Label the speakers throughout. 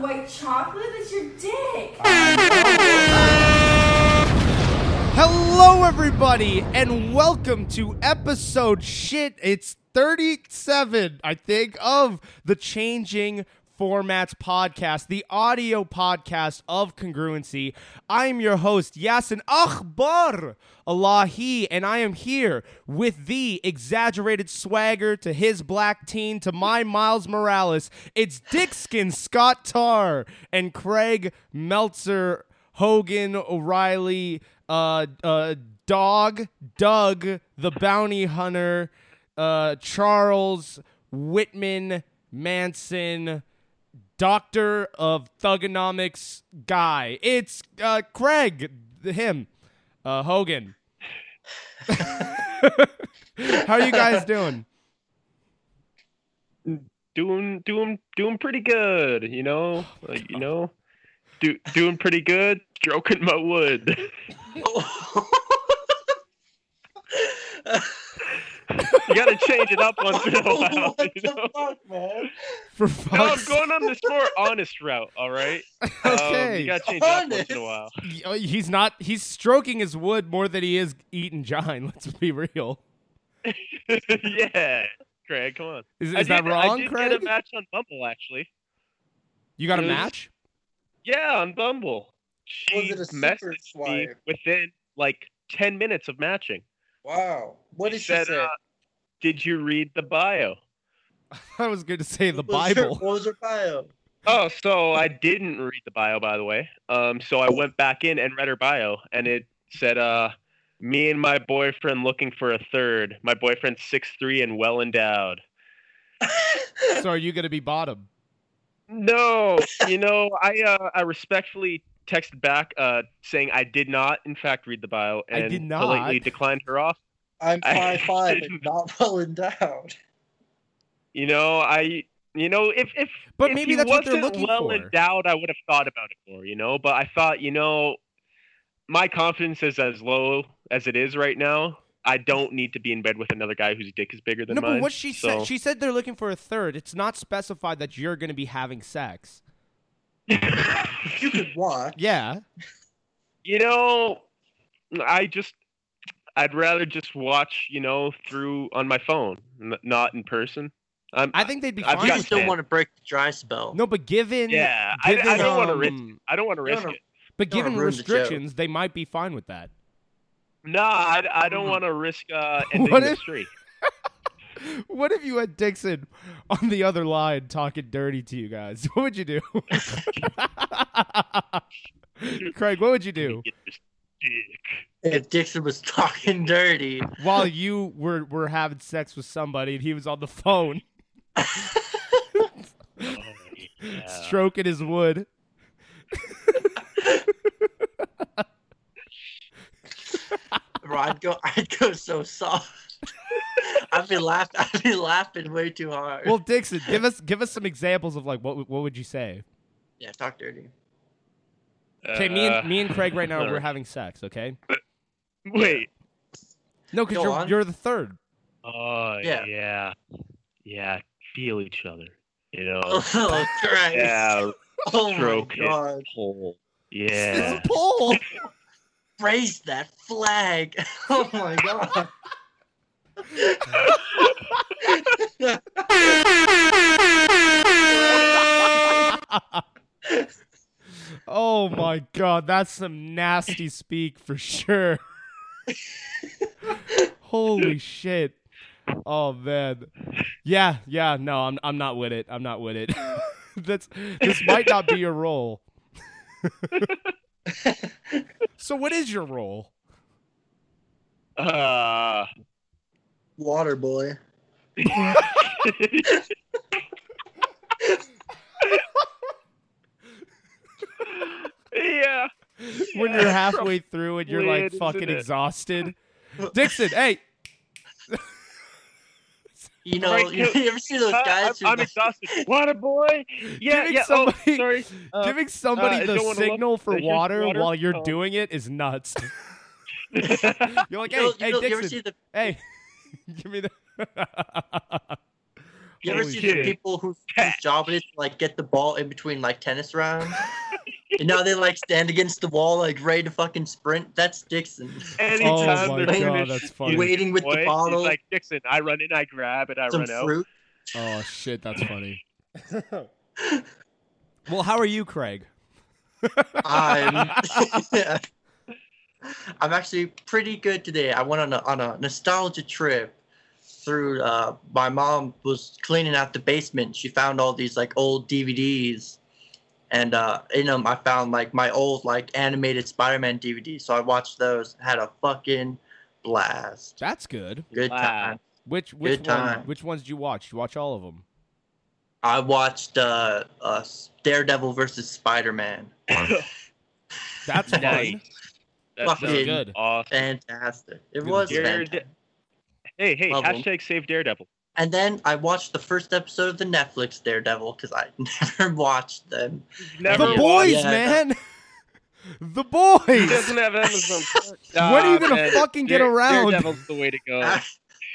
Speaker 1: white chocolate? That's your dick.
Speaker 2: Hello, everybody, and welcome to episode shit. It's 37, I think, of the Changing Formats podcast, the audio podcast of Congruency. I am your host, Yasin Akbar Alahi, and I am here with the exaggerated swagger to his black teen to my Miles Morales. It's Dickskin Scott Tarr and Craig Meltzer. Hogan, O'Reilly, uh, uh, Dog, Doug, the Bounty Hunter, uh, Charles, Whitman, Manson, Doctor of Thugonomics guy. It's uh, Craig, him, uh, Hogan. How are you guys doing?
Speaker 3: doing doing doing pretty good you
Speaker 2: Oh
Speaker 3: know like you know do, doing pretty good stroking my wood you gotta change it up once in a while
Speaker 4: what
Speaker 3: you
Speaker 4: the
Speaker 3: know?
Speaker 4: fuck, man?
Speaker 2: For
Speaker 3: no, i'm
Speaker 2: fuck's
Speaker 3: going on this more honest route all right Um,
Speaker 2: Okay.
Speaker 3: you gotta change it up once in a while
Speaker 2: Y- oh, He's not. He's stroking his wood more than he is eating John. Let's be real.
Speaker 3: yeah craig come on
Speaker 2: Is,
Speaker 3: I
Speaker 2: is that
Speaker 3: did- I
Speaker 2: wrong,
Speaker 3: did
Speaker 2: Craig?
Speaker 3: get a match on bumble actually
Speaker 2: You got a
Speaker 3: It was-
Speaker 2: match?
Speaker 3: yeah on bumble she
Speaker 4: it a super
Speaker 3: messaged me
Speaker 4: flyer?
Speaker 3: within like 10 minutes of matching
Speaker 4: Wow. What
Speaker 3: He
Speaker 4: did she
Speaker 3: said,
Speaker 4: say?
Speaker 3: uh, did you read the bio?
Speaker 2: I was going to say the
Speaker 4: What was her-
Speaker 2: Bible.
Speaker 4: what was her bio?
Speaker 3: Oh, so I didn't read the bio, by the way. Um, so I went back in and read her bio, and it said, uh, "Me and my boyfriend looking for a third. My boyfriend's six three and well endowed."
Speaker 2: So are you going to be bottom?
Speaker 3: No, you know, I uh, I respectfully texted back, uh, saying I did not, in fact, read the bio,
Speaker 2: I
Speaker 3: and
Speaker 2: did not.
Speaker 3: politely declined her off.
Speaker 4: I'm
Speaker 3: I-
Speaker 4: five five and not well endowed.
Speaker 3: You know, I. You know, if if
Speaker 2: But
Speaker 3: if
Speaker 2: maybe
Speaker 3: he
Speaker 2: that's what
Speaker 3: wasn't
Speaker 2: they're looking
Speaker 3: well
Speaker 2: for.
Speaker 3: endowed, I would have thought about it more, you know. But I thought, you know, my confidence is as low as it is right now. I don't need to be in bed with another guy whose dick is bigger than
Speaker 2: no,
Speaker 3: mine.
Speaker 2: but what she
Speaker 3: so-
Speaker 2: said, she said they're looking for a third. It's not specified that you're going to be having sex.
Speaker 4: You could watch.
Speaker 2: Yeah.
Speaker 3: you know, I just, I'd rather just watch, you know, through on my phone, n- not in person. I'm,
Speaker 2: I think they'd be
Speaker 3: I've
Speaker 2: fine.
Speaker 3: got-
Speaker 2: with-
Speaker 3: just don't
Speaker 4: to break the dry spell.
Speaker 2: No, but given
Speaker 3: yeah, I,
Speaker 2: given
Speaker 3: I don't want to
Speaker 2: um,
Speaker 3: risk. I don't want to risk
Speaker 4: no.
Speaker 3: it.
Speaker 2: But
Speaker 4: Don't wanna
Speaker 2: given
Speaker 4: ruin the joke.
Speaker 2: restrictions, they might be fine with that.
Speaker 3: Nah, I, I don't
Speaker 4: Mhm.
Speaker 3: want to risk uh, ending
Speaker 2: Hmm. What
Speaker 3: the
Speaker 2: if-
Speaker 3: streak.
Speaker 2: What if you had Dixon on the other line talking dirty to you guys? What would you do? Craig, what would you do
Speaker 3: Get this dick.
Speaker 4: If Dixon was talking dirty,
Speaker 2: while you were, were having sex with somebody and he was on the phone
Speaker 3: Oh, yeah.
Speaker 2: stroking his wood?
Speaker 4: bro, I'd go. I'd go so soft. I'd be laughing. I'd be laughing way too hard.
Speaker 2: Well, Dixon, give us give us some examples of like what would- what would you say?
Speaker 4: yeah, talk dirty.
Speaker 2: Okay, me
Speaker 3: Uh,
Speaker 2: and me and Craig right now we're
Speaker 3: alright.
Speaker 2: having sex. Okay,
Speaker 3: Wait.
Speaker 2: no, because
Speaker 4: Go
Speaker 2: you're
Speaker 4: on.
Speaker 2: you're the third.
Speaker 3: Oh
Speaker 4: Yeah.
Speaker 3: yeah. yeah. Feel each other. You know.
Speaker 4: Oh,
Speaker 3: uh,
Speaker 4: Christ.
Speaker 3: yeah.
Speaker 4: oh
Speaker 3: stroke
Speaker 4: my
Speaker 3: it.
Speaker 4: God.
Speaker 3: Pull.
Speaker 2: It's
Speaker 3: Yeah.
Speaker 2: a pole.
Speaker 4: Raise that flag. Oh my God.
Speaker 2: oh my god, that's some nasty speak for sure. Holy shit. Oh man. Yeah, yeah, no, I'm I'm not with it. I'm not with it. that's this might not be your role. so what is your role?
Speaker 3: Uh,
Speaker 4: Water boy.
Speaker 3: yeah.
Speaker 2: When you're halfway through and you're
Speaker 3: probably
Speaker 2: like
Speaker 3: it,
Speaker 2: fucking
Speaker 3: isn't it?
Speaker 2: exhausted. Dixon, hey,
Speaker 4: You know,
Speaker 3: Right,
Speaker 4: you,
Speaker 3: you-
Speaker 4: ever see those
Speaker 3: I'm,
Speaker 4: guys who
Speaker 3: I'm exhausted. Water boy. Yeah.
Speaker 2: Giving
Speaker 3: Yeah.
Speaker 2: somebody-
Speaker 3: oh, sorry. Uh,
Speaker 2: giving somebody
Speaker 3: I
Speaker 2: the
Speaker 3: don't wanna look.
Speaker 2: signal for
Speaker 3: Here's
Speaker 2: water,
Speaker 3: water.
Speaker 2: while you're
Speaker 3: Oh.
Speaker 2: doing it is nuts. You're like, hey,
Speaker 4: you know- you
Speaker 2: hey,
Speaker 4: know- you ever
Speaker 2: Dixon,
Speaker 4: see the
Speaker 2: hey, give me the.
Speaker 4: You ever
Speaker 2: Holy
Speaker 4: see
Speaker 3: shit.
Speaker 4: the people who, whose job it is to like get the ball in between like tennis rounds? and now they like stand against the wall like ready to fucking sprint. That's Dixon.
Speaker 2: Oh
Speaker 3: Anytime
Speaker 2: my
Speaker 3: they're
Speaker 4: God,
Speaker 3: finished
Speaker 2: that's funny.
Speaker 4: Waiting with the
Speaker 3: boy, he's
Speaker 4: bottle.
Speaker 3: like Dixon, I run in, I grab, and I
Speaker 4: Some
Speaker 3: run out.
Speaker 4: fruit.
Speaker 2: Oh shit, that's funny. well, how are you, Craig?
Speaker 4: I'm I'm actually pretty good today. I went on a on a nostalgia trip through uh my mom was cleaning out the basement. She found all these like old DVDs and uh in them I found like my old like animated Spider-Man DVDs. So I watched those, had a fucking blast.
Speaker 2: That's good.
Speaker 4: Good
Speaker 3: Wow.
Speaker 4: time.
Speaker 2: Which which
Speaker 4: Good
Speaker 2: one?
Speaker 4: time.
Speaker 2: Which ones did you watch? Did you watch all of them?
Speaker 4: I watched uh, uh Daredevil versus Spider-Man.
Speaker 2: That's
Speaker 3: Nice.
Speaker 2: fun.
Speaker 3: That
Speaker 4: Fucking
Speaker 3: sounds
Speaker 2: good.
Speaker 3: awesome.
Speaker 4: Fantastic. It was
Speaker 3: Darede-
Speaker 4: fantastic.
Speaker 3: Hey, hey,
Speaker 4: Love 'em.
Speaker 3: hashtag save Daredevil.
Speaker 4: And then I watched the first episode of the Netflix Daredevil because I never watched them.
Speaker 3: Never
Speaker 2: the
Speaker 4: Yeah.
Speaker 2: boys,
Speaker 4: Yeah.
Speaker 2: man. the
Speaker 3: He
Speaker 2: boys.
Speaker 3: doesn't have Amazon.
Speaker 2: When are you gonna fucking get around?
Speaker 3: Daredevil's the way to go.
Speaker 4: Ah.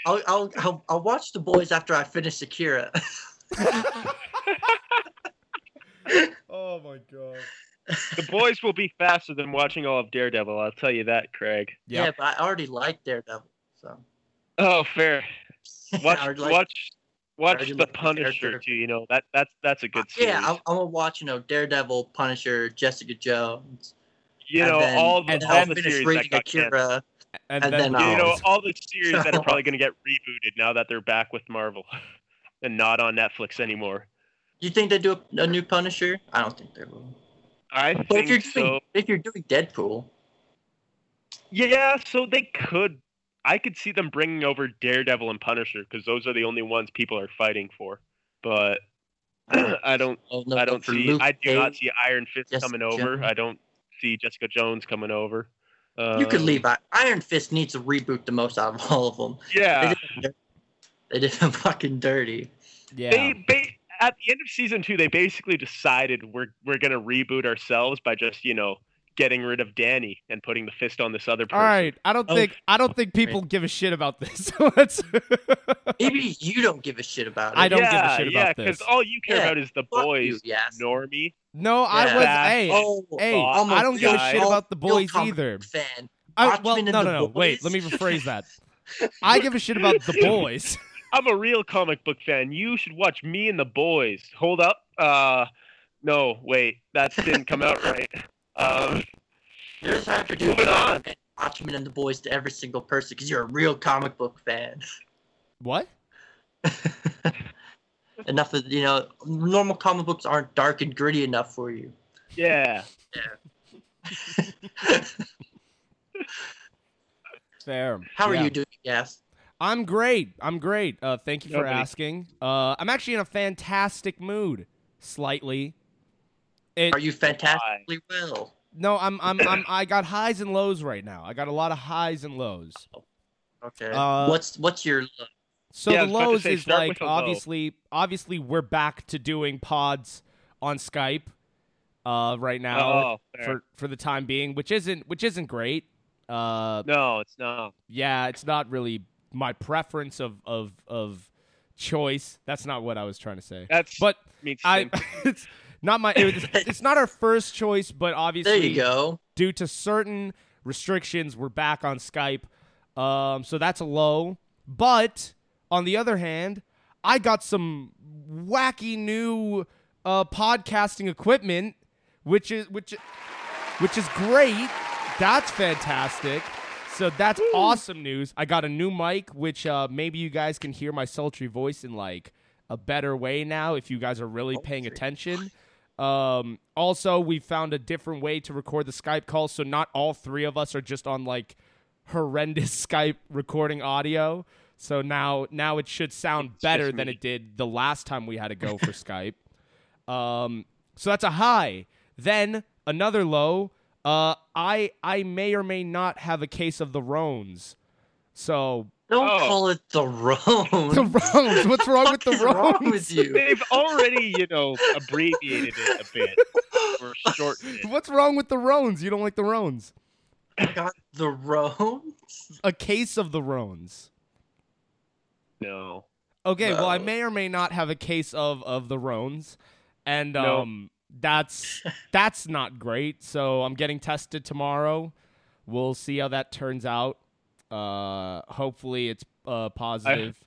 Speaker 4: I'll, I'll, I'll, I'll watch the boys after I finish Akira.
Speaker 2: oh my god.
Speaker 3: The boys will be faster than watching all of Daredevil. I'll tell you that, Craig.
Speaker 4: Yeah, but I already like Daredevil. So
Speaker 3: Oh, fair. Watch,
Speaker 4: I already like-
Speaker 3: watch,
Speaker 4: already
Speaker 3: watch the
Speaker 4: like the
Speaker 3: Punisher
Speaker 4: character. Uh,
Speaker 3: too. You know that that's that's a good series.
Speaker 4: yeah, I'm, I'm gonna watch you know Daredevil, Punisher, Jessica Jones,
Speaker 3: you
Speaker 4: and
Speaker 3: know
Speaker 4: then-
Speaker 3: all the,
Speaker 2: and
Speaker 4: and
Speaker 3: all
Speaker 4: then
Speaker 3: the
Speaker 4: finish
Speaker 3: series that
Speaker 4: reading
Speaker 3: got canceled.
Speaker 4: Akira.
Speaker 2: And,
Speaker 4: And
Speaker 2: then,
Speaker 4: then uh, I'll-
Speaker 3: You know
Speaker 4: No.
Speaker 3: all the series that are probably gonna get rebooted now that they're back with Marvel, and not on Netflix anymore.
Speaker 4: You think they do a, a new Punisher? I don't think they will.
Speaker 3: I
Speaker 4: But if
Speaker 3: think
Speaker 4: you're
Speaker 3: so.
Speaker 4: doing if you're doing Deadpool,
Speaker 3: Yeah, so they could. I could see them bringing over Daredevil and Punisher because those are the only ones people are fighting for. But I don't.
Speaker 4: don't know
Speaker 3: I don't
Speaker 4: for
Speaker 3: see.
Speaker 4: Luke
Speaker 3: I do not
Speaker 4: Cage.
Speaker 3: see Iron Fist
Speaker 4: Jessica
Speaker 3: coming over.
Speaker 4: Jones.
Speaker 3: I don't see Jessica Jones coming over.
Speaker 4: You could
Speaker 3: Um,
Speaker 4: leave. I- Iron Fist needs to reboot the most out of all of them.
Speaker 3: Yeah.
Speaker 4: They did him fucking dirty.
Speaker 2: yeah.
Speaker 3: They, ba- at the end of season two, they basically decided we're we're gonna reboot ourselves by just you know getting rid of Danny and putting the fist on this other person.
Speaker 2: All right. I don't
Speaker 4: Oh.
Speaker 2: think I don't think people give a shit about this. Let's-
Speaker 4: Maybe you don't give a shit about it.
Speaker 2: I don't give a
Speaker 3: yeah,
Speaker 2: shit
Speaker 3: yeah,
Speaker 2: about this.
Speaker 3: all you care
Speaker 4: Yeah,
Speaker 3: about is the
Speaker 4: Fuck
Speaker 3: boys,
Speaker 4: You, yes.
Speaker 3: Normie.
Speaker 2: no, I
Speaker 4: Yeah.
Speaker 2: was.
Speaker 3: Bass.
Speaker 2: Hey,
Speaker 4: Oh,
Speaker 2: hey,
Speaker 3: oh,
Speaker 4: I'm a
Speaker 2: I don't give a
Speaker 3: guy.
Speaker 2: shit about the
Speaker 4: real
Speaker 2: boys
Speaker 4: comic
Speaker 2: either.
Speaker 4: fan.
Speaker 2: I,
Speaker 4: Watchmen
Speaker 2: well,
Speaker 4: and
Speaker 2: no, no,
Speaker 4: the
Speaker 2: no. Wait, let
Speaker 4: boys.
Speaker 2: me rephrase that. I give a shit about the boys.
Speaker 3: I'm a real comic book fan. You should watch me and the boys. Hold up. Uh, no, wait, that didn't come out right. Um,
Speaker 4: You just have to do
Speaker 3: moving on.
Speaker 4: Watchmen and the boys to every single person because you're a real comic book fan.
Speaker 2: What?
Speaker 4: enough of you know, normal comic books aren't dark and gritty enough for you.
Speaker 3: Yeah.
Speaker 2: Fair.
Speaker 4: How
Speaker 2: Yeah.
Speaker 4: are you doing? Yes.
Speaker 2: I'm great. I'm great. Uh, thank you for
Speaker 3: Nobody-
Speaker 2: asking. Uh, I'm actually in a fantastic mood. Slightly. It,
Speaker 4: Are you fantastically well?
Speaker 2: no, I'm, I'm, I'm. I got highs and lows right now. I got a lot of highs and lows.
Speaker 4: Okay.
Speaker 2: Uh,
Speaker 4: what's what's your look?
Speaker 2: So
Speaker 3: Yeah, I
Speaker 2: the
Speaker 3: was about to
Speaker 2: lows
Speaker 3: say,
Speaker 2: is
Speaker 3: start
Speaker 2: like
Speaker 3: with a low.
Speaker 2: obviously, obviously we're back to doing pods on Skype uh, right now
Speaker 3: Oh, fair.
Speaker 2: for for the time being, which isn't which isn't great. Uh,
Speaker 3: no, it's not.
Speaker 2: yeah, it's not really my preference of of of choice. That's not what I was trying to say.
Speaker 3: That's
Speaker 2: But
Speaker 3: means
Speaker 2: I, it's not my. It, was- it's not our first choice, but
Speaker 4: There
Speaker 2: obviously
Speaker 4: you go.
Speaker 2: due to certain restrictions, we're back on Skype. Um, so that's a low. But on the other hand, I got some wacky new uh, podcasting equipment, which is which, which is great. That's fantastic. So that's awesome news. I got a new mic, which uh, maybe you guys can hear my sultry voice in like a better way now if you guys are really paying
Speaker 4: Sultry.
Speaker 2: attention. Um, also, we found a different way to record the Skype call, so not all three of us are just on like horrendous Skype recording audio. So now, now it should sound
Speaker 3: It's
Speaker 2: better
Speaker 3: just
Speaker 2: than
Speaker 3: me.
Speaker 2: it did the last time we had to go for Skype. Um, so that's a high. Then another low. Uh, I I may or may not have a case of the Rones. So
Speaker 4: Don't
Speaker 3: Oh.
Speaker 4: call it the
Speaker 2: the
Speaker 4: Roan.
Speaker 2: Rones. What's wrong with the
Speaker 4: What's wrong
Speaker 2: Rones?
Speaker 4: with you?
Speaker 3: They've already, you know, abbreviated it a bit or shortened it.
Speaker 2: What's wrong with the Rones? You don't like the Rones?
Speaker 4: I got the Roan.
Speaker 2: A case of the Rones.
Speaker 3: No.
Speaker 2: Okay, well, I
Speaker 4: No.
Speaker 2: may or may not have a case of of the Rones, and
Speaker 3: No.
Speaker 2: um, that's that's not great. So I'm getting tested tomorrow. We'll see how that turns out. Uh, hopefully it's uh positive.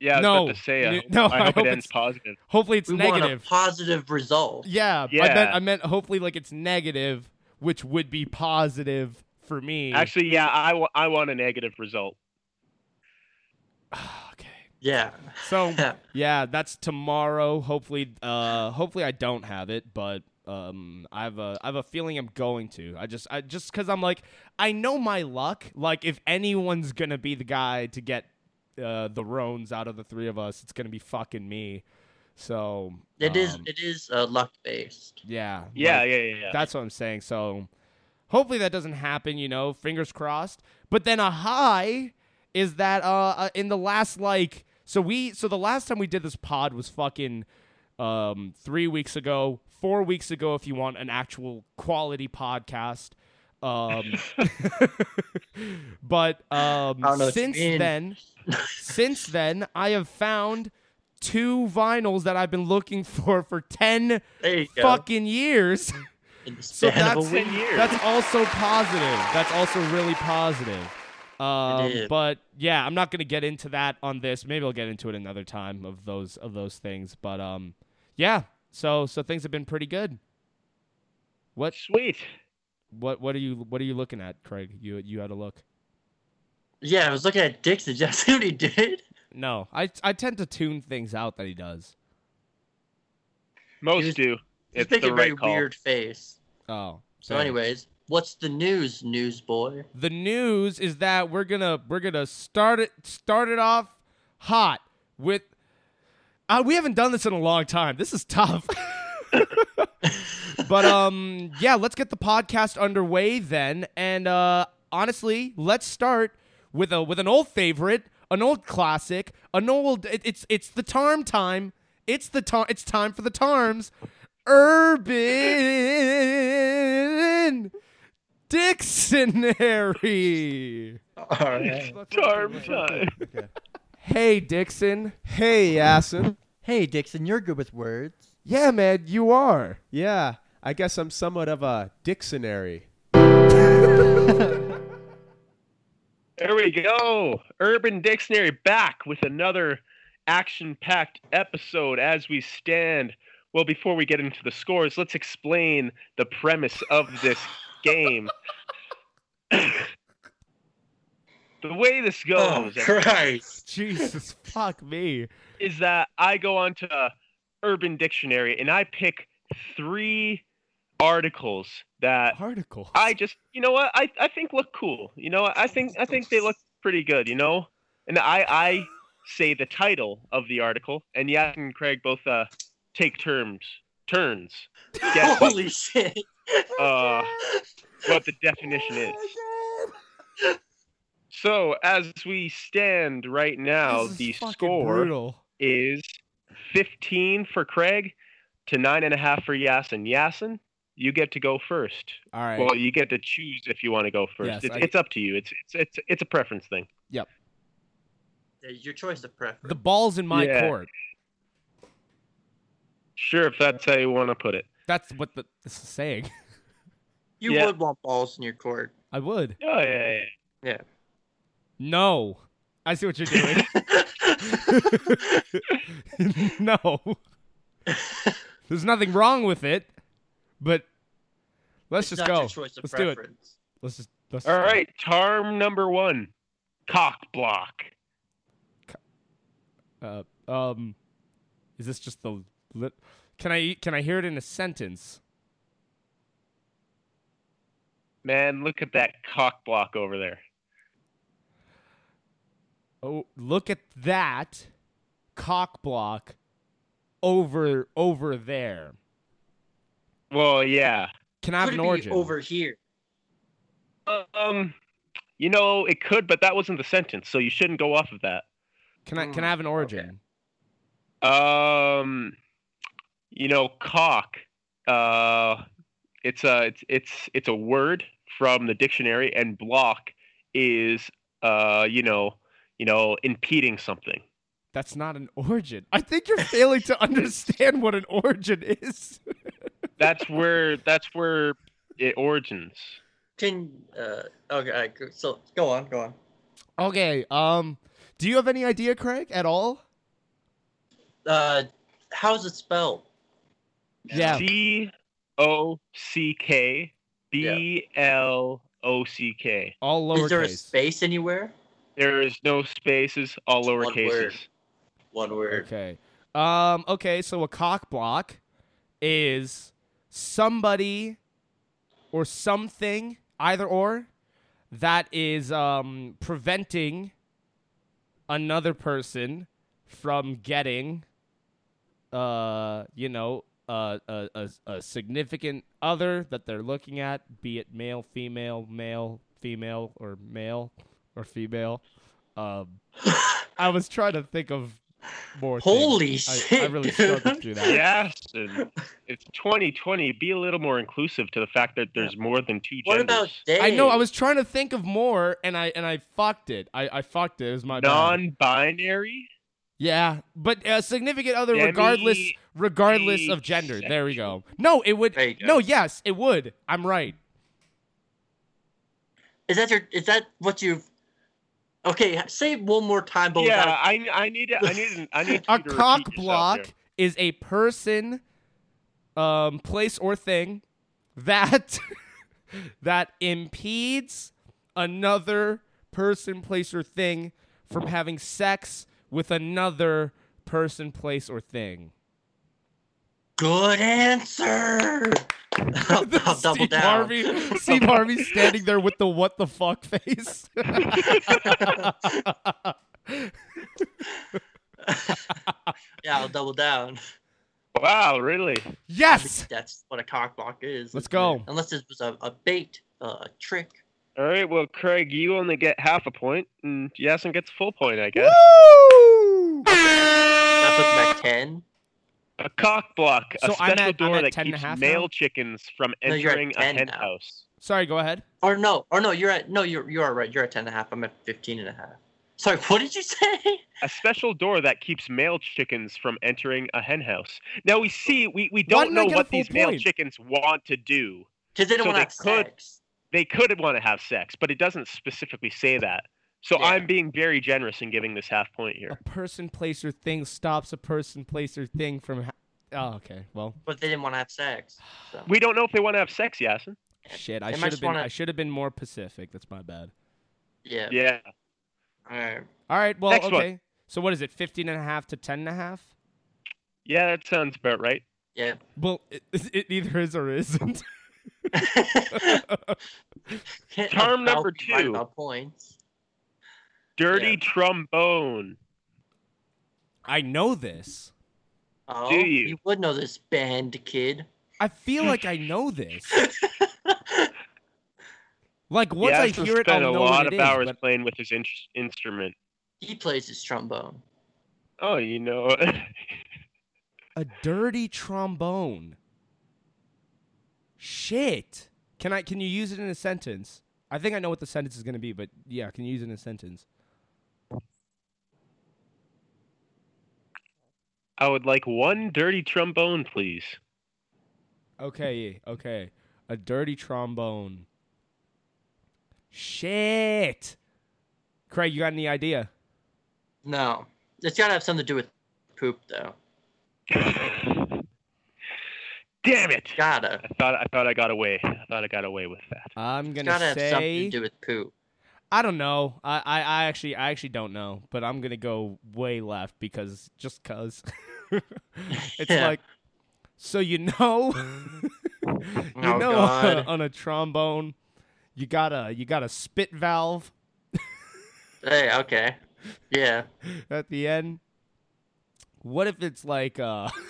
Speaker 3: Yeah, I was
Speaker 2: No.
Speaker 3: about to say, I,
Speaker 2: N-
Speaker 3: hope-
Speaker 2: no,
Speaker 3: I
Speaker 2: I
Speaker 3: hope
Speaker 2: hope
Speaker 3: it ends
Speaker 2: it's-
Speaker 3: positive.
Speaker 2: hopefully it's
Speaker 4: we want a
Speaker 2: negative.
Speaker 4: positive result.
Speaker 2: Yeah, I meant
Speaker 3: Yeah.
Speaker 2: I meant hopefully like it's negative, which would be positive for me.
Speaker 3: Actually, yeah, I wa- I want a negative result.
Speaker 2: okay.
Speaker 4: Yeah.
Speaker 2: So
Speaker 4: Yeah.
Speaker 2: yeah, that's tomorrow. Hopefully, uh, hopefully I don't have it, but um, I have a I have a feeling I'm going to. I just I just because I'm like I know my luck. Like if anyone's gonna be the guy to get uh, the Rones out of the three of us, it's gonna be fucking me. So
Speaker 4: It is.
Speaker 2: um,
Speaker 4: It is uh, luck based.
Speaker 2: yeah.
Speaker 3: Yeah,
Speaker 2: like,
Speaker 3: yeah, yeah, yeah.
Speaker 2: That's what I'm saying. So hopefully that doesn't happen, you know, fingers crossed. But then a high is that uh uh, in the last like so we so the last time we did this pod was fucking um 3 weeks ago, 4 weeks ago if you want an actual quality podcast. Um but um
Speaker 4: I don't know what you
Speaker 2: since
Speaker 4: mean.
Speaker 2: then since then I have found two vinyls that I've been looking for for 10
Speaker 4: There you go.
Speaker 2: fucking years.
Speaker 4: In the
Speaker 2: So
Speaker 4: span of
Speaker 2: that's
Speaker 4: a week.
Speaker 3: Ten years.
Speaker 2: that's also positive. That's also really positive. Um,
Speaker 4: It is.
Speaker 2: but yeah, I'm not gonna get into that on this. Maybe I'll get into it another time of those of those things. But um, yeah. So so things have been pretty good. What
Speaker 3: Sweet.
Speaker 2: what what are you what are you looking at, Craig? You you had a look.
Speaker 4: Yeah, I was looking at Dixon. Did you see what he did?
Speaker 2: No, I I tend to tune things out that he does.
Speaker 3: Most
Speaker 4: He's-
Speaker 3: do.
Speaker 4: He's
Speaker 3: It's
Speaker 4: making
Speaker 3: the
Speaker 4: a
Speaker 3: right
Speaker 4: very
Speaker 3: call.
Speaker 4: weird face.
Speaker 2: Oh.
Speaker 4: So,
Speaker 2: thanks.
Speaker 4: anyways, what's the news, newsboy?
Speaker 2: the news is that we're gonna we're gonna start it start it off hot with uh, we haven't done this in a long time. This is tough. but um yeah, let's get the podcast underway then. And uh honestly, let's start with a with an old favorite, an old classic, an old it, it's it's the tarm time. It's the tar- it's time for the tarms. Urban Dictionary.
Speaker 4: All right.
Speaker 3: Charm time.
Speaker 2: Hey Dixon.
Speaker 5: Hey, Asin.
Speaker 6: Hey, Dixon, you're good with words.
Speaker 2: Yeah, man, you are.
Speaker 5: Yeah, I guess I'm somewhat of a dictionary.
Speaker 3: There we go. Urban Dictionary back with another action packed episode as we stand. Well, before we get into the scores, let's explain the premise of this game. the way this
Speaker 4: Oh,
Speaker 3: goes
Speaker 4: Christ.
Speaker 2: Jesus fuck me.
Speaker 3: is that I go onto Urban Dictionary and I pick three articles that
Speaker 2: Article.
Speaker 3: I just, you know what? I, I think look cool. You know, I think I think they look pretty good. You know, and I I say the title of the article, and Yat and Craig both uh take terms turns guess what,
Speaker 4: Holy shit.
Speaker 3: uh, what the definition is. So as we stand right now,
Speaker 2: This is
Speaker 3: the
Speaker 2: fucking
Speaker 3: score
Speaker 2: brutal.
Speaker 3: is 15 for Craig to nine and a half for Yasin. Yasin, you get to go first.
Speaker 2: All right.
Speaker 3: Well, you get to choose if you want to go first.
Speaker 2: Yes,
Speaker 3: it's,
Speaker 2: I-
Speaker 3: it's up to you. It's it's it's it's a preference thing.
Speaker 4: It's Your choice of preference.
Speaker 2: the ball's in my
Speaker 3: Yeah.
Speaker 2: court.
Speaker 3: Sure, if that's how you want to put it.
Speaker 2: That's what the, this is saying.
Speaker 4: You
Speaker 3: Yeah.
Speaker 4: would want balls in your court.
Speaker 2: I would.
Speaker 3: Oh yeah, yeah.
Speaker 2: No. I see what you're doing. no. There's nothing wrong with it, but let's
Speaker 4: It's
Speaker 2: just
Speaker 4: not
Speaker 2: go.
Speaker 4: Your choice of
Speaker 2: Let's do it.
Speaker 4: preference.
Speaker 2: Let's just. Let's
Speaker 3: All
Speaker 2: just go.
Speaker 3: right, Tarm number one, cock block.
Speaker 2: Uh, um, is this just the lit? Can I can I hear it in a sentence?
Speaker 3: Man, look at that cock block over there.
Speaker 2: Oh, look at that cock block over over there.
Speaker 3: Well, yeah.
Speaker 2: Can I have
Speaker 4: Could
Speaker 2: an
Speaker 4: it be
Speaker 2: origin?
Speaker 4: over here?
Speaker 3: Um, you know it could, but that wasn't the sentence, so you shouldn't go off of that.
Speaker 2: Can I can
Speaker 4: Mm,
Speaker 2: I have an origin?
Speaker 3: Um, you know, cock. Uh, it's a it's it's it's a word from the dictionary, and block is uh, you know, you know, impeding something.
Speaker 2: That's not an origin. I think you're failing to understand what an origin is.
Speaker 3: That's where that's where it origins.
Speaker 4: Can uh, okay, so go on, go on.
Speaker 2: okay. Um, do you have any idea, Craig, at all?
Speaker 4: Uh, how's it spelled?
Speaker 2: Yeah.
Speaker 3: C O C K B L O C K.
Speaker 2: All
Speaker 4: Is there a
Speaker 2: lowercase.
Speaker 4: space anywhere?
Speaker 3: There is no spaces, all
Speaker 4: It's one
Speaker 3: lower cases.
Speaker 4: word. One word.
Speaker 2: Okay. Um. Okay. So a cock block is somebody or something, either or, that is um preventing another person from getting, uh, you know, uh, a a, a significant other that they're looking at, be it male, female, male, female, or male or female. Um, I was trying to think of more. things.
Speaker 4: Holy
Speaker 2: I,
Speaker 4: shit!
Speaker 2: I really
Speaker 4: dude.
Speaker 2: struggled through that.
Speaker 3: Yes, and it's 2020. Be a little more inclusive to the fact that there's more than two
Speaker 4: What
Speaker 3: genders.
Speaker 4: about day?
Speaker 2: I know. I was trying to think of more, and I and I fucked it. I, I fucked it. It was my bad.
Speaker 3: non-binary?
Speaker 2: Yeah, but uh, significant other,
Speaker 3: Demi-
Speaker 2: regardless, regardless of gender. There we go. No, it would.
Speaker 4: There you go.
Speaker 2: No, yes, it would. I'm right.
Speaker 4: Is that your? Is that what you've? Okay, say it one more time, but
Speaker 3: yeah,
Speaker 4: without-
Speaker 3: I, I need I need I need
Speaker 2: A
Speaker 3: you to repeat
Speaker 2: cock
Speaker 3: yourself
Speaker 2: block
Speaker 3: there.
Speaker 2: is a person, um, place or thing that that impedes another person, place or thing from having sex with another person, place or thing.
Speaker 4: Good answer. I'll, I'll double
Speaker 2: Steve
Speaker 4: down.
Speaker 2: Harvey, Steve Harvey standing there with the what the fuck face.
Speaker 4: Yeah, I'll double down.
Speaker 3: Wow, really?
Speaker 2: yes.
Speaker 4: That's what a cock block is.
Speaker 2: Let's
Speaker 4: isn't
Speaker 2: go.
Speaker 4: it? Unless it was a, a bait, uh, a trick.
Speaker 3: All right, well, Craig, you only get half a point, and Yasin gets a full point, I guess.
Speaker 2: Woo!
Speaker 4: That puts him at ten.
Speaker 3: A cock block, a
Speaker 2: So I'm at-
Speaker 3: special
Speaker 2: I'm
Speaker 3: door
Speaker 2: at
Speaker 3: that
Speaker 2: 10 and a
Speaker 3: keeps
Speaker 2: half now?
Speaker 3: male chickens from
Speaker 4: No, you're at
Speaker 3: entering a
Speaker 4: 10 now.
Speaker 3: henhouse.
Speaker 2: Sorry, go ahead.
Speaker 4: Or no, or no, you're at no, you're you are right. You're at ten and a half. I'm at fifteen and a half. Sorry, what did you say?
Speaker 3: A special door that keeps male chickens from entering a henhouse. Now we see we, we
Speaker 2: Why
Speaker 3: don't
Speaker 2: didn't I
Speaker 3: know
Speaker 2: get a
Speaker 3: what
Speaker 2: full
Speaker 3: these male
Speaker 2: point?
Speaker 3: chickens want to do.
Speaker 4: Because they don't
Speaker 3: So
Speaker 4: want to
Speaker 3: they
Speaker 4: have
Speaker 3: could-
Speaker 4: sex.
Speaker 3: They could want to have sex, but it doesn't specifically say that. So
Speaker 4: Yeah.
Speaker 3: I'm being very generous in giving this half point here.
Speaker 2: A person, place, or thing stops a person, place, or thing from. Ha- oh, okay. Well,
Speaker 4: But they didn't want to have sex. So.
Speaker 3: We don't know if they want to have sex, Yasin.
Speaker 2: shit. I
Speaker 4: They might
Speaker 2: should have
Speaker 4: just
Speaker 2: been.
Speaker 4: wanna-
Speaker 2: I should have been more Pacific. That's my bad.
Speaker 4: Yeah.
Speaker 3: Yeah.
Speaker 4: All right.
Speaker 2: All right. Well,
Speaker 3: Next one.
Speaker 2: okay. So what is it? 15 and a half to 10 and a half?
Speaker 3: Yeah, that sounds about right.
Speaker 4: Yeah.
Speaker 2: Well, it, it either is or isn't.
Speaker 4: Can't
Speaker 3: Term
Speaker 4: about
Speaker 3: number
Speaker 4: be right
Speaker 3: two.
Speaker 4: about points.
Speaker 3: Dirty
Speaker 4: Yeah.
Speaker 3: trombone.
Speaker 2: I know this.
Speaker 4: Oh,
Speaker 3: Do you?
Speaker 4: would know this band, kid.
Speaker 2: I feel like I know this. Like once I
Speaker 3: Yasin
Speaker 2: hear it, I'll
Speaker 3: spent
Speaker 2: know
Speaker 3: a
Speaker 2: what
Speaker 3: lot
Speaker 2: it is,
Speaker 3: of hours
Speaker 2: but-
Speaker 3: playing with his in- instrument.
Speaker 4: He plays his trombone.
Speaker 3: Oh, you know,
Speaker 2: A dirty trombone. Shit. Can I can you use it in a sentence? I think I know what the sentence is going to be, but yeah, can you use it in a sentence?
Speaker 3: I would like one dirty trombone, please.
Speaker 2: Okay, okay. A dirty trombone. Shit. Craig, you got any idea?
Speaker 4: No, it's got to have something to do with poop, though.
Speaker 3: Damn it!
Speaker 4: Gotta.
Speaker 3: I thought I thought I got away. I thought I got away with that.
Speaker 2: I'm
Speaker 4: It's
Speaker 2: going
Speaker 4: gotta
Speaker 2: to
Speaker 4: have something to
Speaker 2: say
Speaker 4: do with poop.
Speaker 2: I don't know. I, I I actually I actually don't know, but I'm going to go way left because just cuz it's
Speaker 4: Yeah.
Speaker 2: like so you know you
Speaker 4: oh
Speaker 2: know on a,
Speaker 4: God.
Speaker 2: on a trombone you got a you got a spit valve
Speaker 4: hey, okay. Yeah.
Speaker 2: at the end what if it's like uh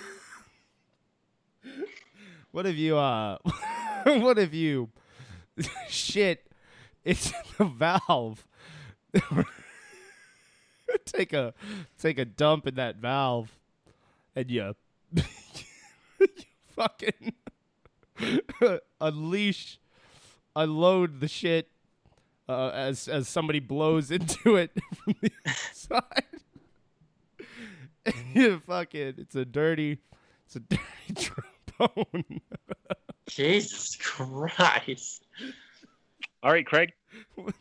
Speaker 2: what if you uh what if you shit it's the valve take a take a dump in that valve and you, you fucking unleash unload the shit uh, as as somebody blows into it from the outside. Fucking, it's a dirty, it's a dirty trombone.
Speaker 4: Jesus Christ.
Speaker 3: All right, Craig.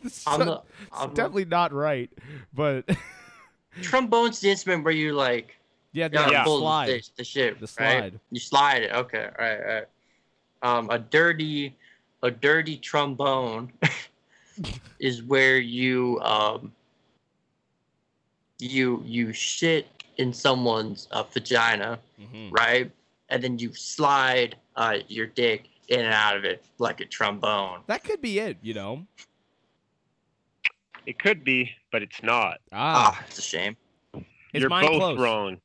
Speaker 2: it's
Speaker 4: I'm
Speaker 2: so-
Speaker 4: not-
Speaker 2: it's
Speaker 4: I'm not-
Speaker 2: definitely not right, but
Speaker 4: Trombone's the instrument where you like
Speaker 2: yeah, the,
Speaker 4: gotta
Speaker 3: Yeah.
Speaker 4: pull
Speaker 2: slide.
Speaker 4: The, the shit.
Speaker 2: The
Speaker 4: Right?
Speaker 2: slide.
Speaker 4: You slide it. Okay. All right. All right. Um, a dirty, a dirty trombone is where you um, you you shit in someone's uh, vagina,
Speaker 2: Mhm.
Speaker 4: right? And then you slide uh, your dick in and out of it like a trombone.
Speaker 2: That could be it, you know.
Speaker 3: It could be, but it's not.
Speaker 2: Ah,
Speaker 4: Ah, it's a shame.
Speaker 2: is
Speaker 3: You're
Speaker 2: mine
Speaker 3: both
Speaker 2: close?
Speaker 3: wrong.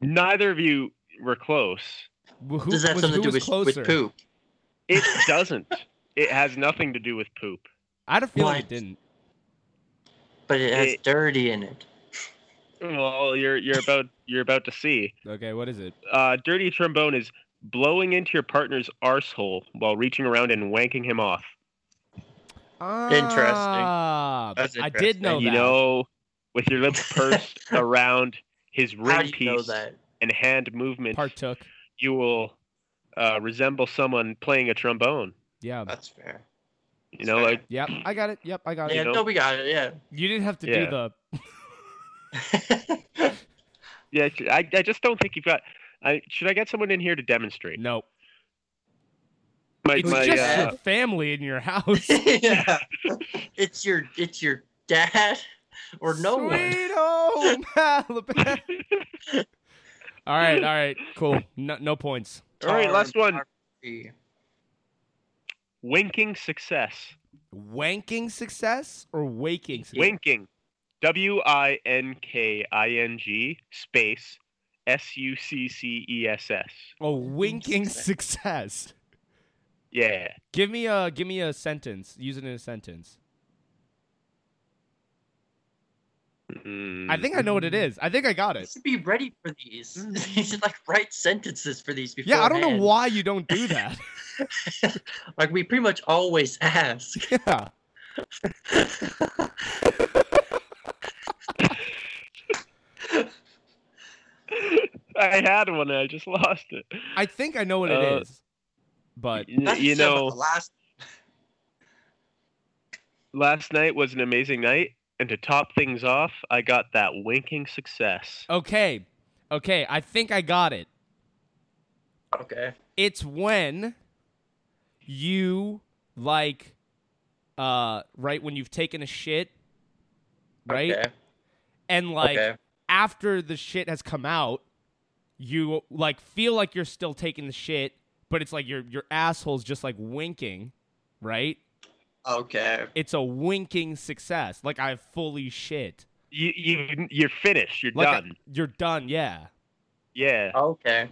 Speaker 3: Neither of you were close.
Speaker 2: Wh- Who,
Speaker 4: Does that have
Speaker 2: was,
Speaker 4: something
Speaker 2: who
Speaker 4: to
Speaker 2: was
Speaker 4: do with,
Speaker 2: closer?
Speaker 4: with poop?
Speaker 3: It doesn't. it has nothing to do with poop.
Speaker 2: I had a feeling it
Speaker 4: What?
Speaker 2: didn't.
Speaker 4: But it has
Speaker 3: It-
Speaker 4: dirty in it.
Speaker 3: Well, you're you're about you're about to see.
Speaker 2: Okay, what is it?
Speaker 3: Uh, dirty trombone is blowing into your partner's arsehole while reaching around and wanking him off.
Speaker 2: Ah,
Speaker 4: That's
Speaker 2: I did
Speaker 4: interesting.
Speaker 2: know
Speaker 3: and you
Speaker 2: that.
Speaker 3: know, with your lips pursed around his
Speaker 4: How
Speaker 3: ring
Speaker 4: do you know
Speaker 3: piece
Speaker 4: that?
Speaker 3: and hand movement,
Speaker 2: Partook.
Speaker 3: you will uh, resemble someone playing a trombone.
Speaker 2: Yeah.
Speaker 4: That's fair.
Speaker 3: You know,
Speaker 4: Fair.
Speaker 3: like
Speaker 2: Yep. I got it. Yep. I got
Speaker 4: Yeah,
Speaker 2: it.
Speaker 3: know-
Speaker 4: no, we got it. Yeah.
Speaker 2: You didn't have to do
Speaker 3: Yeah.
Speaker 2: the.
Speaker 3: yeah, I, I just don't think you've got. I, should I get someone in here to demonstrate?
Speaker 2: No.
Speaker 3: My,
Speaker 2: It's
Speaker 3: my,
Speaker 2: just
Speaker 3: uh,
Speaker 2: your family in your house.
Speaker 4: yeah. It's your it's your dad or no one.
Speaker 2: Sweet home Alabama. all right. All right. Cool. No, no points.
Speaker 3: All right, last
Speaker 4: Tar-
Speaker 3: one.
Speaker 4: tarpy.
Speaker 3: Winking success.
Speaker 2: Wanking success or waking success?
Speaker 3: Winking. W I N K I N G space S U C C E S S.
Speaker 2: Oh, winking success.
Speaker 3: Yeah.
Speaker 2: Give me a give me a sentence. Use it in a sentence.
Speaker 4: Hmm.
Speaker 3: Mm.
Speaker 2: I think I know what it is. I think I got
Speaker 4: You
Speaker 2: it.
Speaker 4: should be ready for these. you should like write sentences for these before.
Speaker 2: Hmm. Yeah, I don't know why you don't do that.
Speaker 4: Like we pretty much always ask.
Speaker 2: yeah.
Speaker 3: I had one. I just lost it.
Speaker 2: I think I know what
Speaker 3: Uh,
Speaker 2: it is. But
Speaker 3: You-
Speaker 4: That's
Speaker 3: you
Speaker 4: just about
Speaker 3: know,
Speaker 4: the last
Speaker 3: last night was an amazing night, and to top things off, I got that winking success.
Speaker 2: okay. Okay, I think I got it.
Speaker 4: okay.
Speaker 2: It's when you like uh right when you've taken a shit, right?
Speaker 4: Okay.
Speaker 2: And like
Speaker 4: okay.
Speaker 2: after the shit has come out, you like feel like you're still taking the shit, but it's like your your asshole's just like winking, right?
Speaker 4: Okay.
Speaker 2: It's a winking success. Like I fully shit.
Speaker 3: You you you're finished. You're
Speaker 2: Like I-
Speaker 3: done.
Speaker 2: you're done, yeah.
Speaker 3: Yeah.
Speaker 4: Okay.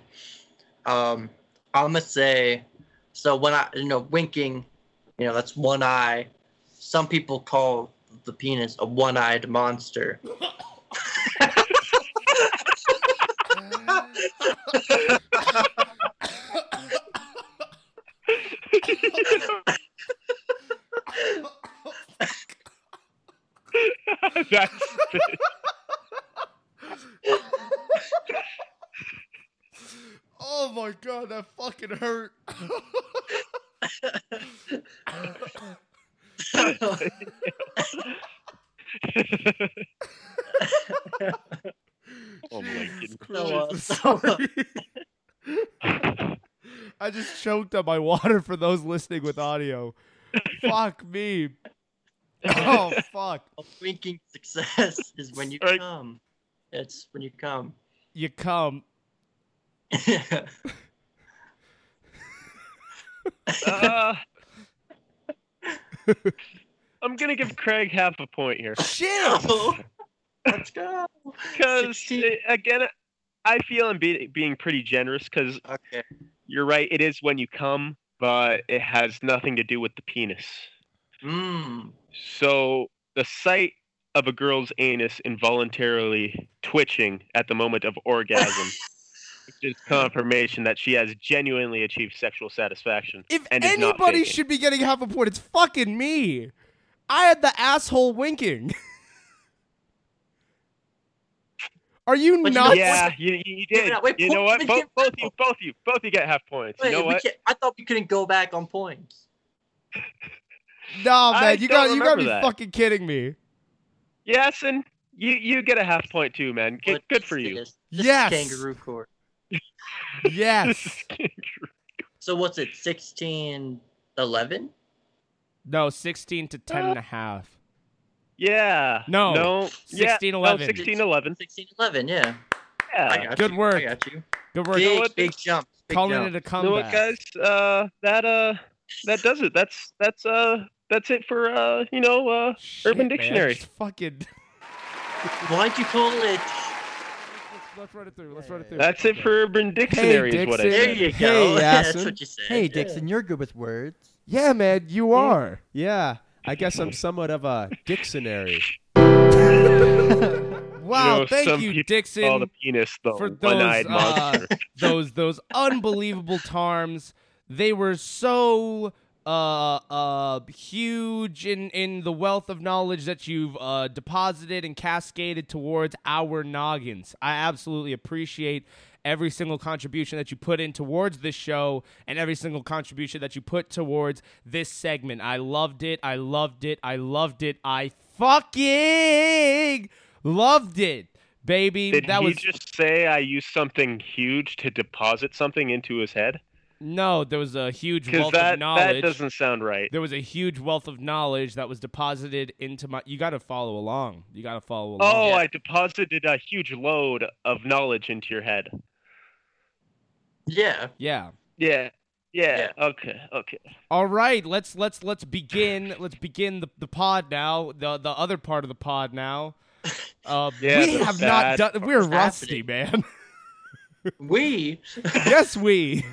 Speaker 4: Um, I'm gonna say, so when I, you know, winking, you know, that's one eye. Some people call the penis a one-eyed monster.
Speaker 3: That's
Speaker 2: Oh my god, that fucking hurt.
Speaker 3: oh my goodness.
Speaker 4: So, uh,
Speaker 2: Sorry.
Speaker 3: uh,
Speaker 2: I just choked on my water for those listening with audio. fuck me. Oh fuck.
Speaker 4: winking success is when you
Speaker 3: Right.
Speaker 4: come. It's when you come.
Speaker 2: You come.
Speaker 3: Uh, I'm gonna give Craig half a point here
Speaker 2: Shit.
Speaker 4: Let's go.
Speaker 3: because eh,
Speaker 4: Sixteen.
Speaker 3: again, I feel I'm be- being pretty generous because
Speaker 4: Okay.
Speaker 3: you're right. It is when you come, but it has nothing to do with the penis.
Speaker 4: Mm.
Speaker 3: So the sight of a girl's anus involuntarily twitching at the moment of orgasm. Which is confirmation that she has genuinely achieved sexual satisfaction.
Speaker 2: If
Speaker 3: And it's not
Speaker 2: anybody
Speaker 3: faking.
Speaker 2: should be getting half a point, it's fucking me. I had the asshole winking. Are you
Speaker 4: But you
Speaker 2: not?
Speaker 4: know-
Speaker 3: yeah, you, you, you
Speaker 4: Wait,
Speaker 3: did.
Speaker 4: wait,
Speaker 3: you know
Speaker 4: point-
Speaker 3: what?
Speaker 4: we
Speaker 3: Both,
Speaker 4: can't-
Speaker 3: both you, both you, both you get half points.
Speaker 4: Wait,
Speaker 3: you know
Speaker 4: we
Speaker 3: what?
Speaker 4: can't- I thought we couldn't go back on points.
Speaker 2: No,
Speaker 3: I
Speaker 2: man, you
Speaker 3: don't
Speaker 2: got you got
Speaker 3: remember
Speaker 2: to be
Speaker 3: that.
Speaker 2: fucking kidding me.
Speaker 3: Yes, and you you get a half point too, man. Good,
Speaker 4: Let's
Speaker 3: good for
Speaker 4: do
Speaker 3: you.
Speaker 4: This. This
Speaker 2: Yes.
Speaker 4: is kangaroo court.
Speaker 2: Yes.
Speaker 4: So what's it? 16, 11?
Speaker 2: no, 16 to 10 and a half.
Speaker 3: yeah.
Speaker 2: No.
Speaker 3: No. Yeah.
Speaker 2: 16,
Speaker 3: No,
Speaker 2: 11.
Speaker 3: 16, 11.
Speaker 4: 16, 11, yeah. I
Speaker 3: Yeah.
Speaker 4: got
Speaker 2: Good
Speaker 4: you.
Speaker 2: work.
Speaker 4: I got you.
Speaker 2: Good work.
Speaker 4: Big,
Speaker 3: what-
Speaker 4: big jump. Big
Speaker 2: Calling
Speaker 4: jump.
Speaker 2: it a
Speaker 3: You know what,
Speaker 2: comeback.
Speaker 3: guys? Uh, that uh, that does it. That's that's uh, that's it for uh, you know uh,
Speaker 2: Shit, man,
Speaker 3: Urban Dictionary.
Speaker 2: just fucking.
Speaker 4: Why'd you call it?
Speaker 2: Let's run it through. Let's run it through.
Speaker 3: that's it for Urban Dictionary is what I
Speaker 2: Dixon.
Speaker 4: There
Speaker 3: said.
Speaker 4: you
Speaker 5: Hey,
Speaker 4: go. That's
Speaker 5: Yasin.
Speaker 4: what you said.
Speaker 6: Hey,
Speaker 4: Yeah.
Speaker 6: Dixon, you're good with words.
Speaker 2: Yeah, man, you are.
Speaker 5: Yeah, I guess I'm somewhat of a dictionary.
Speaker 2: Wow,
Speaker 3: You know,
Speaker 2: thank
Speaker 3: some
Speaker 2: you,
Speaker 3: people
Speaker 2: Dixon,
Speaker 3: All the penis though.
Speaker 2: for those
Speaker 3: One-eyed monster.
Speaker 2: uh, those those unbelievable terms. They were so uh uh huge in in the wealth of knowledge that you've uh deposited and cascaded towards our noggins. I absolutely appreciate every single contribution that you put in towards this show and every single contribution that you put towards this segment. I loved it. I loved it. I loved it. I fucking loved it, baby.
Speaker 3: Did
Speaker 2: that
Speaker 3: he
Speaker 2: was
Speaker 3: just say I used something huge to deposit something into his head?
Speaker 2: No, there was a huge
Speaker 3: Because
Speaker 2: wealth
Speaker 3: that
Speaker 2: of knowledge.
Speaker 3: that doesn't sound right.
Speaker 2: There was a huge wealth of knowledge that was deposited into my. You got to follow along. You got to follow along.
Speaker 3: Oh, I deposited a huge load of knowledge into your head.
Speaker 4: Yeah.
Speaker 2: yeah.
Speaker 3: Yeah. Yeah. Okay. Okay.
Speaker 2: All right, let's let's let's begin. Let's begin the, the pod now. The the other part of the pod now. Uh,
Speaker 3: Yeah,
Speaker 2: we
Speaker 3: the
Speaker 2: have not
Speaker 3: sad
Speaker 2: done. We're
Speaker 4: What's
Speaker 2: rusty, man.
Speaker 4: We.
Speaker 2: yes, we.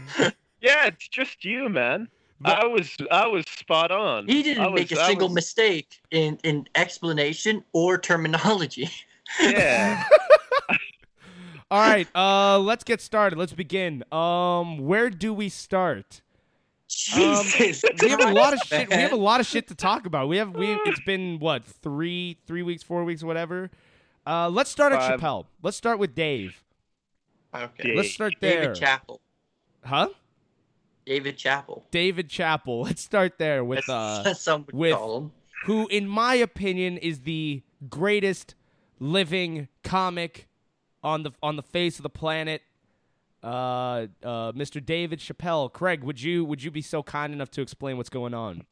Speaker 3: Yeah, it's just you, man.
Speaker 2: But-
Speaker 3: I was I was spot on.
Speaker 4: He
Speaker 3: I
Speaker 4: didn't
Speaker 3: was-
Speaker 4: make a
Speaker 3: I
Speaker 4: single
Speaker 3: was-
Speaker 4: mistake in, in explanation or terminology.
Speaker 2: Um,
Speaker 3: Yeah.
Speaker 2: All right, uh, let's get started. Let's begin. Um, where do we start?
Speaker 4: Jesus.
Speaker 2: we have a lot of
Speaker 4: Christ,
Speaker 2: shit. We
Speaker 4: man.
Speaker 2: have a lot of shit to talk about. We have we. It's been what three three weeks, four weeks, whatever. Uh, let's start at
Speaker 3: Five.
Speaker 2: Chappelle. Let's start with Dave.
Speaker 4: Okay.
Speaker 2: Let's start there,
Speaker 4: David Chapel.
Speaker 2: huh?
Speaker 4: David Chapel.
Speaker 2: David Chappell. Let's start there with uh,
Speaker 4: some would
Speaker 2: with-
Speaker 4: call him.
Speaker 2: who, in my opinion, is the greatest living comic on the on the face of the planet. Uh, uh, Mr. David Chappelle. Craig, would you would you be so kind enough to explain what's going on?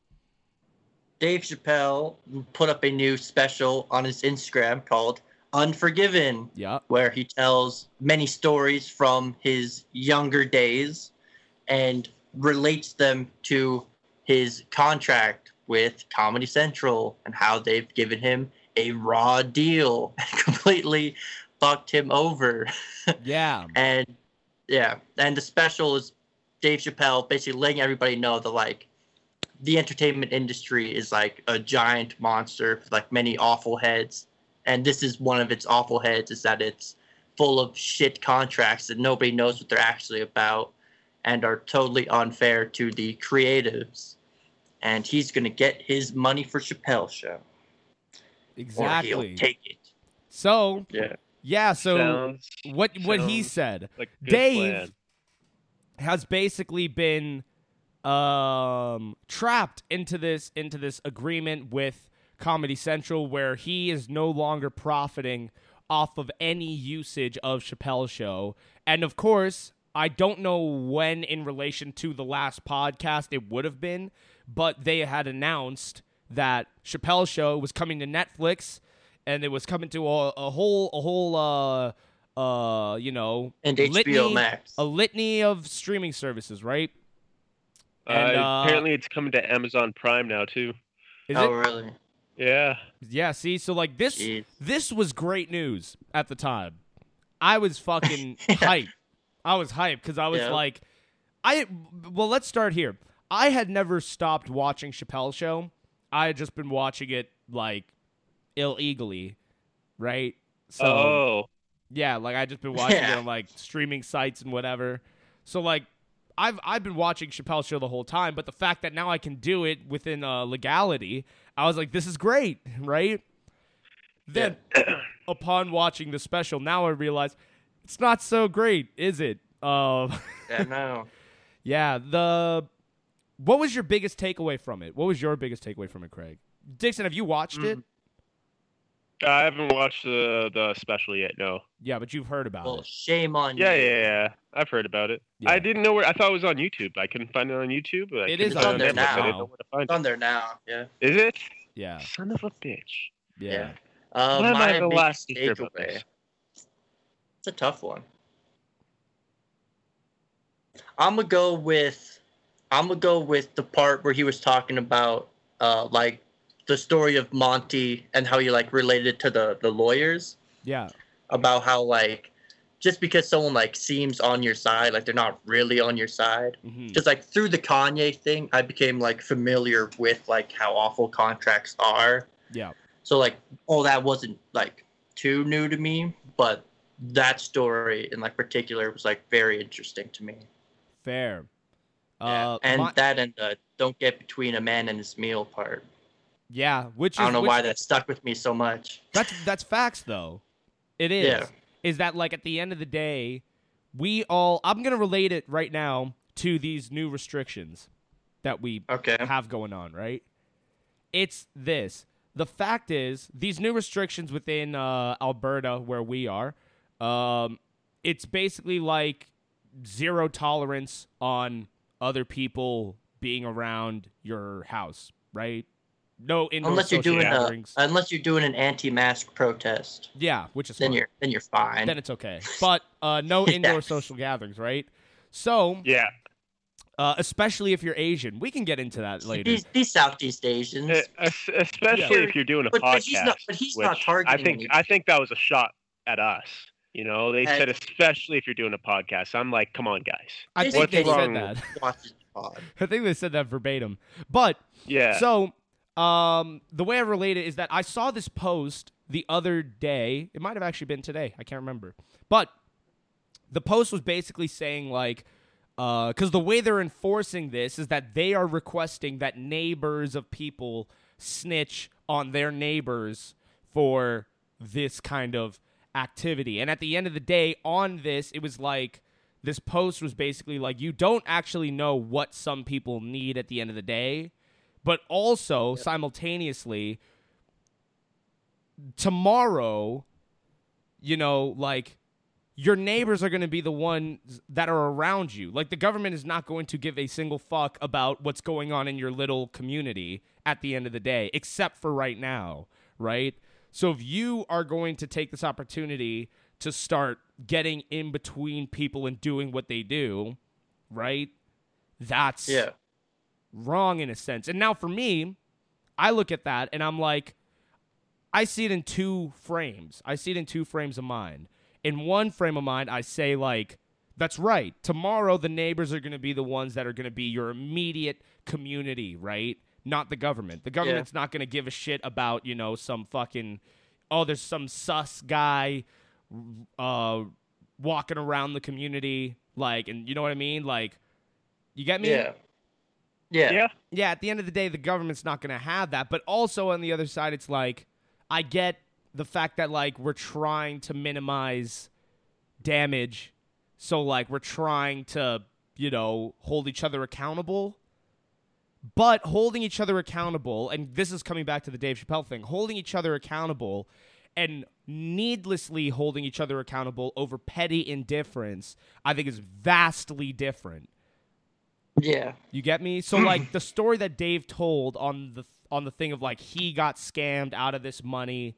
Speaker 4: Dave Chappelle put up a new special on his Instagram called Unforgiven,
Speaker 2: Yeah.
Speaker 4: where he tells many stories from his younger days and relates them to his contract with Comedy Central and how they've given him a raw deal and completely fucked him over.
Speaker 2: Yeah.
Speaker 4: And yeah, and the special is Dave Chappelle basically letting everybody know that like the entertainment industry is like a giant monster, with, like many awful heads, and this is one of its awful heads is that it's full of shit contracts that nobody knows what they're actually about and are totally unfair to the creatives. And he's gonna get his money for Chappelle show, or
Speaker 2: Exactly.
Speaker 4: he'll take it.
Speaker 2: So
Speaker 3: Yeah.
Speaker 2: yeah. So
Speaker 3: Sounds
Speaker 2: what what he
Speaker 3: sounds
Speaker 2: said
Speaker 3: like a good
Speaker 2: Dave
Speaker 3: plan.
Speaker 2: has basically been um trapped into this into this agreement with Comedy Central where he is no longer profiting off of any usage of Chappelle's show. And of course, I don't know when in relation to the last podcast it would have been, but they had announced that Chappelle's show was coming to Netflix and it was coming to a, a whole a whole uh uh you know
Speaker 4: And HBO
Speaker 2: litany-
Speaker 4: Max.
Speaker 2: a litany of streaming services, right? And,
Speaker 3: uh,
Speaker 2: uh,
Speaker 3: apparently it's coming to Amazon Prime now too.
Speaker 2: Is
Speaker 4: oh
Speaker 2: it?
Speaker 4: really?
Speaker 3: Yeah.
Speaker 2: Yeah. See, so like this,
Speaker 4: Jeez.
Speaker 2: this was great news at the time. I was fucking hyped. I was hyped because I was
Speaker 4: Yeah.
Speaker 2: like, I well, let's start here. I had never stopped watching Chappelle's show. I had just been watching it like illegally, right? So um,
Speaker 3: oh.
Speaker 2: Yeah, like I just been watching
Speaker 4: Yeah.
Speaker 2: it on like streaming sites and whatever. So like I've I've been watching Chappelle's show the whole time, but the fact that now I can do it within uh, legality, I was like, this is great, right? Then upon watching the special, now I realize it's not so great, is it? Uh,
Speaker 4: Yeah, no.
Speaker 2: yeah. The what was your biggest takeaway from it? What was your biggest takeaway from it, Craig? Dixon, have you watched
Speaker 4: Mm.
Speaker 2: it?
Speaker 3: I haven't watched the the special yet. No.
Speaker 2: Yeah, but you've heard about
Speaker 4: Well,
Speaker 2: it.
Speaker 4: shame on
Speaker 3: Yeah,
Speaker 4: you.
Speaker 3: yeah, yeah. I've heard about it.
Speaker 2: Yeah.
Speaker 3: I didn't know where. I thought it was on YouTube. I couldn't find it on YouTube. But I
Speaker 2: It
Speaker 3: couldn't
Speaker 2: is
Speaker 3: find
Speaker 4: on
Speaker 3: it
Speaker 4: there
Speaker 3: Netflix. I didn't
Speaker 2: now.
Speaker 3: know where to
Speaker 4: It's
Speaker 3: find
Speaker 4: on there now. Yeah.
Speaker 3: it. Is it?
Speaker 2: Yeah,
Speaker 3: Son of a bitch.
Speaker 2: yeah.
Speaker 4: Yeah. Uh,
Speaker 3: What am I
Speaker 4: my
Speaker 3: the
Speaker 4: big
Speaker 3: last to hear about
Speaker 4: takeaway.
Speaker 3: this?
Speaker 4: It's a tough one. I'm gonna go with, I'm gonna go with the part where he was talking about, uh, like, the story of Monty and how he like related to the the lawyers
Speaker 2: Yeah.
Speaker 4: about how like, just because someone like seems on your side, like they're not really on your side.
Speaker 2: mhm.
Speaker 4: Because like through the Kanye thing, I became like familiar with like how awful contracts are.
Speaker 2: Yeah.
Speaker 4: So like, oh, that wasn't like too new to me, but that story in like particular was like very interesting to me.
Speaker 2: Fair.
Speaker 4: Yeah.
Speaker 2: Uh,
Speaker 4: and
Speaker 2: my-
Speaker 4: that and the don't get between a man and his meal part.
Speaker 2: yeah, which is,
Speaker 4: I don't know
Speaker 2: which-
Speaker 4: why that stuck with me so much.
Speaker 2: That's that's facts though. It is.
Speaker 4: Yeah.
Speaker 2: Is that like at the end of the day, we all I'm gonna relate it right now to these new restrictions that we
Speaker 4: Okay.
Speaker 2: have going on, right? It's this. The fact is, these new restrictions within uh, Alberta, where we are, um, it's basically like zero tolerance on other people being around your house, right? No indoor
Speaker 4: Unless you're
Speaker 2: social
Speaker 4: doing a,
Speaker 2: gatherings.
Speaker 4: unless you're doing an anti-mask protest,
Speaker 2: yeah, which is
Speaker 4: then
Speaker 2: fine.
Speaker 4: you're then you're fine.
Speaker 2: then it's okay. But uh, no
Speaker 4: Yeah.
Speaker 2: indoor social gatherings, right? So,
Speaker 3: Yeah.
Speaker 2: uh, especially if you're Asian, we can get into that later.
Speaker 4: These, these Southeast Asians.
Speaker 3: E- es- Especially
Speaker 4: Yeah.
Speaker 3: if you're doing a
Speaker 4: But-
Speaker 3: podcast.
Speaker 4: but he's not- but he's not
Speaker 3: which I
Speaker 4: targeting
Speaker 3: think I
Speaker 4: anybody.
Speaker 3: think that was a shot at us. You know, they
Speaker 4: Hey.
Speaker 3: said especially if you're doing a podcast. I'm like, come on, guys.
Speaker 2: I
Speaker 4: What's
Speaker 2: think they said
Speaker 3: wrong
Speaker 2: that.
Speaker 4: watch this pod.
Speaker 2: I think they said that verbatim. But
Speaker 3: Yeah.
Speaker 2: so, um, the way I relate it is that I saw this post the other day. It might have actually been today. I can't remember. But the post was basically saying like, because the way they're enforcing this is that they are requesting that neighbors of people snitch on their neighbors for this kind of activity. And at the end of the day, on this, it was like this post was basically like, you don't actually know what some people need at the end of the day, but also simultaneously, tomorrow, you know, like your neighbors are going to be the ones that are around you. Like the government is not going to give a single fuck about what's going on in your little community at the end of the day, except for right now, right? So if you are going to take this opportunity to start getting in between people and doing what they do, right? That's
Speaker 4: Yeah.
Speaker 2: wrong in a sense. And now for me, I look at that and I'm like, I see it in two frames. I see it in two frames of mind. In one frame of mind, I say, like, that's right. Tomorrow, the neighbors are going to be the ones that are going to be your immediate community, right? Not the government. The government's not going to give a shit about, you know, some fucking, oh, there's some sus guy uh, walking around the community. Like, and you know what I mean? Like, you get me?
Speaker 4: yeah. Yeah.
Speaker 3: yeah.
Speaker 2: yeah, at the end of the day, the government's not going to have that. But also on the other side, it's like I get the fact that like we're trying to minimize damage, so like we're trying to you know hold each other accountable. But holding each other accountable, and this is coming back to the Dave Chappelle thing, holding each other accountable and needlessly holding each other accountable over petty indifference, I think is vastly different.
Speaker 4: Yeah.
Speaker 2: You get me? So like the story that Dave told on the on the thing of like he got scammed out of this money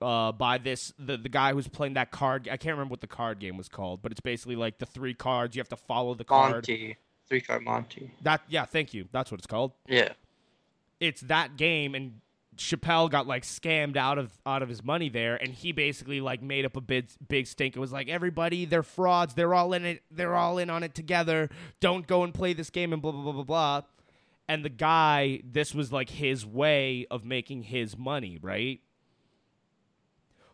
Speaker 2: uh, by this the the guy who's playing that card. I can't remember what the card game was called, but it's basically like the three cards you have to follow the card.
Speaker 4: Monty. Three card Monty.
Speaker 2: That yeah, thank you. That's what it's called.
Speaker 4: Yeah.
Speaker 2: It's that game and Chappelle got like scammed out of out of his money there and he basically like made up a big big stink. It was like everybody, they're frauds, they're all in it, they're all in on it together. Don't go and play this game and blah blah blah blah blah and the guy this was like his way of making his money right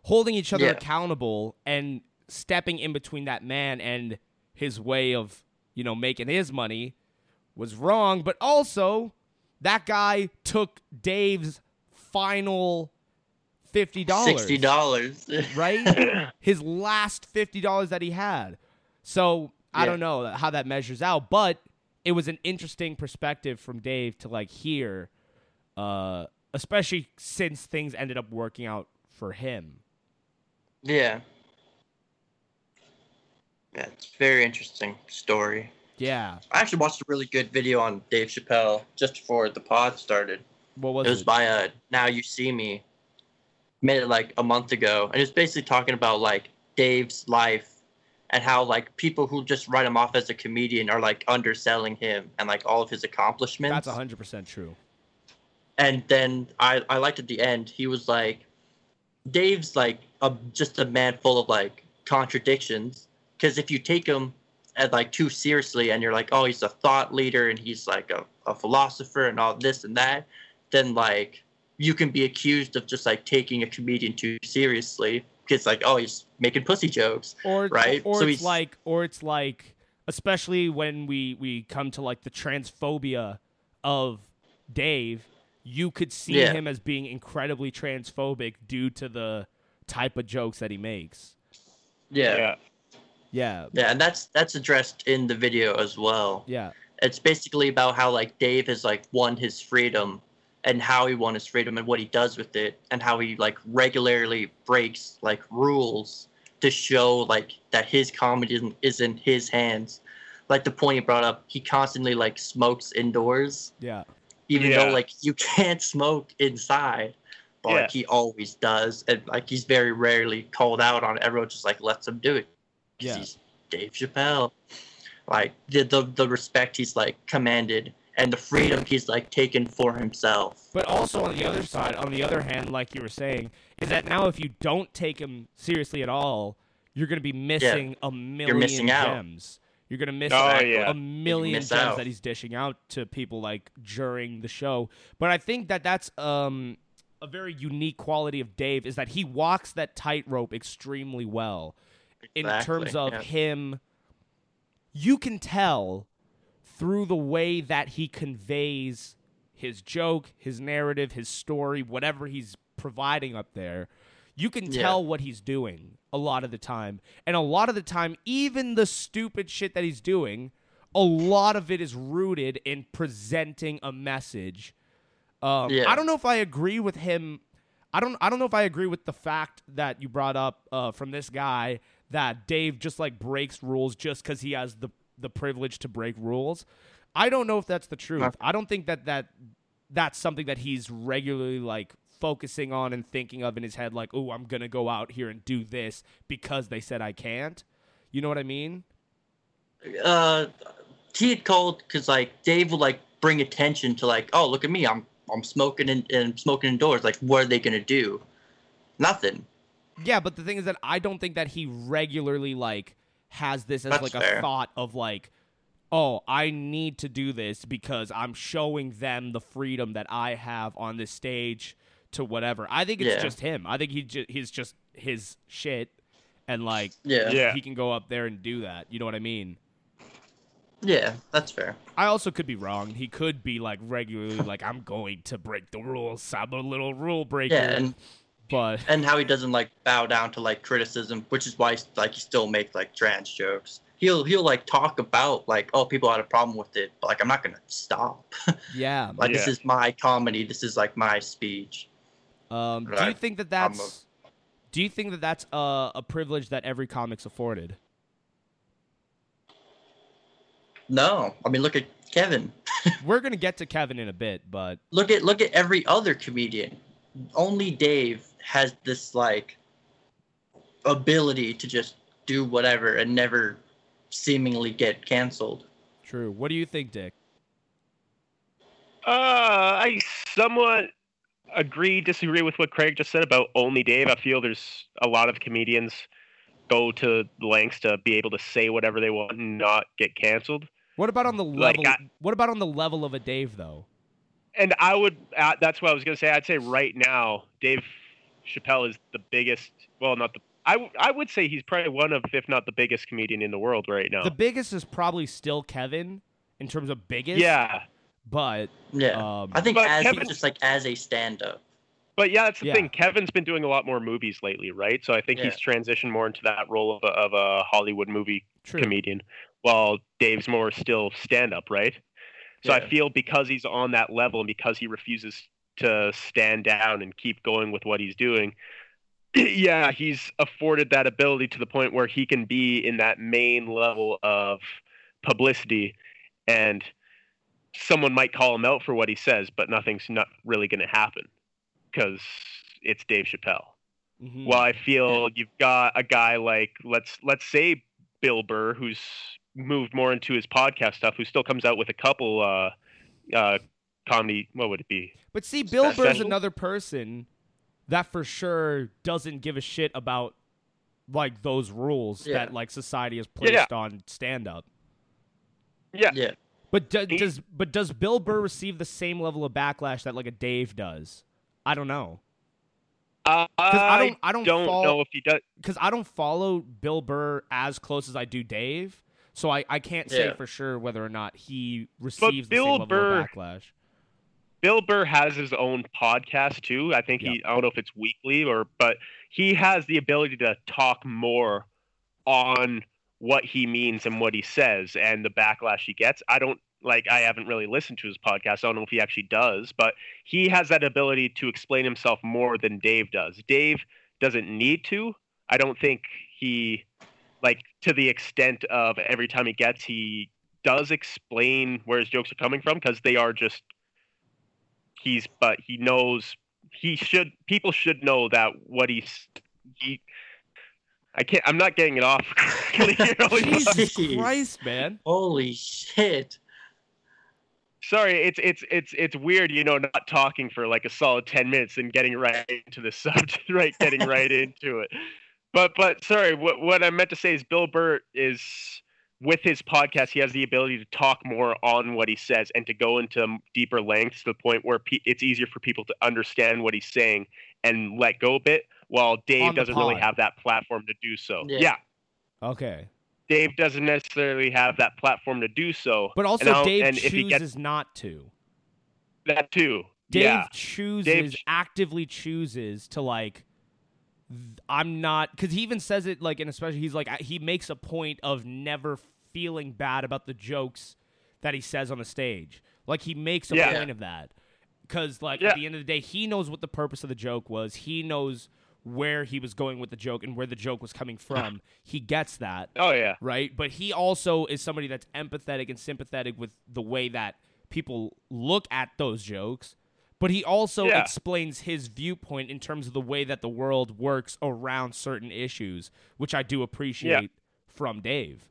Speaker 2: holding each other
Speaker 4: Yeah.
Speaker 2: accountable and stepping in between that man and his way of you know making his money was wrong but also that guy took dave's final fifty dollars.
Speaker 4: Sixty dollars.
Speaker 2: right? His last fifty dollars that he had. So I
Speaker 4: Yeah.
Speaker 2: don't know how that measures out, but it was an interesting perspective from Dave to like hear, uh, especially since things ended up working out for him.
Speaker 4: yeah. That's very interesting story.
Speaker 2: Yeah.
Speaker 4: I actually watched a really good video on Dave Chappelle just before the pod started.
Speaker 2: What was
Speaker 4: it was
Speaker 2: it?
Speaker 4: by uh, Now You See Me. Made it like a month ago, and it's basically talking about like Dave's life and how like people who just write him off as a comedian are like underselling him and like all of his accomplishments.
Speaker 2: That's hundred percent true.
Speaker 4: and then I I liked at the end he was like, Dave's like a, just a man full of like contradictions because if you take him at like too seriously and you're like oh he's a thought leader and he's like a, a philosopher and all this and that then like you can be accused of just like taking a comedian too seriously because like oh he's making pussy jokes
Speaker 2: Or
Speaker 4: Right?
Speaker 2: Or
Speaker 4: So
Speaker 2: it's
Speaker 4: he's-
Speaker 2: like, or it's like, especially when we we come to like the transphobia of Dave, you could see
Speaker 4: Yeah.
Speaker 2: him as being incredibly transphobic due to the type of jokes that he makes.
Speaker 3: yeah.
Speaker 2: Yeah,
Speaker 4: yeah and that's that's addressed in the video as well
Speaker 2: yeah,
Speaker 4: it's basically about how like Dave has like won his freedom and how he won his freedom and what he does with it and how he like regularly breaks like rules to show like that his comedy isn't- is in his hands. Like the point he brought up, he constantly like smokes indoors,
Speaker 2: yeah.
Speaker 4: even
Speaker 3: Yeah.
Speaker 4: though like you can't smoke inside. But
Speaker 3: Yeah.
Speaker 4: like he always does, and like he's very rarely called out on. it. Everyone just like lets him do it. 'Cause
Speaker 2: Yeah.
Speaker 4: he's Dave Chappelle. Like the, the the respect he's like commanded and the freedom he's like taken for himself.
Speaker 2: But also on the other side, on the other hand, like you were saying, is that now if you don't take him seriously at all, you're gonna be missing a 1000000
Speaker 4: missing out.
Speaker 2: gems. You're gonna miss
Speaker 3: Oh,
Speaker 2: out
Speaker 3: yeah.
Speaker 2: a million
Speaker 4: miss
Speaker 2: gems
Speaker 4: out.
Speaker 2: that he's dishing out to people like during the show. But I think that that's um, a very unique quality of Dave is that he walks that tightrope extremely well. in terms
Speaker 4: Exactly,
Speaker 2: of
Speaker 4: yeah.
Speaker 2: him you can tell through the way that he conveys his joke, his narrative, his story, whatever he's providing up there, you can
Speaker 4: Yeah.
Speaker 2: tell what he's doing a lot of the time. And a lot of the time even the stupid shit that he's doing, a lot of it is rooted in presenting a message um,
Speaker 4: Yeah.
Speaker 2: I don't know if I agree with him. I don't. I don't know if I agree with the fact that you brought up uh, from this guy that Dave just like breaks rules just because he has the the privilege to break rules. I don't know if that's the truth. I don't think that that that's something that he's regularly like focusing on and thinking of in his head. Like, oh, I'm gonna go out here and do this because they said I can't. You know what I mean?
Speaker 4: Uh, he had called because like Dave would like bring attention to like oh look at me I'm I'm smoking and, and smoking indoors like what are they gonna do? Nothing.
Speaker 2: Yeah, but the thing is that I don't think that he regularly like has this as
Speaker 4: That's
Speaker 2: like a
Speaker 4: fair.
Speaker 2: thought of like, oh, I need to do this because I'm showing them the freedom that I have on this stage to whatever. I think it's
Speaker 4: Yeah.
Speaker 2: just him. I think he ju- he's just his shit, and like
Speaker 4: Yeah.
Speaker 3: Yeah.
Speaker 2: he can go up there and do that. You know what I mean?
Speaker 4: Yeah, that's fair.
Speaker 2: I also could be wrong. He could be like regularly like I'm going to break the rules. I'm a little rule breaker.
Speaker 4: Yeah, and
Speaker 2: but
Speaker 4: and how he doesn't like bow down to like criticism, which is why like he still makes like trans jokes. He'll he'll like talk about like oh people had a problem with it, but like I'm not gonna stop.
Speaker 2: yeah,
Speaker 4: Like this
Speaker 3: Yeah.
Speaker 4: is my comedy. This is like my speech.
Speaker 2: Um, do you
Speaker 4: Right.
Speaker 2: think that
Speaker 4: I'm a-
Speaker 2: that's do you think that that's a, a privilege that every comic's afforded?
Speaker 4: No, I mean look at Kevin.
Speaker 2: We're gonna get to Kevin in a bit, but
Speaker 4: Look at look at every other comedian. Only Dave has this like ability to just do whatever and never seemingly get canceled.
Speaker 2: true. What do you think, Dick?
Speaker 3: Uh, I somewhat agree, disagree with what Craig just said about only Dave. I feel there's a lot of comedians go to lengths to be able to say whatever they want and not get canceled.
Speaker 2: What about on the
Speaker 3: Like,
Speaker 2: level?
Speaker 3: I-
Speaker 2: what about on the level of a Dave though?
Speaker 3: And I would, uh, that's what I was going to say. I'd say right now, Dave Chappelle is the biggest, well, not the, I, I would say he's probably one of, if not the biggest comedian in the world right now.
Speaker 2: The biggest is probably still Kevin in terms of biggest.
Speaker 3: yeah.
Speaker 2: but
Speaker 4: Yeah,
Speaker 2: um,
Speaker 4: I think
Speaker 3: But
Speaker 4: as
Speaker 3: Kevin-
Speaker 4: just like as a stand up.
Speaker 3: But yeah, that's the
Speaker 2: Yeah.
Speaker 3: thing. Kevin's been doing a lot more movies lately, right? So I think
Speaker 4: Yeah.
Speaker 3: he's transitioned more into that role of a, of a Hollywood movie
Speaker 2: True.
Speaker 3: comedian, while Dave's more still stand up, right? So
Speaker 4: Yeah.
Speaker 3: I feel because he's on that level and because he refuses to stand down and keep going with what he's doing, yeah, he's afforded that ability to the point where he can be in that main level of publicity and someone might call him out for what he says, but nothing's not really going to happen because it's Dave Chappelle.
Speaker 2: Mhm.
Speaker 3: Well, I feel you've got a guy like let's let's say Bill Burr, who's moved more into his podcast stuff, who still comes out with a couple uh, uh, comedy. What would it be?
Speaker 2: But see, Bill
Speaker 3: Special?
Speaker 2: Burr's another person that for sure doesn't give a shit about like those rules
Speaker 4: Yeah.
Speaker 2: that like society has
Speaker 3: Yeah,
Speaker 2: placed
Speaker 3: yeah.
Speaker 2: on stand up.
Speaker 3: Yeah,
Speaker 4: Yeah.
Speaker 2: But do,
Speaker 3: He-
Speaker 2: does but does Bill Burr receive the same level of backlash that like a Dave does? I don't know
Speaker 3: uh,
Speaker 2: because
Speaker 3: I,
Speaker 2: I don't I don't,
Speaker 3: don't
Speaker 2: fol-
Speaker 3: know if he does.
Speaker 2: because I don't follow Bill Burr as close as I do Dave, so I, I can't say
Speaker 4: Yeah.
Speaker 2: for sure whether or not he receives the same
Speaker 3: Bill
Speaker 2: level
Speaker 3: Burr-
Speaker 2: of backlash.
Speaker 3: Bill Burr has his own podcast too. I think he I don't know if it's weekly or but he has the ability to talk more on what he means and what he says and the backlash he gets. I don't like I haven't really listened to his podcast. I don't know if he actually does, but he has that ability to explain himself more than Dave does. Dave doesn't need to. I don't think he like to the extent of every time he gets he does explain where his jokes are coming from because they are just he's but he knows he should people should know that what he's he I can't I'm not getting it off. Can I hear all these-
Speaker 2: Jesus
Speaker 4: Jeez.
Speaker 2: Christ, man!
Speaker 4: Holy shit.
Speaker 3: Sorry, it's it's it's it's weird, you know, not talking for like a solid ten minutes and getting right into the subject, right? Getting right into it. But but sorry, what what I meant to say is Bill Burr is with his podcast, he has the ability to talk more on what he says and to go into m- deeper lengths to the point where pe- it's easier for people to understand what he's saying and let go a bit. While
Speaker 2: On
Speaker 3: Dave
Speaker 2: the
Speaker 3: doesn't really
Speaker 2: pod.
Speaker 3: have that platform to do so.
Speaker 4: Yeah.
Speaker 3: yeah,
Speaker 2: Okay,
Speaker 3: Dave doesn't necessarily have that platform to do so.
Speaker 2: but also
Speaker 3: And I'll-
Speaker 2: Dave
Speaker 3: and if he
Speaker 2: chooses
Speaker 3: gets
Speaker 2: not to.
Speaker 3: that too.
Speaker 2: Dave
Speaker 3: yeah.
Speaker 2: chooses
Speaker 3: ch-
Speaker 2: actively chooses to like th- I'm not because he even says it like in especially he's like I- he makes a point of never feeling bad about the jokes that he says on the stage. Like he makes a
Speaker 3: Yeah.
Speaker 2: point of that because like
Speaker 3: Yeah.
Speaker 2: at the end of the day he knows what the purpose of the joke was. He knows where he was going with the joke and where the joke was coming from. he gets that
Speaker 3: Oh yeah.
Speaker 2: right? But he also is somebody that's empathetic and sympathetic with the way that people look at those jokes. But he also
Speaker 3: Yeah.
Speaker 2: explains his viewpoint in terms of the way that the world works around certain issues, which I do appreciate from Dave,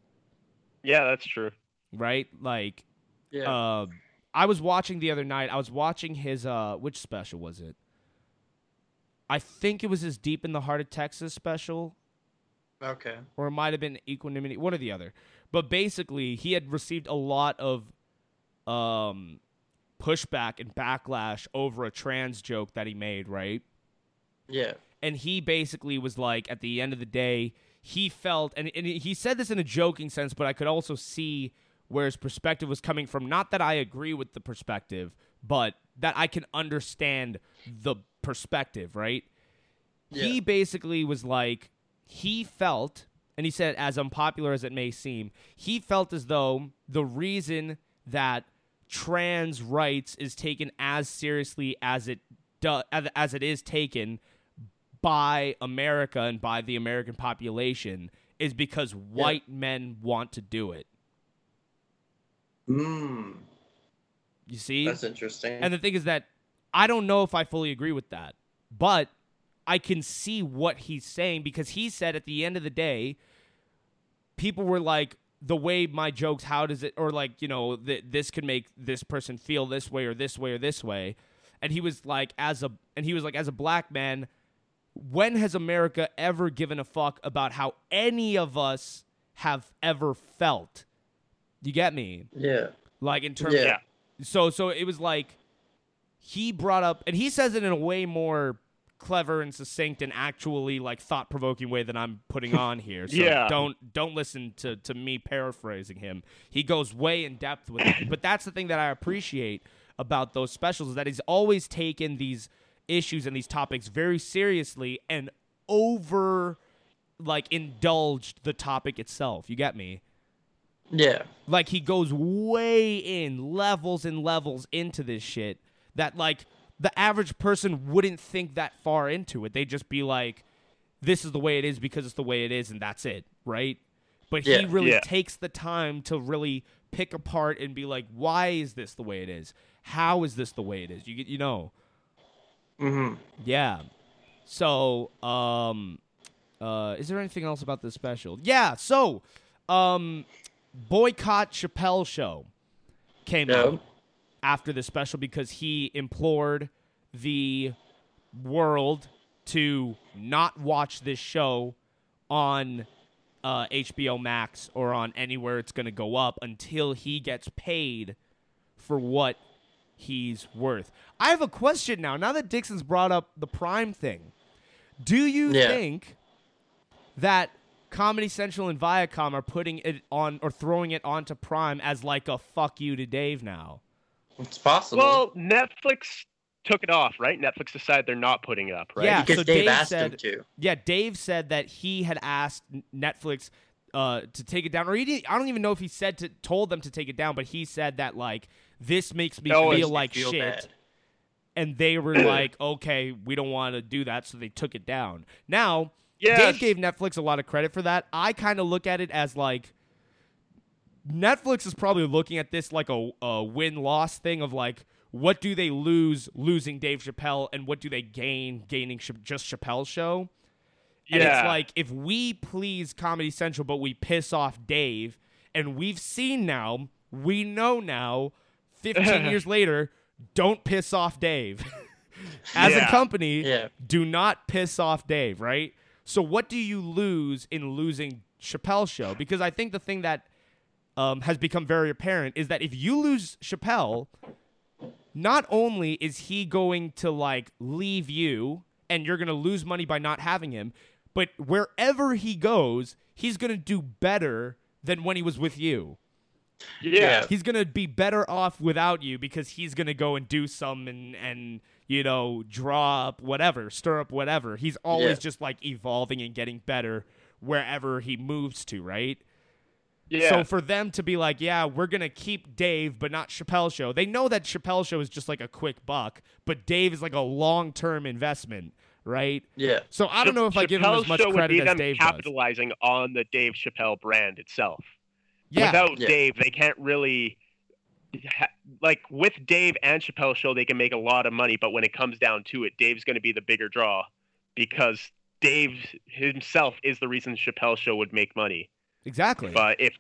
Speaker 3: Yeah, that's true.
Speaker 2: right? Like,
Speaker 4: Yeah.
Speaker 2: um, I was watching the other night. I was watching his uh, which special was it? I think it was his Deep in the Heart of Texas special
Speaker 4: okay.
Speaker 2: or it might have been equanimity, one or the other. But basically, he had received a lot of um, pushback and backlash over a trans joke that he made, right?
Speaker 4: Yeah.
Speaker 2: and he basically was like at the end of the day he felt and, and he said this in a joking sense but i could also see where his perspective was coming from not that i agree with the perspective but that i can understand the perspective right he
Speaker 4: Yeah.
Speaker 2: basically was like he felt and he said as unpopular as it may seem he felt as though the reason that trans rights is taken as seriously as it do, as- as it is taken by America and by the American population is because white men want to do it.
Speaker 4: Mm,
Speaker 2: You see?
Speaker 4: that's interesting.
Speaker 2: And the thing is that I don't know if I fully agree with that, but I can see what he's saying because he said at the end of the day, people were like, the way my jokes, how does it, or like, you know, th- this could make this person feel this way or this way or this way. And he was like, as a, and he was like, as a black man, when has America ever given a fuck about how any of us have ever felt? You get me?
Speaker 4: yeah.
Speaker 2: Like in terms
Speaker 4: Yeah.
Speaker 2: so so it was like he brought up and he says it in a way more clever and succinct and actually like thought provoking way than I'm putting on here. So
Speaker 3: Yeah.
Speaker 2: don't don't listen to, to me paraphrasing him. He goes way in depth with it. But that's the thing that I appreciate about those specials is that he's always taken these issues and these topics very seriously and over like indulged the topic itself. You get me?
Speaker 4: Yeah.
Speaker 2: Like he goes way in levels and levels into this shit that like the average person wouldn't think that far into it. They'd just be like, this is the way it is because it's the way it is and that's it, right? But he
Speaker 4: Yeah.
Speaker 2: really
Speaker 3: Yeah.
Speaker 2: takes the time to really pick apart and be like, why is this the way it is? How is this the way it is? You get you know.
Speaker 4: Mm-hmm.
Speaker 2: Yeah. So, um uh is there anything else about this special? Yeah, so um boycott Chappelle show came
Speaker 4: No.
Speaker 2: out after the special because he implored the world to not watch this show on uh, HBO Max or on anywhere it's going to go up until he gets paid for what he's worth. I have a question now. Now that Dixon's brought up the Prime thing, do you
Speaker 4: Yeah.
Speaker 2: think that Comedy Central and Viacom are putting it on or throwing it onto Prime as like a fuck you to Dave now?
Speaker 4: It's possible.
Speaker 3: Well, Netflix took it off, right? Netflix decided they're not putting it up, right?
Speaker 2: Yeah,
Speaker 4: because
Speaker 2: so
Speaker 4: Dave,
Speaker 2: Dave
Speaker 4: asked him
Speaker 2: said-
Speaker 4: to.
Speaker 2: Yeah, Dave said that he had asked N- Netflix uh, to take it down, or he didn't, I don't even know if he said to told them to take it down, but he said that like this makes me
Speaker 3: No,
Speaker 2: feel
Speaker 3: it's-
Speaker 2: like
Speaker 4: Feel
Speaker 2: shit,
Speaker 4: bad.
Speaker 2: and they were like, okay, we don't want to do that, so they took it down. Now
Speaker 3: Yes.
Speaker 2: Dave gave Netflix a lot of credit for that. I kind of look at it as like Netflix is probably looking at this like a, a win loss thing of like, what do they lose losing Dave Chappelle and what do they gain gaining Ch- just Chappelle's show? And it's
Speaker 3: Yeah.
Speaker 2: like, if we please Comedy Central, but we piss off Dave, and we've seen now, we know now, 15 years later, don't piss off Dave. As a
Speaker 3: Yeah.
Speaker 2: company,
Speaker 4: Yeah.
Speaker 2: do not piss off Dave, right? So what do you lose in losing Chappelle's show? Because I think the thing that um, has become very apparent is that if you lose Chappelle, not only is he going to like leave you and you're going to lose money by not having him, but wherever he goes, he's going to do better than when he was with you.
Speaker 3: Yeah.
Speaker 2: He's going to be better off without you because he's going to go and do some and and you know, draw up whatever, stir up whatever. He's always
Speaker 4: Yeah.
Speaker 2: just like evolving and getting better wherever he moves to, right?
Speaker 3: Yeah.
Speaker 2: So for them to be like, yeah, we're gonna keep Dave, but not Chappelle Show. They know that Chappelle Show is just like a quick buck, but Dave is like a long term investment, right?
Speaker 4: Yeah.
Speaker 2: So I don't know if I give him
Speaker 3: Chappelle's
Speaker 2: as much
Speaker 3: show would be
Speaker 2: credit as
Speaker 3: them
Speaker 2: Dave does.
Speaker 3: capitalizing on the Dave Chappelle brand itself.
Speaker 2: Yeah,
Speaker 3: Without
Speaker 4: Yeah.
Speaker 3: Dave, they can't really. ha- Like with Dave and Chappelle's show, they can make a lot of money, but when it comes down to it, Dave's going to be the bigger draw because Dave himself is the reason Chappelle's show would make money.
Speaker 2: exactly.
Speaker 3: But if,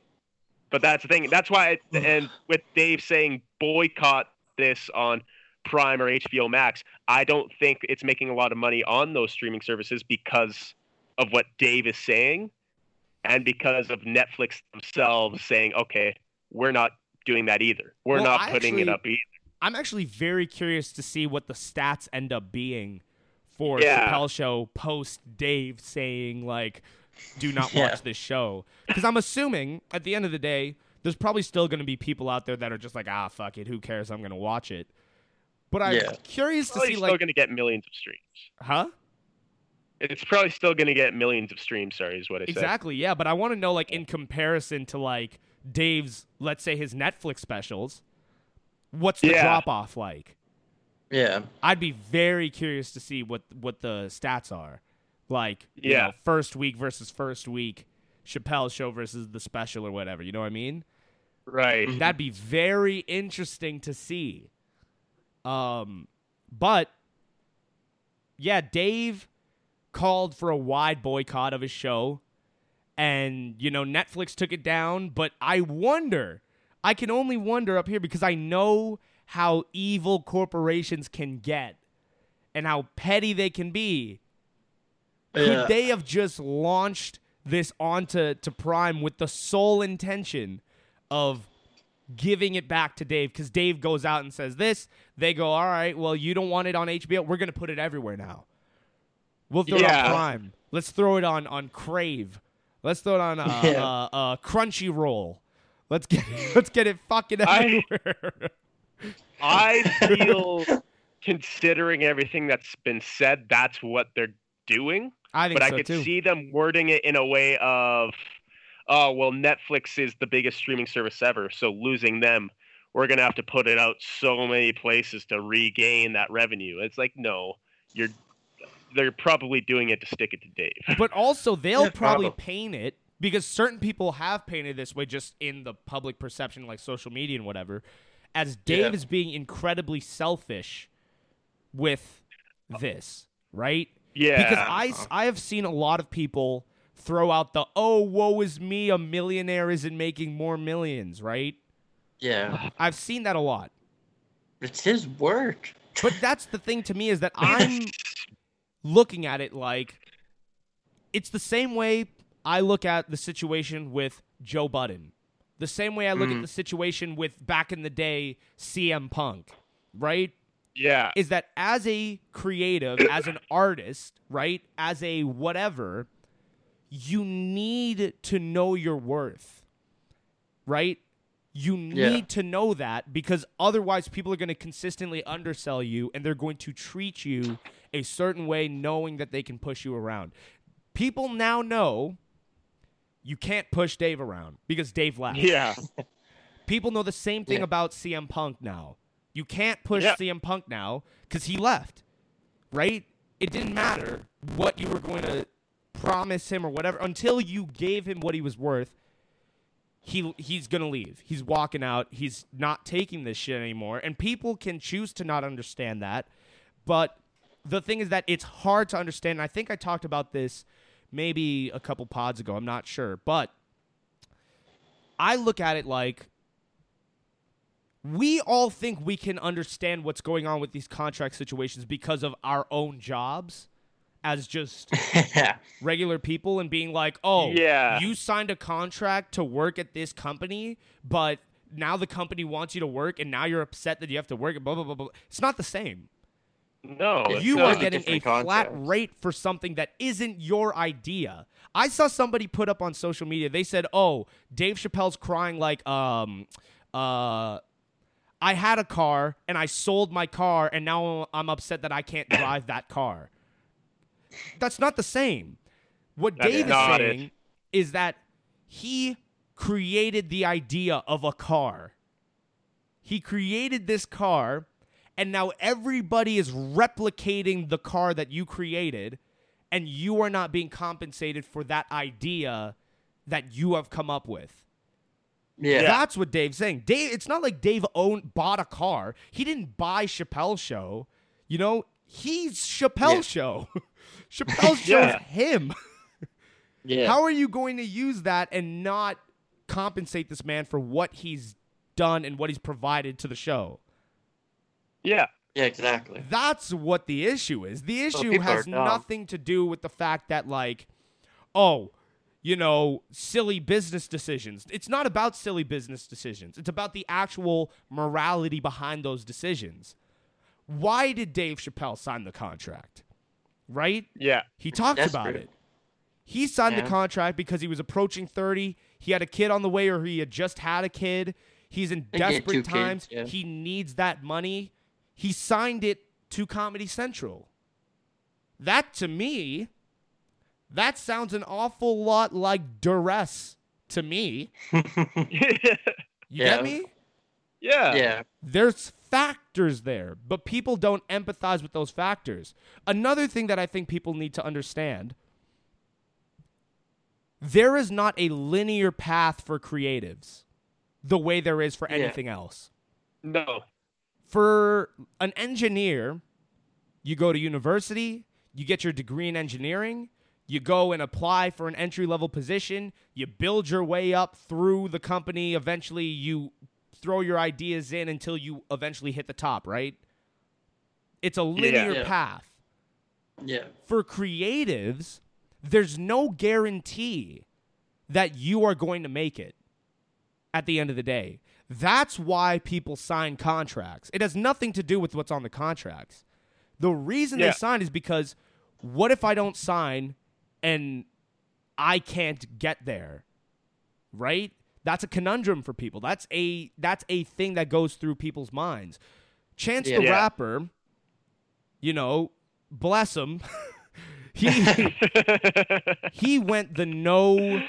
Speaker 3: but that's the thing. That's why. I, and with Dave saying boycott this on Prime or HBO Max, I don't think it's making a lot of money on those streaming services because of what Dave is saying, and because of Netflix themselves saying, "Okay, we're not doing that either. We're
Speaker 2: Well,
Speaker 3: not
Speaker 2: I
Speaker 3: putting it
Speaker 2: actually-
Speaker 3: up e-, either."
Speaker 2: I'm actually very curious to see what the stats end up being for
Speaker 3: Yeah.
Speaker 2: Chappelle Show post Dave saying like, "Do not
Speaker 4: Yeah.
Speaker 2: watch this show," because I'm assuming at the end of the day, there's probably still going to be people out there that are just like, "Ah, fuck it, who cares? I'm going to watch it." But I'm
Speaker 4: Yeah.
Speaker 2: curious to
Speaker 3: Probably
Speaker 2: see
Speaker 3: still
Speaker 2: like,
Speaker 3: going to get millions of streams.
Speaker 2: huh?
Speaker 3: It's probably still going to get millions of streams. Sorry, is what I said.
Speaker 2: Exactly, yeah. But I want to know, like, in comparison to like Dave's, let's say his Netflix specials, what's the
Speaker 3: Yeah.
Speaker 2: drop off like?
Speaker 4: Yeah.
Speaker 2: I'd be very curious to see what what the stats are, like you
Speaker 3: Yeah.
Speaker 2: know, first week versus first week, Chappelle show versus the special or whatever. You know what I mean?
Speaker 3: Right.
Speaker 2: That'd be very interesting to see. Um, but yeah, Dave called for a wide boycott of his show, and you know Netflix took it down. But I wonder, I can only wonder up here because I know how evil corporations can get and how petty they can be.
Speaker 4: Yeah.
Speaker 2: Could they have just launched this onto to Prime with the sole intention of giving it back to Dave? Because Dave goes out and says this. They go, all right, well, you don't want it on HBO. We're going to put it everywhere now. We'll throw it
Speaker 3: Yeah.
Speaker 2: on Prime. Let's throw it on, on Crave. Let's throw it on uh,
Speaker 4: Yeah.
Speaker 2: uh, uh, Crunchyroll. Let's get let's get it fucking
Speaker 3: I-
Speaker 2: everywhere.
Speaker 3: I feel considering everything that's been said, that's what they're doing.
Speaker 2: I think
Speaker 3: but I
Speaker 2: so
Speaker 3: could
Speaker 2: too.
Speaker 3: see them wording it in a way of, oh, well, Netflix is the biggest streaming service ever. So losing them, we're going to have to put it out so many places to regain that revenue. It's like, no, you're. They're probably doing it to stick it to Dave.
Speaker 2: but also they'll
Speaker 4: Yeah,
Speaker 2: probably
Speaker 4: probably.
Speaker 2: paint it because certain people have painted this way just in the public perception like social media and whatever as dave
Speaker 4: Yeah.
Speaker 2: is being incredibly selfish with this right
Speaker 3: Yeah.
Speaker 2: because I, s- I have seen a lot of people throw out the oh woe is me a millionaire isn't making more millions right
Speaker 4: Yeah,
Speaker 2: i've seen that a lot
Speaker 4: it's his work.
Speaker 2: but that's the thing to me is that I'm looking at it like it's the same way I look at the situation with Joe Budden, the same way I look at the situation with back in the day CM Punk, right?
Speaker 3: yeah.
Speaker 2: Is that as a creative, as an artist, right? As a whatever, you need to know your worth, right? You need
Speaker 4: Yeah.
Speaker 2: to know that because otherwise people are going to consistently undersell you and they're going to treat you a certain way knowing that they can push you around. People now know you can't push Dave around because Dave left.
Speaker 3: Yeah.
Speaker 2: People know the same thing
Speaker 4: Yeah.
Speaker 2: about CM Punk now. You can't push
Speaker 3: Yeah.
Speaker 2: CM Punk now because he left, right? It didn't matter what you were going to promise him or whatever until you gave him what he was worth. He he's gonna leave. He's walking out. He's not taking this shit anymore. And people can choose to not understand that, but the thing is that it's hard to understand. I think I talked about this maybe a couple pods ago. I'm not sure, but I look at it like we all think we can understand what's going on with these contract situations because of our own jobs as just
Speaker 4: yeah,
Speaker 2: regular people and being like, "Oh,
Speaker 3: Yeah.
Speaker 2: you signed a contract to work at this company, but now the company wants you to work and now you're upset that you have to work and blah blah blah." blah. It's not the same
Speaker 3: No. it's
Speaker 2: you
Speaker 3: not.
Speaker 2: are
Speaker 4: Totally
Speaker 2: getting a
Speaker 4: different
Speaker 2: flat
Speaker 4: concepts.
Speaker 2: rate for something that isn't your idea. I saw somebody put up on social media. They said, "Oh, Dave Chappelle's crying like, um, uh, I had a car and I sold my car and now I'm upset that I can't drive that car." That's not the same. What
Speaker 3: That's
Speaker 2: Dave is
Speaker 3: not it.
Speaker 2: saying is that he created the idea of a car. He created this car, and now everybody is replicating the car that you created, and you are not being compensated for that idea that you have come up with.
Speaker 4: yeah,
Speaker 2: That's what Dave's saying. Dave, it's not like Dave owned bought a car. He didn't buy Chappelle's show. You know, he's Chappelle's
Speaker 4: Yeah.
Speaker 2: show. Chappelle's show
Speaker 3: Yeah.
Speaker 2: is him.
Speaker 4: yeah.
Speaker 2: How are you going to use that and not compensate this man for what he's done and what he's provided to the show?
Speaker 3: Yeah.
Speaker 4: yeah, exactly.
Speaker 2: That's what the issue is. The issue
Speaker 4: people
Speaker 2: has
Speaker 4: are dumb.
Speaker 2: nothing to do with the fact that, like, oh, you know, silly business decisions. It's not about silly business decisions, it's about the actual morality behind those decisions. Why did Dave Chappelle sign the contract? Right?
Speaker 3: Yeah.
Speaker 2: He talked about
Speaker 4: Desperate.
Speaker 2: it. He signed the
Speaker 4: Yeah.
Speaker 2: contract because he was approaching 30. He had a kid on the way or he had just had a kid. He's in
Speaker 4: he had two
Speaker 2: desperate
Speaker 4: kids,
Speaker 2: times.
Speaker 4: yeah.
Speaker 2: He needs that money. He signed it to Comedy Central. That to me, that sounds an awful lot like duress to me. You
Speaker 4: Yeah.
Speaker 2: get me?
Speaker 3: yeah.
Speaker 4: yeah,
Speaker 2: there's factors there, but people don't empathize with those factors. Another thing that I think people need to understand there is not a linear path for creatives the way there is for
Speaker 4: Yeah.
Speaker 2: anything else.
Speaker 3: No.
Speaker 2: For an engineer, you go to university, you get your degree in engineering, you go and apply for an entry level position, you build your way up through the company, eventually you throw your ideas in until you eventually hit the top, right? It's a linear
Speaker 4: Yeah.
Speaker 2: path.
Speaker 4: yeah.
Speaker 2: For creatives, there's no guarantee that you are going to make it at the end of the day. That's why people sign contracts. It has nothing to do with what's on the contracts. The reason they
Speaker 3: Yeah.
Speaker 2: sign is because what if I don't sign and I can't get there? Right? That's a conundrum for people. That's a that's a thing that goes through people's minds. Chance
Speaker 4: Yeah.
Speaker 2: the
Speaker 3: Yeah.
Speaker 2: rapper you know, bless him, he he went the no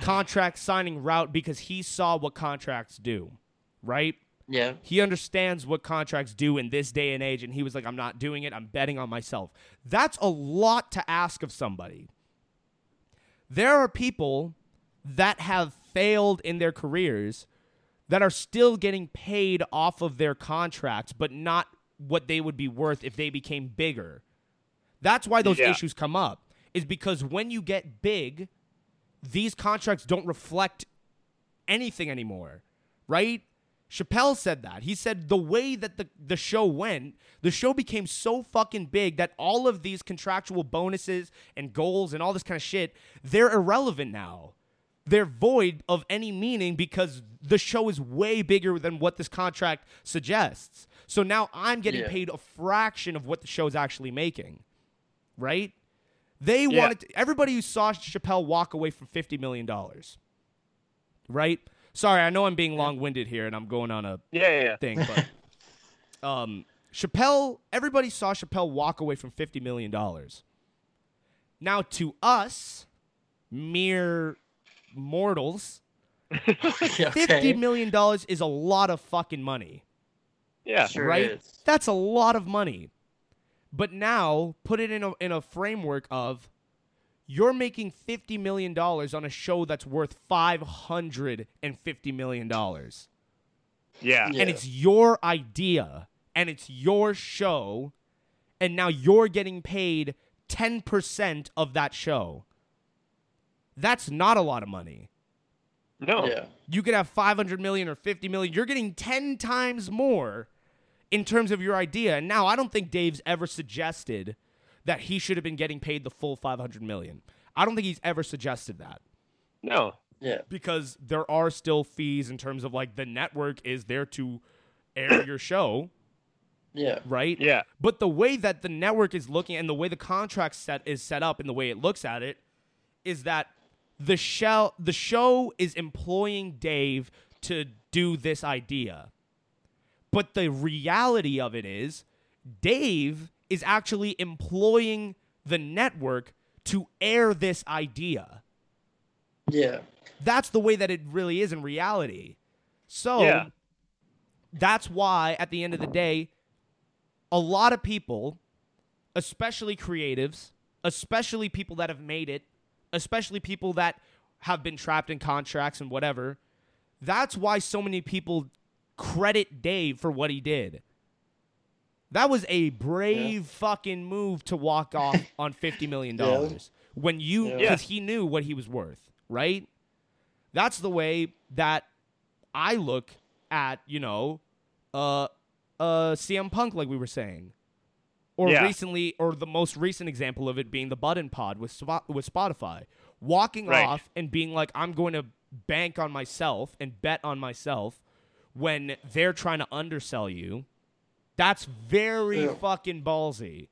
Speaker 2: contract signing route because he saw what contracts do, right?
Speaker 4: Yeah.
Speaker 2: He understands what contracts do in this day and age, and he was like, I'm not doing it. I'm betting on myself. That's a lot to ask of somebody. There are people that have failed in their careers that are still getting paid off of their contracts, but not what they would be worth if they became bigger. That's why those
Speaker 3: Yeah.
Speaker 2: issues come up, is because when you get big, these contracts don't reflect anything anymore, right? Chappelle said that. He said the way that the, the show went, the show became so fucking big that all of these contractual bonuses and goals and all this kind of shit, they're irrelevant now. They're void of any meaning because the show is way bigger than what this contract suggests. So now I'm getting
Speaker 4: Yeah.
Speaker 2: paid a fraction of what the show's actually making, right? They
Speaker 3: Yeah.
Speaker 2: wanted to- everybody who saw Chappelle walk away from fifty million dollars, right? Sorry, I know I'm being long-winded here, and I'm going on a
Speaker 3: yeah, yeah, yeah.
Speaker 2: thing, but um, Chappelle. Everybody saw Chappelle walk away from fifty million dollars. Now, to us, mere mortals,
Speaker 4: okay.
Speaker 2: fifty million dollars is a lot of fucking money.
Speaker 3: Yeah.
Speaker 4: Sure
Speaker 2: right?
Speaker 4: is.
Speaker 2: That's a lot of money. But now put it in a in a framework of you're making fifty million dollars on a show that's worth five hundred and fifty million dollars.
Speaker 3: Yeah.
Speaker 4: Yeah.
Speaker 2: And it's your idea and it's your show, and now you're getting paid ten percent of that show. That's not a lot of money.
Speaker 3: No.
Speaker 4: Yeah.
Speaker 2: You could have five hundred million or fifty million. You're getting ten times more in terms of your idea. And now I don't think Dave's ever suggested that he should have been getting paid the full 500 million. I don't think he's ever suggested that
Speaker 3: No.
Speaker 4: Yeah.
Speaker 2: because there are still fees in terms of like the network is there to air your show,
Speaker 4: Yeah.
Speaker 2: right?
Speaker 3: Yeah.
Speaker 2: But the way that the network is looking and the way the contract set is set up and the way it looks at it is that the show the show is employing Dave to do this idea. But the reality of it is Dave is actually employing the network to air this idea.
Speaker 4: Yeah.
Speaker 2: That's the way that it really is in reality. So
Speaker 3: Yeah.
Speaker 2: that's why at the end of the day, a lot of people, especially creatives, especially people that have made it, especially people that have been trapped in contracts and whatever, that's why so many people credit Dave for what he did. That was a brave fucking move to walk off on $50 million when you,
Speaker 4: Yeah.
Speaker 2: because he knew what he was worth, right? That's the way that I look at, you know, uh, uh, CM Punk, like we were saying, or
Speaker 3: Yeah.
Speaker 2: recently, or the most recent example of it being the Button Pod with Spo- with Spotify, walking
Speaker 3: Right.
Speaker 2: off and being like, I'm going to bank on myself and bet on myself when they're trying to undersell you. That's very
Speaker 4: Yeah.
Speaker 2: fucking ballsy.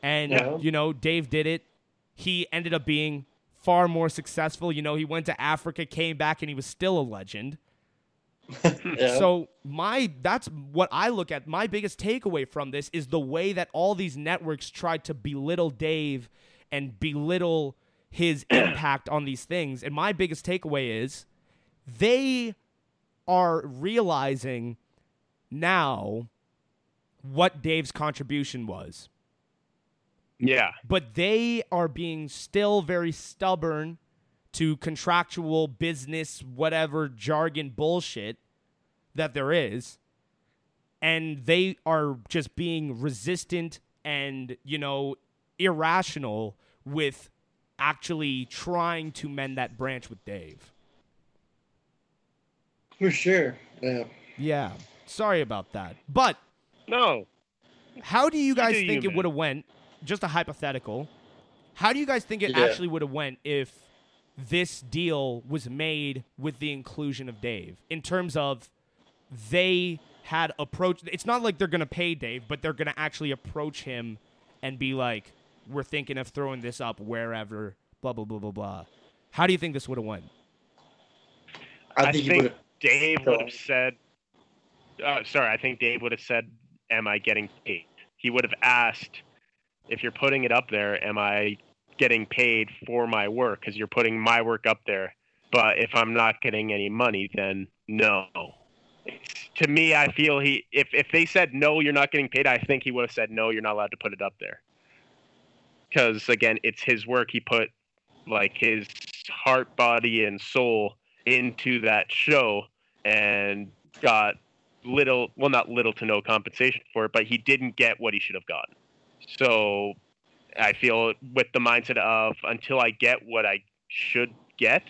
Speaker 2: And
Speaker 4: Yeah.
Speaker 2: you know, Dave did it. He ended up being far more successful. You know, he went to Africa, came back, and he was still a legend.
Speaker 4: Yeah.
Speaker 2: So my that's what I look at. My biggest takeaway from this is the way that all these networks tried to belittle Dave and belittle his impact on these things. And my biggest takeaway is they are realizing now what Dave's contribution was
Speaker 3: Yeah.
Speaker 2: but they are being still very stubborn to contractual business whatever jargon bullshit that there is and they are just being resistant and you know irrational with actually trying to mend that branch with Dave.
Speaker 4: For sure. Yeah.
Speaker 2: Yeah. Sorry about that. But
Speaker 3: No.
Speaker 2: How do you guys
Speaker 3: do you,
Speaker 2: think it
Speaker 3: man.
Speaker 2: would have went? Just a hypothetical. How do you guys think it
Speaker 4: Yeah.
Speaker 2: actually would have went if this deal was made with the inclusion of Dave? In terms of they had approached it's not like they're going to pay Dave, but they're going to actually approach him and be like we're thinking of throwing this up wherever blah blah blah blah blah. How do you think this would have went?
Speaker 4: I,
Speaker 3: I
Speaker 4: think,
Speaker 3: think-
Speaker 4: you would.
Speaker 3: Dave
Speaker 4: Go
Speaker 3: would
Speaker 4: on.
Speaker 3: have said, uh, sorry, I think Dave would have said, Am I getting paid? he would have asked, if you're putting it up there, am I getting paid for my work? Because you're putting my work up there. But if I'm not getting any money, then no. It's, to me, I feel he. If if they said no, you're not getting paid. I think he would have said no, you're not allowed to put it up there. Because again, it's his work. He put like his heart, body, and soul into that show and got little well not little to no compensation for it but he didn't get what he should have gotten so i feel with the mindset of until i get what i should get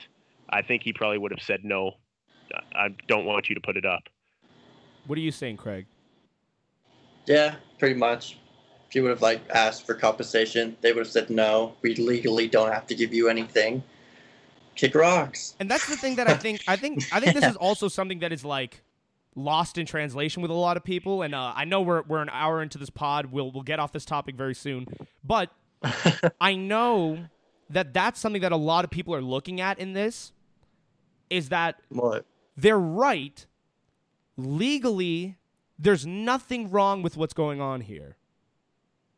Speaker 3: i think he probably would have said no I- i don't want you to put it up
Speaker 2: What are you saying, Craig?
Speaker 4: Yeah, pretty much. If you would have like asked for compensation, they would have said no. We legally don't have to give you anything. Kick rocks.
Speaker 2: And that's the thing that I think I think I think this is also something that is like lost in translation with a lot of people. And uh, I know we're we're an hour into this pod. We'll we'll get off this topic very soon. But I know that that's something that a lot of people are looking at in this is that
Speaker 4: What?
Speaker 2: they're right legally. There's nothing wrong with what's going on here.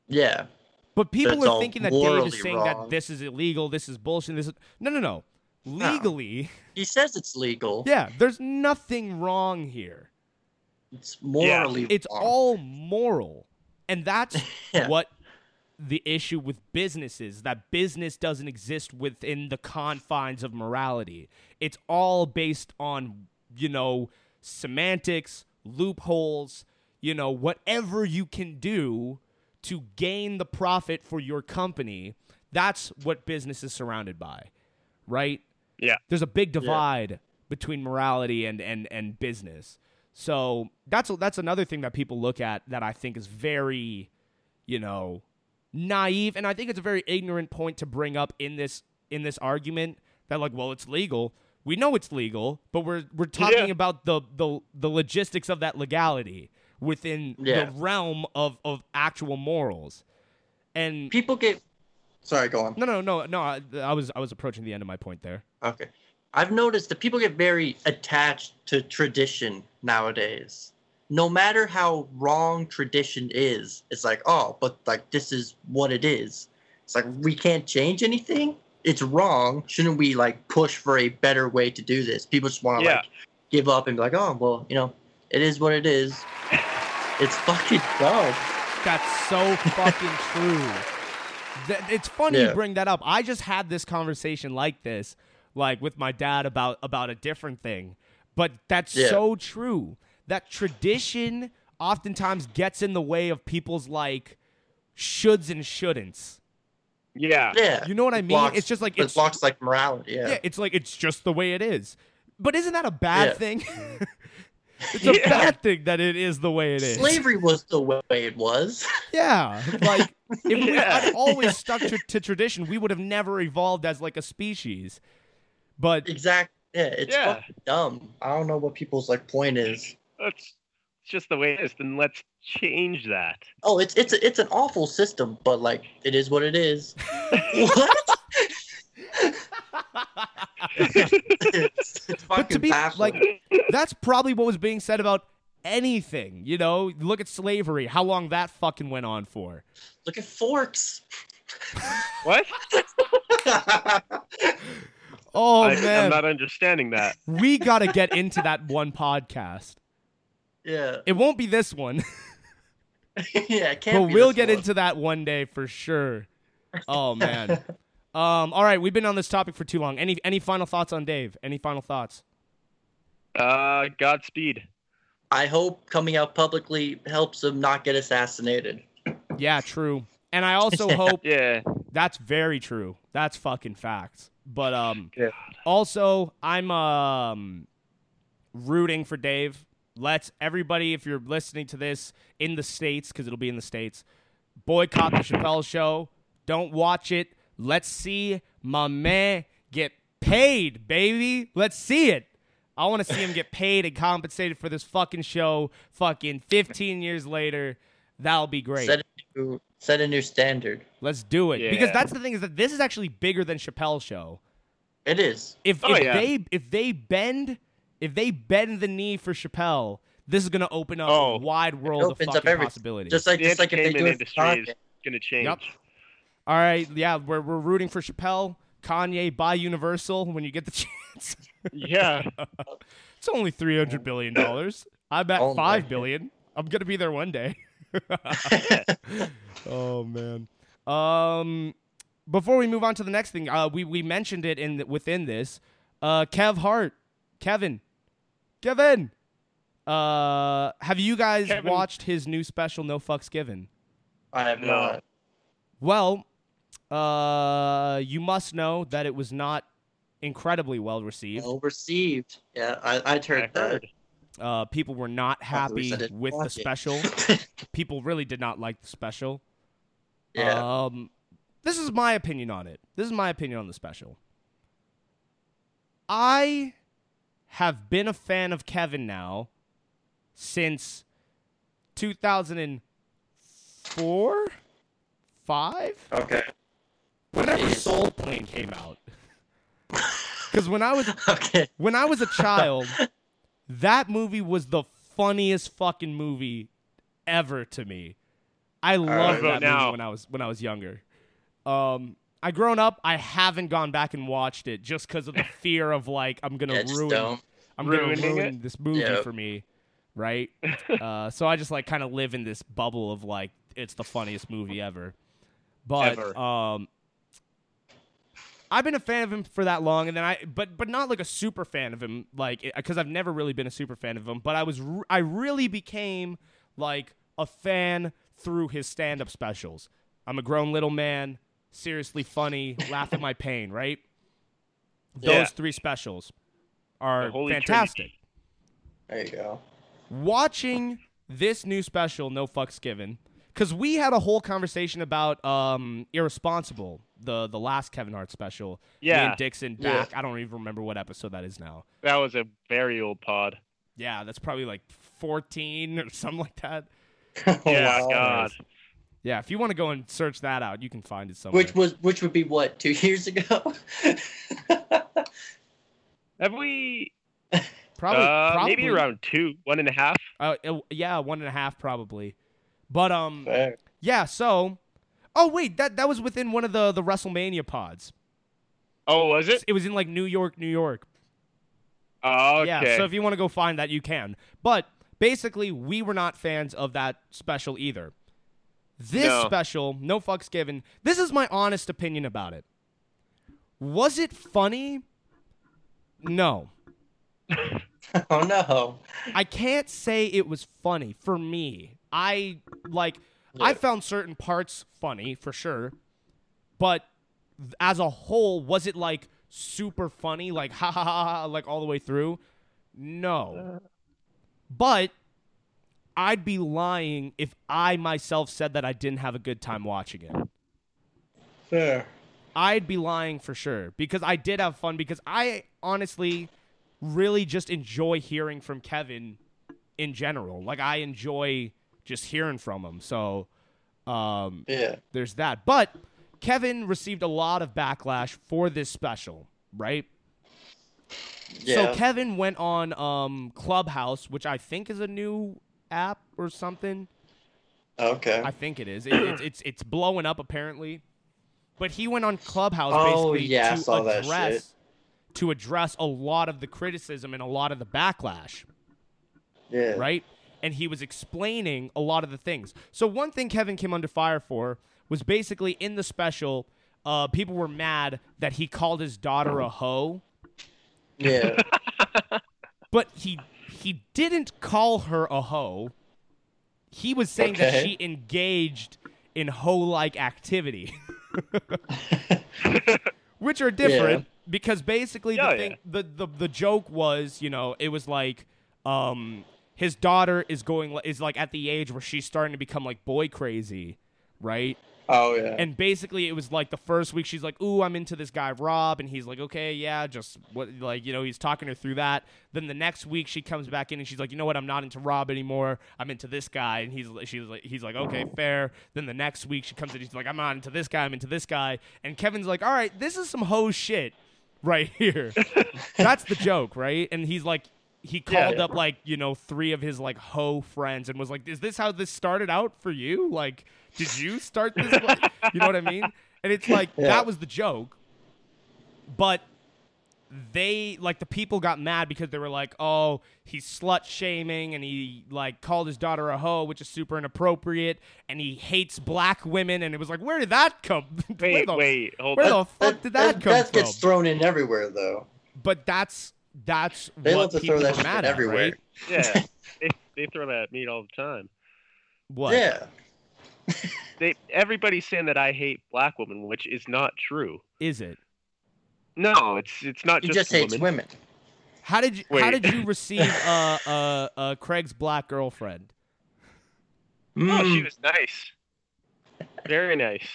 Speaker 4: Yeah.
Speaker 2: But people
Speaker 4: That's
Speaker 2: were
Speaker 4: all
Speaker 2: thinking that Dave is
Speaker 4: morally
Speaker 2: saying that
Speaker 4: wrong.
Speaker 2: this is illegal, this is bullshit, this is no no no. Legally,
Speaker 4: He says it's legal.
Speaker 2: yeah, there's nothing wrong here.
Speaker 4: It's morally
Speaker 2: It's
Speaker 4: wrong.
Speaker 2: all moral. And that's
Speaker 4: Yeah.
Speaker 2: what the issue with business is that business doesn't exist within the confines of morality. It's all based on, you know, semantics, loopholes, you know, whatever you can do to gain the profit for your company. That's what business is surrounded by, right?
Speaker 3: Yeah.
Speaker 2: There's a big divide between morality and, and, and business. So that's that's another thing that people look at that I think is very, you know, naive, and I think it's a very ignorant point to bring up in this in this argument that like, well, it's legal. We know it's legal, but we're we're talking
Speaker 3: Yeah.
Speaker 2: about the the the logistics of that legality within
Speaker 4: Yeah.
Speaker 2: the realm of of actual morals. And
Speaker 4: People get. Sorry, go on.
Speaker 2: no, no, no, no. I, I was I was approaching the end of my point there.
Speaker 4: Okay. I've noticed that people get very attached to tradition nowadays. No matter how wrong tradition is, it's like, oh, but like this is what it is. It's like we can't change anything. It's wrong. Shouldn't we like push for a better way to do this? People just want to
Speaker 3: Yeah.
Speaker 4: like give up and be like, oh, well, you know, it is what it is. It's fucking dumb.
Speaker 2: That's so fucking true. Th- it's funny you
Speaker 4: Yeah.
Speaker 2: bring that up. I just had this conversation like this, like with my dad about about a different thing, but that's
Speaker 4: Yeah.
Speaker 2: so true. That tradition oftentimes gets in the way of people's like shoulds and shouldn'ts.
Speaker 3: yeah
Speaker 4: Yeah.
Speaker 2: You know what I mean?
Speaker 4: Blocks-
Speaker 2: it's just like
Speaker 4: it
Speaker 2: it's
Speaker 4: blocks like morality.
Speaker 2: yeah.
Speaker 4: Yeah.
Speaker 2: it's like it's just the way it is. But isn't that a bad
Speaker 4: Yeah.
Speaker 2: thing? it's a
Speaker 3: Yeah.
Speaker 2: bad thing that it is the way it is.
Speaker 4: Slavery was the way it was.
Speaker 2: Yeah, like if we
Speaker 3: Yeah.
Speaker 2: had always stuck to, to tradition, we would have never evolved as like a species. But
Speaker 4: Exact. Yeah, it's
Speaker 3: Yeah.
Speaker 4: fucking dumb. I don't know what people's like point is.
Speaker 3: that's it's just the way it is then let's change that
Speaker 4: Oh, it's it's it's an awful system, but like it is what it is. what? it's, it's fucking
Speaker 2: but to be
Speaker 4: baffling.
Speaker 2: like, that's probably what was being said about anything. You know, look at slavery. How long that fucking went on for?
Speaker 4: look at forks.
Speaker 3: what
Speaker 2: Oh
Speaker 3: I, i'm
Speaker 2: man,
Speaker 3: not understanding that
Speaker 2: we gotta get into that one podcast.
Speaker 4: yeah,
Speaker 2: It won't be this one,
Speaker 4: yeah. It can't
Speaker 2: but
Speaker 4: be
Speaker 2: we'll
Speaker 4: this
Speaker 2: get
Speaker 4: one.
Speaker 2: into that one day for sure. Oh man. Um, all right, we've been on this topic for too long. Any any final thoughts on Dave? Any final thoughts?
Speaker 3: uh godspeed
Speaker 4: I hope coming out publicly helps him not get assassinated.
Speaker 2: Yeah, true. And I also hope
Speaker 3: yeah
Speaker 2: that's very true. That's fucking facts. But um
Speaker 4: Yeah.
Speaker 2: also I'm um rooting for Dave. Let's everybody if you're listening to this in the states cuz it'll be in the states, boycott the Chappelle show. Don't watch it. Let's see my man get paid, baby. Let's see it. I want to see him get paid and compensated for this fucking show fucking 15 years later. That'll be great.
Speaker 4: Set a new set a new standard.
Speaker 2: Let's do it. Because
Speaker 3: Yeah.
Speaker 2: that's the thing is that this is actually bigger than Chappelle's show.
Speaker 4: It is.
Speaker 2: If,
Speaker 3: Oh,
Speaker 2: if
Speaker 3: yeah.
Speaker 2: they if they bend if they bend the knee for Chappelle, this is going to open up
Speaker 3: Oh.
Speaker 2: a wide world of
Speaker 4: opens
Speaker 2: fucking
Speaker 4: up everything.
Speaker 2: possibilities.
Speaker 4: Just like
Speaker 3: The
Speaker 4: just like if they do
Speaker 3: entertainment
Speaker 4: it for
Speaker 3: industry is
Speaker 4: content.
Speaker 3: gonna change.
Speaker 2: Yep. All right, yeah, we're we're rooting for Chappelle, Kanye, buy Universal when you get the chance.
Speaker 3: Yeah.
Speaker 2: It's only three hundred billion dollars. I'm at
Speaker 4: Only.
Speaker 2: five billion. I'm gonna be there one day. oh man. Um, before we move on to the next thing, uh, we we mentioned it in the, within this. Uh, Kev Hart, Kevin, Kevin. Uh, have you guys
Speaker 3: Kevin.
Speaker 2: watched his new special, No Fucks Given?
Speaker 4: I have uh,
Speaker 3: No.
Speaker 4: not.
Speaker 2: Well, uh, you must know that it was not incredibly well received.
Speaker 4: Well received. Yeah, I I'd heard
Speaker 3: I heard.
Speaker 2: Uh, people were not
Speaker 4: I wish
Speaker 2: happy
Speaker 4: I didn't
Speaker 2: with the
Speaker 4: watch it.
Speaker 2: special.
Speaker 4: that.
Speaker 2: people really did not like the special.
Speaker 4: yeah.
Speaker 2: Um, this is my opinion on it. This is my opinion on the special. I have been a fan of Kevin now since 2004, five,
Speaker 4: okay.
Speaker 2: whenever
Speaker 4: Jeez.
Speaker 2: Soul Plane came out. Because when I was
Speaker 4: Okay.
Speaker 2: when I was a child, that movie was the funniest fucking movie ever to me. I loved
Speaker 3: vote
Speaker 2: that movie
Speaker 3: now.
Speaker 2: when I was when I was younger. Um, I grown up, I haven't gone back and watched it just because of the fear of like I'm gonna
Speaker 4: Yeah, just
Speaker 2: ruin
Speaker 4: don't.
Speaker 2: I'm gonna
Speaker 3: Ruining
Speaker 2: ruin this movie
Speaker 4: Yeah.
Speaker 2: for me, right? uh, so I just like kind of live in this bubble of like it's the funniest movie ever. But
Speaker 3: Ever.
Speaker 2: um, I've been a fan of him for that long, and then I but but not like a super fan of him, like because I've never really been a super fan of him. But I was r- I really became like a fan through his stand up specials. I'm a grown little man, seriously funny, laugh at my pain, right? Those
Speaker 3: Yeah.
Speaker 2: three specials are
Speaker 3: The Holy
Speaker 2: fantastic.
Speaker 3: Trinity.
Speaker 4: There you go.
Speaker 2: Watching this new special, No Fucks Given, because we had a whole conversation about um, Irresponsible, the the last Kevin Hart special. Me and
Speaker 3: Yeah.
Speaker 2: Dixon
Speaker 4: Yeah.
Speaker 2: back. I don't even remember what episode that is now.
Speaker 3: That was a very old pod.
Speaker 2: Yeah, that's probably like 14 or something like that. Oh,
Speaker 3: yeah,
Speaker 4: Oh, Wow.
Speaker 3: God.
Speaker 2: Yeah, if you want to go and search that out, you can find it somewhere.
Speaker 4: Which was which would be what two years ago?
Speaker 3: Have we
Speaker 2: probably,
Speaker 3: uh,
Speaker 2: probably
Speaker 3: maybe around two, one and a half?
Speaker 2: Uh, it- yeah, one and a half probably. But um,
Speaker 4: Fair.
Speaker 2: yeah. So, oh wait, that that was within one of the the WrestleMania pods.
Speaker 3: Oh, was it?
Speaker 2: It was in like New York, New York.
Speaker 3: Oh, okay.
Speaker 2: Yeah, so if you want to go find that, you can. But basically, we were not fans of that special either. This
Speaker 3: No.
Speaker 2: special, no fucks given. This is my honest opinion about it. Was it funny? No.
Speaker 4: oh no.
Speaker 2: I can't say it was funny for me. I like I found certain parts funny for sure, but th- as a whole, was it like super funny, like ha ha ha, ha, like all the way through? No. But I'd be lying if I myself said that I didn't have a good time watching it.
Speaker 4: Fair.
Speaker 2: I'd be lying for sure because I did have fun because I honestly really just enjoy hearing from Kevin in general. Like I enjoy just hearing from him. So um
Speaker 4: Yeah.
Speaker 2: there's that. But Kevin received a lot of backlash for this special, right?
Speaker 4: Yeah.
Speaker 2: So Kevin went on um Clubhouse, which I think is a new app or something.
Speaker 4: okay.
Speaker 2: I think it is. It, it's it's it's blowing up apparently. But he went on Clubhouse
Speaker 4: Oh,
Speaker 2: basically
Speaker 4: yeah, I
Speaker 2: to
Speaker 4: saw that
Speaker 2: address
Speaker 4: shit.
Speaker 2: to address a lot of the criticism and a lot of the backlash,
Speaker 4: yeah.
Speaker 2: right? And he was explaining a lot of the things. So one thing Kevin came under fire for was basically in the special, uh, people were mad that he called his daughter a hoe,
Speaker 4: Yeah.
Speaker 2: but he he didn't call her a hoe. He was saying that
Speaker 4: Okay.
Speaker 2: she engaged in hoe-like activity. which are different because basically
Speaker 3: Yeah,
Speaker 2: the thing the, the the joke was you know it was like um his daughter is going is like at the age where she's starting to become like boy crazy right
Speaker 4: Oh yeah.
Speaker 2: and basically it was like the first week she's like ooh i'm into this guy rob and he's like okay yeah just what like you know he's talking her through that then the next week she comes back in and she's like you know what i'm not into rob anymore i'm into this guy and he's she's like he's like okay fair then the next week she comes in and she's like i'm not into this guy i'm into this guy and kevin's like all right this is some hoe shit right here that's the joke right and he's like he
Speaker 3: Yeah.
Speaker 2: called up like you know three of his like hoe friends and was like, "Is this how this started out for you? Like, did you start this? Like, you know what I mean?" And it's like
Speaker 4: Yeah.
Speaker 2: that was the joke, but they like the people got mad because they were like, "Oh, he's slut shaming and he like called his daughter a hoe, which is super inappropriate, and he hates black women." And it was like, "Where did that come? where
Speaker 3: Wait,
Speaker 2: the,
Speaker 3: wait, hold
Speaker 2: where
Speaker 3: on.
Speaker 2: the fuck did that, come
Speaker 4: that
Speaker 2: from?"
Speaker 4: gets thrown in everywhere though.
Speaker 2: but that's that's
Speaker 4: They
Speaker 2: what
Speaker 4: love to
Speaker 2: people
Speaker 4: throw that
Speaker 2: are
Speaker 4: shit
Speaker 2: mad at,
Speaker 4: everywhere.
Speaker 2: right?
Speaker 3: Yeah, they, they throw that at me all the time.
Speaker 2: What?
Speaker 4: Yeah.
Speaker 3: They everybody's saying that I hate black women, which is not true.
Speaker 2: Is it?
Speaker 3: No, it's it's not
Speaker 4: He
Speaker 3: just,
Speaker 4: just hates
Speaker 3: women.
Speaker 4: women.
Speaker 2: How did you how
Speaker 3: Wait.
Speaker 2: did you receive uh, uh, uh, Craig's black girlfriend?
Speaker 3: Oh, she
Speaker 4: Mm.
Speaker 3: was nice. Very nice.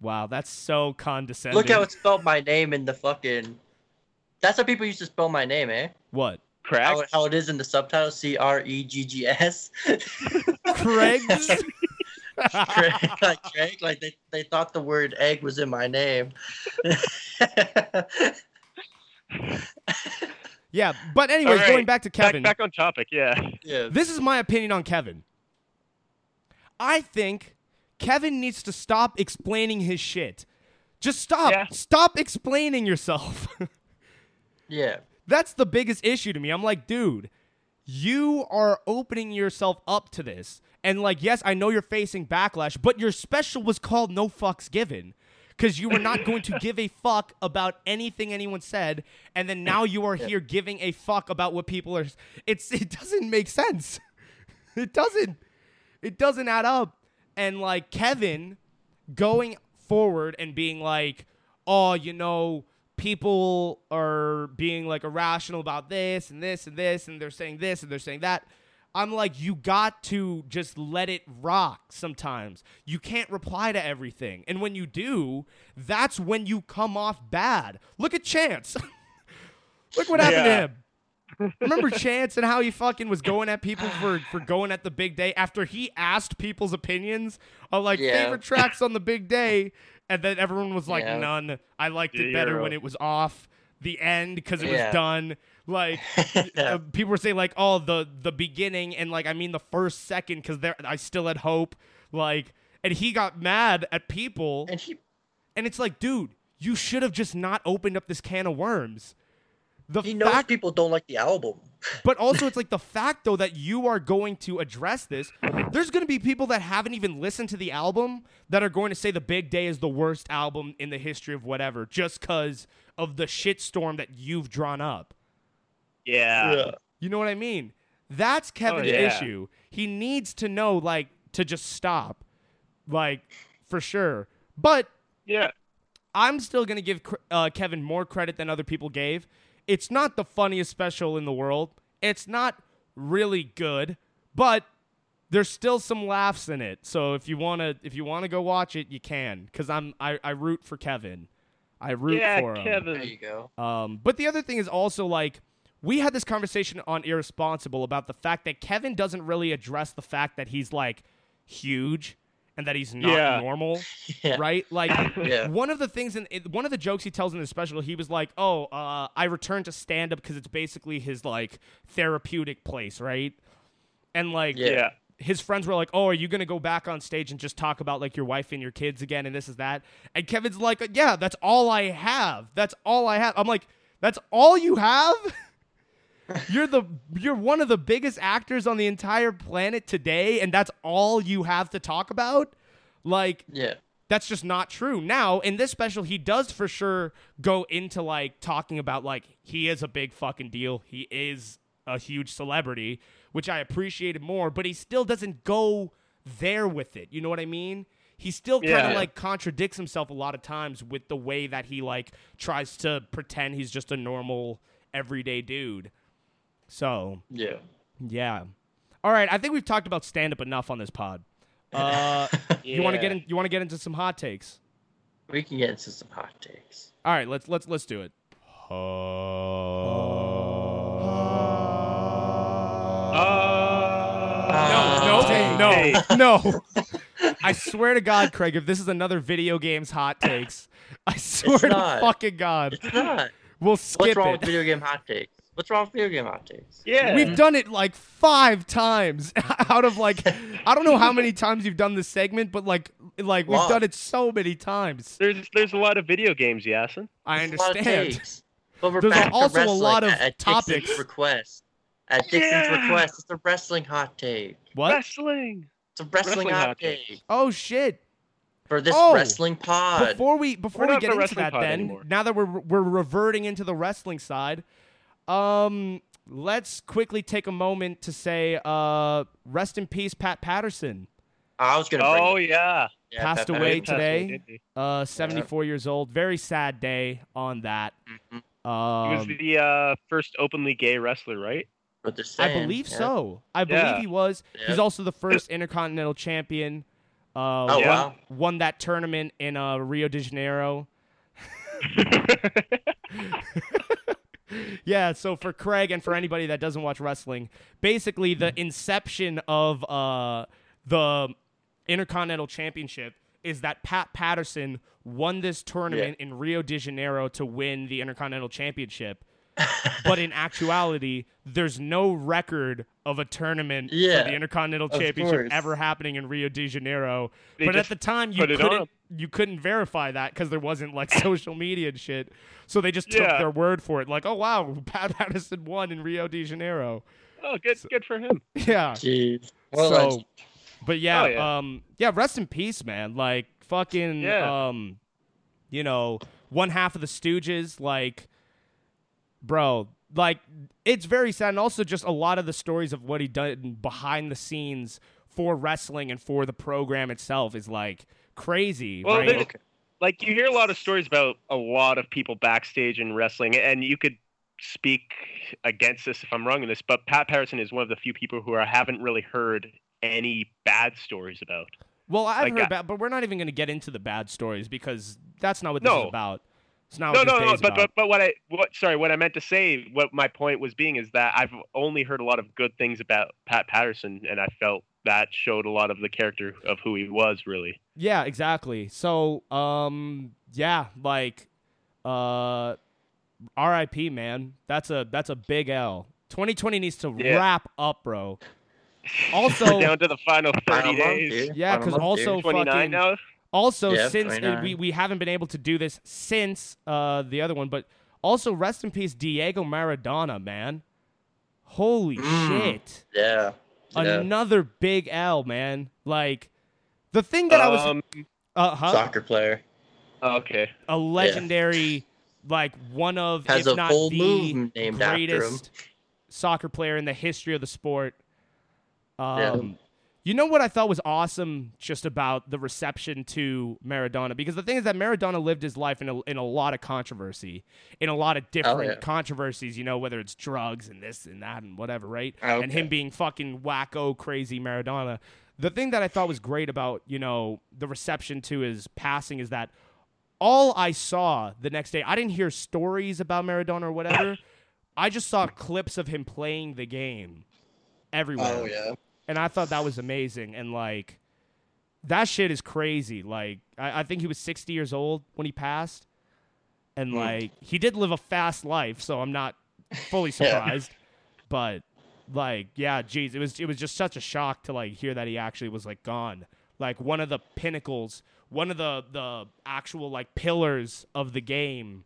Speaker 2: Wow, that's so condescending.
Speaker 4: Look how it spelled my name in the fucking. That's how people used to spell my name, eh?
Speaker 2: what
Speaker 3: Crack.
Speaker 4: How, how it is in the subtitle, C R E G G S.
Speaker 2: Craig's.
Speaker 4: Craig, like Craig, like they, they thought the word egg was in my name.
Speaker 2: yeah, but anyways,
Speaker 3: All right,
Speaker 2: going back to Kevin.
Speaker 3: Back, back on topic. Yeah.
Speaker 4: yeah.
Speaker 2: This is my opinion on Kevin. I think Kevin needs to stop explaining his shit. Just stop.
Speaker 3: Yeah.
Speaker 2: Stop explaining yourself.
Speaker 4: Yeah.
Speaker 2: That's the biggest issue to me. I'm like, dude, you are opening yourself up to this. And like, yes, I know you're facing backlash, but your special was called No Fucks Given because you were not going to give a fuck about anything anyone said. And then now you are here giving a fuck about what people are. It's It doesn't make sense. It doesn't. It doesn't add up. And like, Kevin going forward and being like, oh, you know, people are being like irrational about this and this and this, and they're saying this and they're saying that. I'm like, you got to just let it rock sometimes. You can't reply to everything. And when you do, that's when you come off bad. Look at Chance. Look what happened
Speaker 3: Yeah.
Speaker 2: to him. Remember Chance and how he fucking was going at people for, for going at the big day after he asked people's opinions on like
Speaker 4: Yeah.
Speaker 2: favorite tracks on the big day, and then everyone was like,
Speaker 4: Yeah.
Speaker 2: none. I liked it better when
Speaker 3: Zero.
Speaker 2: it was off the end because it
Speaker 4: Yeah.
Speaker 2: was done. Like uh, people were saying, like, oh, the the beginning and like I mean the first second because there I still had hope. Like, and he got mad at people,
Speaker 4: And he
Speaker 2: and it's like, dude, you should have just not opened up this can of worms. The
Speaker 4: he knows
Speaker 2: fact
Speaker 4: people don't like the album.
Speaker 2: but also, it's like the fact though that you are going to address this. There's going to be people that haven't even listened to the album that are going to say the Big Day is the worst album in the history of whatever, just because of the shitstorm that you've drawn up.
Speaker 3: Yeah.
Speaker 2: You know what I mean? That's Kevin's
Speaker 3: yeah.
Speaker 2: issue. He needs to know, like, to just stop, like, for sure. But
Speaker 3: Yeah.
Speaker 2: I'm still going to give cr- uh, Kevin more credit than other people gave. It's not the funniest special in the world. It's not really good, but there's still some laughs in it. So if you want to if you want to go watch it, you can cuz I'm I, I root for Kevin. I root
Speaker 3: Yeah,
Speaker 2: for him.
Speaker 3: Kevin.
Speaker 4: There you go.
Speaker 2: Um, but the other thing is also like we had this conversation on irresponsible about the fact that Kevin doesn't really address the fact that he's like huge and that he's not
Speaker 3: Yeah.
Speaker 2: normal,
Speaker 4: Yeah.
Speaker 2: right? Like
Speaker 4: Yeah.
Speaker 2: one of the things in it- one of the jokes he tells in the special, he was like, "Oh, uh, I returned to stand up because it's basically his like therapeutic place, right?" And like
Speaker 4: Yeah.
Speaker 3: Yeah.
Speaker 2: his friends were like, "Oh, are you gonna go back on stage and just talk about like your wife and your kids again and this is that?" And Kevin's like, "Yeah, that's all I have. That's all I have." I'm like, "That's all you have? you're the you're one of the biggest actors on the entire planet today, and that's all you have to talk about." Like,
Speaker 4: Yeah.
Speaker 2: that's just not true. Now, in this special, he does for sure go into like talking about like he is a big fucking deal. He is a huge celebrity, which I appreciated more, but he still doesn't go there with it. You know what I mean? He still kind of
Speaker 3: Yeah.
Speaker 2: like contradicts himself a lot of times with the way that he like tries to pretend he's just a normal everyday dude. So,
Speaker 4: Yeah.
Speaker 2: yeah. All right, I think we've talked about stand up enough on this pod. Uh, you want to get in, you want to get into some hot takes?
Speaker 4: We can get into some hot takes.
Speaker 2: All right, let's let's let's do it.
Speaker 3: Uh,
Speaker 4: No,
Speaker 2: no, no, no. I swear to God, Craig, if this is another video games hot takes, I swear to
Speaker 4: not.
Speaker 2: fucking God,
Speaker 4: It's not.
Speaker 2: we'll
Speaker 4: What's
Speaker 2: skip
Speaker 4: wrong
Speaker 2: it.
Speaker 4: with video game hot takes? What's wrong with video game outtakes?
Speaker 3: Yeah.
Speaker 2: We've done it like five times out of like I don't know how many times you've done this segment, but like like we've
Speaker 4: Lot.
Speaker 2: done it so many times.
Speaker 3: there's there's a lot of video games, Yasin.
Speaker 2: I
Speaker 4: It's a lot of
Speaker 2: understand.
Speaker 4: takes. But we're
Speaker 2: There's
Speaker 4: back to
Speaker 2: also a
Speaker 4: wrestling
Speaker 2: lot of
Speaker 4: at, at Dixon's
Speaker 2: topics.
Speaker 4: request. At Dixon's
Speaker 3: Yeah.
Speaker 4: request, it's a wrestling hot take.
Speaker 2: What?
Speaker 3: Wrestling.
Speaker 4: It's a wrestling,
Speaker 3: Wrestling
Speaker 4: hot,
Speaker 3: hot
Speaker 4: take.
Speaker 3: take.
Speaker 2: Oh shit.
Speaker 4: for this
Speaker 2: Oh.
Speaker 4: wrestling pod.
Speaker 2: Before we before
Speaker 3: We're
Speaker 2: we
Speaker 3: not
Speaker 2: get
Speaker 3: a
Speaker 2: into
Speaker 3: wrestling
Speaker 2: that
Speaker 3: pod
Speaker 2: then,
Speaker 3: anymore.
Speaker 2: now that we're we're reverting into the wrestling side, um let's quickly take a moment to say uh rest in peace Pat Patterson.
Speaker 4: I was gonna. Bring
Speaker 3: Oh
Speaker 4: it.
Speaker 3: yeah.
Speaker 4: Yeah,
Speaker 2: passed
Speaker 4: that-
Speaker 2: away
Speaker 3: He passed away,
Speaker 2: today.
Speaker 3: didn't he?
Speaker 2: Uh 74 years old. Very sad day on that.
Speaker 4: Mhm.
Speaker 2: Um,
Speaker 3: he was the uh, first openly gay wrestler, right?
Speaker 4: What they're saying.
Speaker 2: I believe
Speaker 4: yeah.
Speaker 2: so. I believe
Speaker 3: Yeah.
Speaker 2: he was. He's
Speaker 4: Yeah.
Speaker 2: also the first Intercontinental Champion. Uh,
Speaker 4: Oh
Speaker 2: won,
Speaker 3: Yeah.
Speaker 4: wow.
Speaker 2: won that tournament in uh, Rio de Janeiro. Yeah, so for Craig and for anybody that doesn't watch wrestling, basically
Speaker 4: Mm-hmm.
Speaker 2: the inception of uh, the Intercontinental Championship is that Pat Patterson won this tournament in Rio de Janeiro to win the Intercontinental Championship. but in actuality, there's no record of a tournament
Speaker 4: Yeah,
Speaker 2: for the Intercontinental
Speaker 4: of
Speaker 2: Championship
Speaker 4: course.
Speaker 2: ever happening in Rio de Janeiro.
Speaker 3: They
Speaker 2: but at
Speaker 3: just
Speaker 2: the time, you
Speaker 3: put it
Speaker 2: couldn't
Speaker 3: on.
Speaker 2: you couldn't verify that because there wasn't like social media and shit. So they just took
Speaker 3: Yeah.
Speaker 2: their word for it. Like, oh wow, Pat Patterson won in Rio de Janeiro.
Speaker 3: oh, good, good for him.
Speaker 2: Yeah.
Speaker 4: Jeez. Well,
Speaker 2: so,
Speaker 4: that's-
Speaker 2: but yeah,
Speaker 3: Oh, yeah.
Speaker 2: um, yeah, rest in peace, man. Like fucking,
Speaker 3: Yeah.
Speaker 2: um, you know, one half of the Stooges, like, bro, like it's very sad, and also just a lot of the stories of what he done behind the scenes for wrestling and for the program itself is like crazy.
Speaker 3: Well,
Speaker 2: right?
Speaker 3: there's- like you hear a lot of stories about a lot of people backstage in wrestling, and you could speak against this if I'm wrong in this, but Pat Patterson is one of the few people who I haven't really heard any bad stories about.
Speaker 2: Well, I've
Speaker 3: Like,
Speaker 2: heard
Speaker 3: uh,
Speaker 2: bad, but we're not even going to get into the bad stories because that's not what this is
Speaker 3: No.
Speaker 2: about. It's not
Speaker 3: no,
Speaker 2: what this
Speaker 3: no,
Speaker 2: day
Speaker 3: no.
Speaker 2: is
Speaker 3: But,
Speaker 2: about.
Speaker 3: but but what I what sorry, what I meant to say, what my point was being is that I've only heard a lot of good things about Pat Patterson, and I felt that showed a lot of the character of who he was really.
Speaker 2: yeah, exactly. So, um, yeah, like, uh, R.I.P. Man, that's a that's a big L. 2020 needs to
Speaker 3: Yeah.
Speaker 2: wrap up, bro. Also-
Speaker 3: We're down to the final
Speaker 4: Final
Speaker 3: thirty
Speaker 4: month,
Speaker 3: days.
Speaker 4: dude.
Speaker 2: Yeah,
Speaker 4: Final
Speaker 2: 'cause
Speaker 4: month,
Speaker 2: also-
Speaker 4: dude.
Speaker 3: Twenty
Speaker 2: Fucking-
Speaker 3: nine now.
Speaker 2: Also,
Speaker 4: Yeah,
Speaker 2: since uh,
Speaker 4: 29.
Speaker 2: we we haven't been able to do this since uh the other one, but also rest in peace, Diego Maradona, man. Holy
Speaker 4: Mm.
Speaker 2: shit.
Speaker 4: yeah. Yeah.
Speaker 2: another big L, man. Like the thing that I was
Speaker 3: Um,
Speaker 2: uh huh
Speaker 4: Soccer player
Speaker 3: okay.
Speaker 2: a legendary like one of
Speaker 4: has
Speaker 2: if
Speaker 4: a
Speaker 2: not
Speaker 4: whole
Speaker 2: the
Speaker 4: move named after him.
Speaker 2: greatest soccer player in the history of the sport. Um You know what I thought was awesome just about the reception to Maradona? Because the thing is that Maradona lived his life in a, in a lot of controversy, in a lot of different
Speaker 4: Oh, yeah.
Speaker 2: controversies, you know, whether it's drugs and this and that and whatever, right?
Speaker 4: Oh,
Speaker 2: And
Speaker 4: okay.
Speaker 2: him being fucking wacko, crazy Maradona. The thing that I thought was great about, you know, the reception to his passing is that all I saw the next day, I didn't hear stories about Maradona or whatever. I just saw clips of him playing the game everywhere.
Speaker 4: Oh yeah.
Speaker 2: And I thought that was amazing. And like, that shit is crazy. Like, I, I think he was 60 years old when he passed. And
Speaker 4: Hmm.
Speaker 2: like, he did live a fast life. So I'm not fully surprised. But like, yeah, geez, it was, it was just such a shock to like hear that he actually was like gone. Like, one of the pinnacles, one of the, the actual like pillars of the game.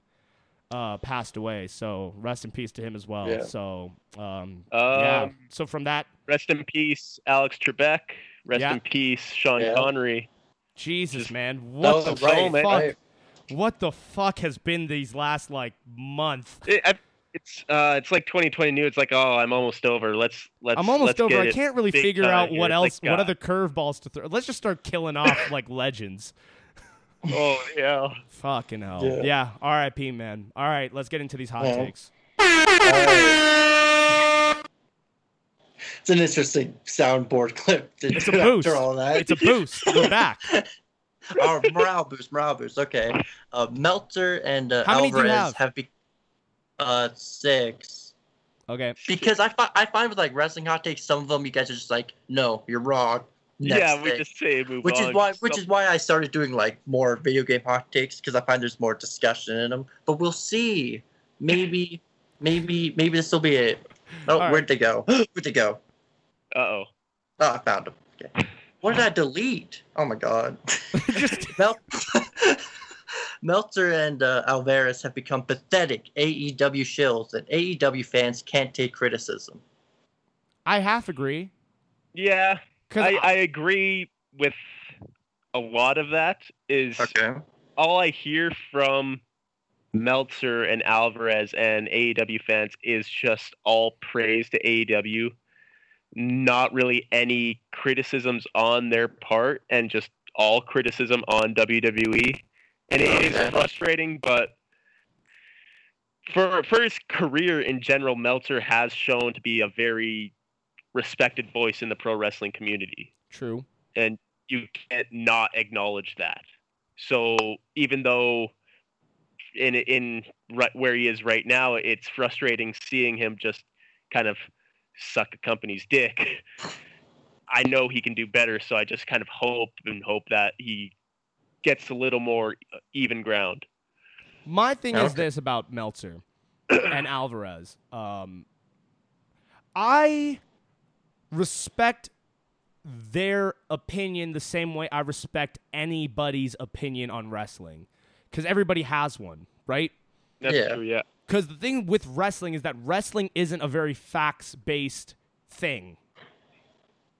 Speaker 2: Uh, passed away, so rest in peace to him as well.
Speaker 4: Yeah.
Speaker 2: So, um, yeah.
Speaker 3: Um,
Speaker 2: So from that
Speaker 3: Rest in peace, Alex Trebek. Rest
Speaker 2: Yeah.
Speaker 3: in peace, Sean
Speaker 4: Yeah.
Speaker 3: Connery.
Speaker 2: Jesus,
Speaker 3: Just-
Speaker 2: man, what the
Speaker 4: That was right,
Speaker 2: fuck?
Speaker 4: right.
Speaker 2: What the fuck has been these last like month?
Speaker 3: It, I, it's uh, it's like 2020 new. It's like, oh, I'm almost over. Let's let's.
Speaker 2: I'm almost
Speaker 3: let's
Speaker 2: over.
Speaker 3: get
Speaker 2: I
Speaker 3: it.
Speaker 2: can't really
Speaker 3: big
Speaker 2: figure
Speaker 3: time
Speaker 2: out
Speaker 3: here.
Speaker 2: what
Speaker 3: It's
Speaker 2: else,
Speaker 3: like,
Speaker 2: what
Speaker 3: uh,
Speaker 2: other curveballs to throw. Let's just start killing off like legends.
Speaker 3: Oh yeah.
Speaker 2: Fucking hell. Yeah.
Speaker 4: Yeah.
Speaker 2: R.I.P. Man. All right, let's get into these hot
Speaker 4: Yeah.
Speaker 2: takes.
Speaker 4: It's an interesting soundboard clip. To
Speaker 2: It's a
Speaker 4: do after
Speaker 2: boost.
Speaker 4: all that.
Speaker 2: It's a boost. We're back.
Speaker 4: oh, morale boost, morale boost. Okay. Uh, Melter and uh,
Speaker 2: How many do you
Speaker 4: Alvarez
Speaker 2: have?
Speaker 4: have? be- uh, six.
Speaker 2: Okay.
Speaker 4: Because I, fi- I find with like wrestling hot takes, some of them you guys are just like, no, you're wrong. Next
Speaker 3: yeah, we
Speaker 4: thing."
Speaker 3: just say move
Speaker 4: which
Speaker 3: on.
Speaker 4: is why which is why I started doing like more video game hot takes because I find there's more discussion in them. But we'll see. Maybe Maybe maybe this will be it. Oh,
Speaker 2: All right.
Speaker 4: where'd they go? Where'd they go?
Speaker 3: Uh oh.
Speaker 4: Oh, I found them. Okay. What did I delete? Oh my god.
Speaker 2: Just
Speaker 4: Mel- Meltzer and uh, Alvarez have become pathetic AEW shills, and AEW fans can't take criticism.
Speaker 2: I half agree
Speaker 3: Yeah,
Speaker 2: because
Speaker 3: I, I agree with a lot of that. Is
Speaker 4: Okay.
Speaker 3: all I hear from Meltzer and Alvarez and AEW fans is just all praise to AEW, not really any criticisms on their part, and just all criticism on WWE. And it is
Speaker 4: Okay.
Speaker 3: frustrating, but for for his career in general, Meltzer has shown to be a very respected voice in the pro wrestling community
Speaker 2: true.
Speaker 3: you can't not acknowledge that. So even though in in right where he is right now, it's frustrating seeing him just kind of suck a company's dick. I know he can do better, so I just kind of hope and hope that he gets a little more even ground.
Speaker 2: My thing is
Speaker 4: Okay.
Speaker 2: this about Meltzer and Alvarez. Um, I respect their opinion the same way I respect anybody's opinion on wrestling, because everybody has one, right?
Speaker 3: That's
Speaker 4: Yeah.
Speaker 3: true, yeah.
Speaker 2: Because the thing with wrestling is that wrestling isn't a very facts based thing,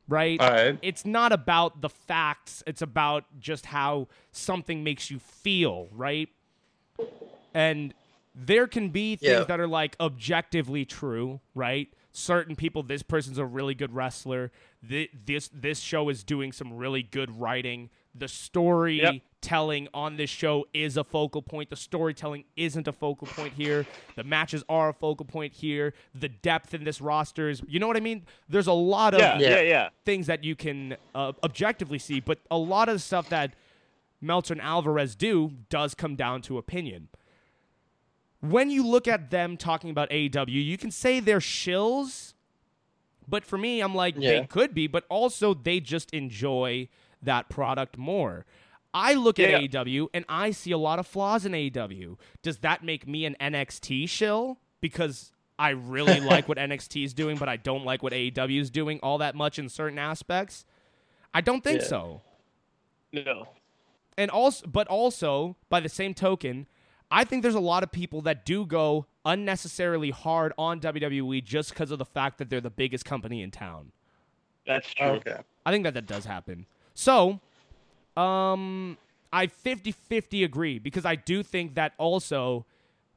Speaker 2: right?
Speaker 4: All right.
Speaker 2: it's not about the facts it's about just how something makes you feel right and there can be things
Speaker 4: Yeah.
Speaker 2: that are like objectively true right certain people this person's a really good wrestler Th- this this show is doing some really good writing the story
Speaker 3: Yep.
Speaker 2: telling on this show is a focal point the storytelling isn't a focal point here the matches are a focal point here the depth in this roster is you know what i mean there's a lot of
Speaker 3: Yeah,
Speaker 4: Yeah.
Speaker 3: yeah, yeah.
Speaker 2: things that you can uh, objectively see, but a lot of the stuff that Meltzer and Alvarez do does come down to opinion. When you look at them talking about AEW, you can say they're shills, but for me, I'm like,
Speaker 4: Yeah.
Speaker 2: they could be, but also they just enjoy that product more. I look at
Speaker 3: Yeah.
Speaker 2: AEW and I see a lot of flaws in AEW. Does that make me an NXT shill? Because I really like what NXT is doing, but I don't like what AEW is doing all that much in certain aspects. I don't think
Speaker 4: Yeah.
Speaker 2: so.
Speaker 3: No.
Speaker 2: And also, but also by the same token, I think there's a lot of people that do go unnecessarily hard on WWE just because of the fact that they're the biggest company in town.
Speaker 3: That's true.
Speaker 4: Okay.
Speaker 2: I think that that does happen. So, um, I 50 50 agree because I do think that also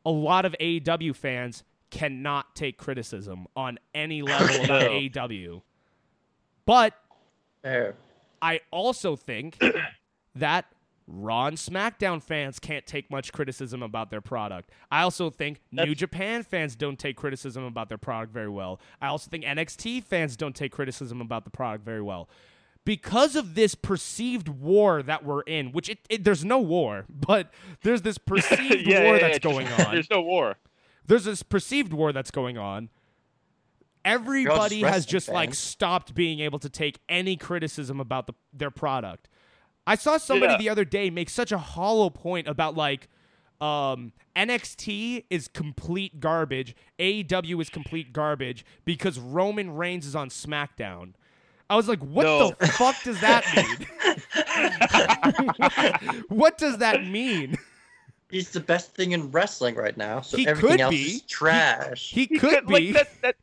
Speaker 2: a lot of AEW fans cannot take criticism on any level about
Speaker 3: No.
Speaker 2: AEW. But
Speaker 4: Fair.
Speaker 2: I also think that Raw and SmackDown fans can't take much criticism about their product. I also think New
Speaker 3: That's-
Speaker 2: Japan fans don't take criticism about their product very well. I also think NXT fans don't take criticism about the product very well. Because of this perceived war that we're in, which it, it, there's no war, but there's this perceived
Speaker 3: Yeah,
Speaker 2: war
Speaker 3: yeah, yeah,
Speaker 2: that's
Speaker 3: just-
Speaker 2: going on
Speaker 3: There's no war.
Speaker 2: there's this perceived war that's going on. Everybody has
Speaker 4: wrestling
Speaker 2: just like
Speaker 4: fans.
Speaker 2: stopped being able to take any criticism about the, their product. I saw somebody
Speaker 3: Yeah.
Speaker 2: the other day make such a hollow point about like um, NXT is complete garbage, AEW is complete garbage because Roman Reigns is on SmackDown. I was like, what
Speaker 3: No.
Speaker 2: the fuck does that mean? what does that mean?
Speaker 4: He's the best thing in wrestling right now, so
Speaker 2: He could
Speaker 4: everything else
Speaker 2: be. He-
Speaker 4: is trash.
Speaker 2: He
Speaker 3: He
Speaker 2: could
Speaker 3: like,
Speaker 2: be.
Speaker 3: that, that,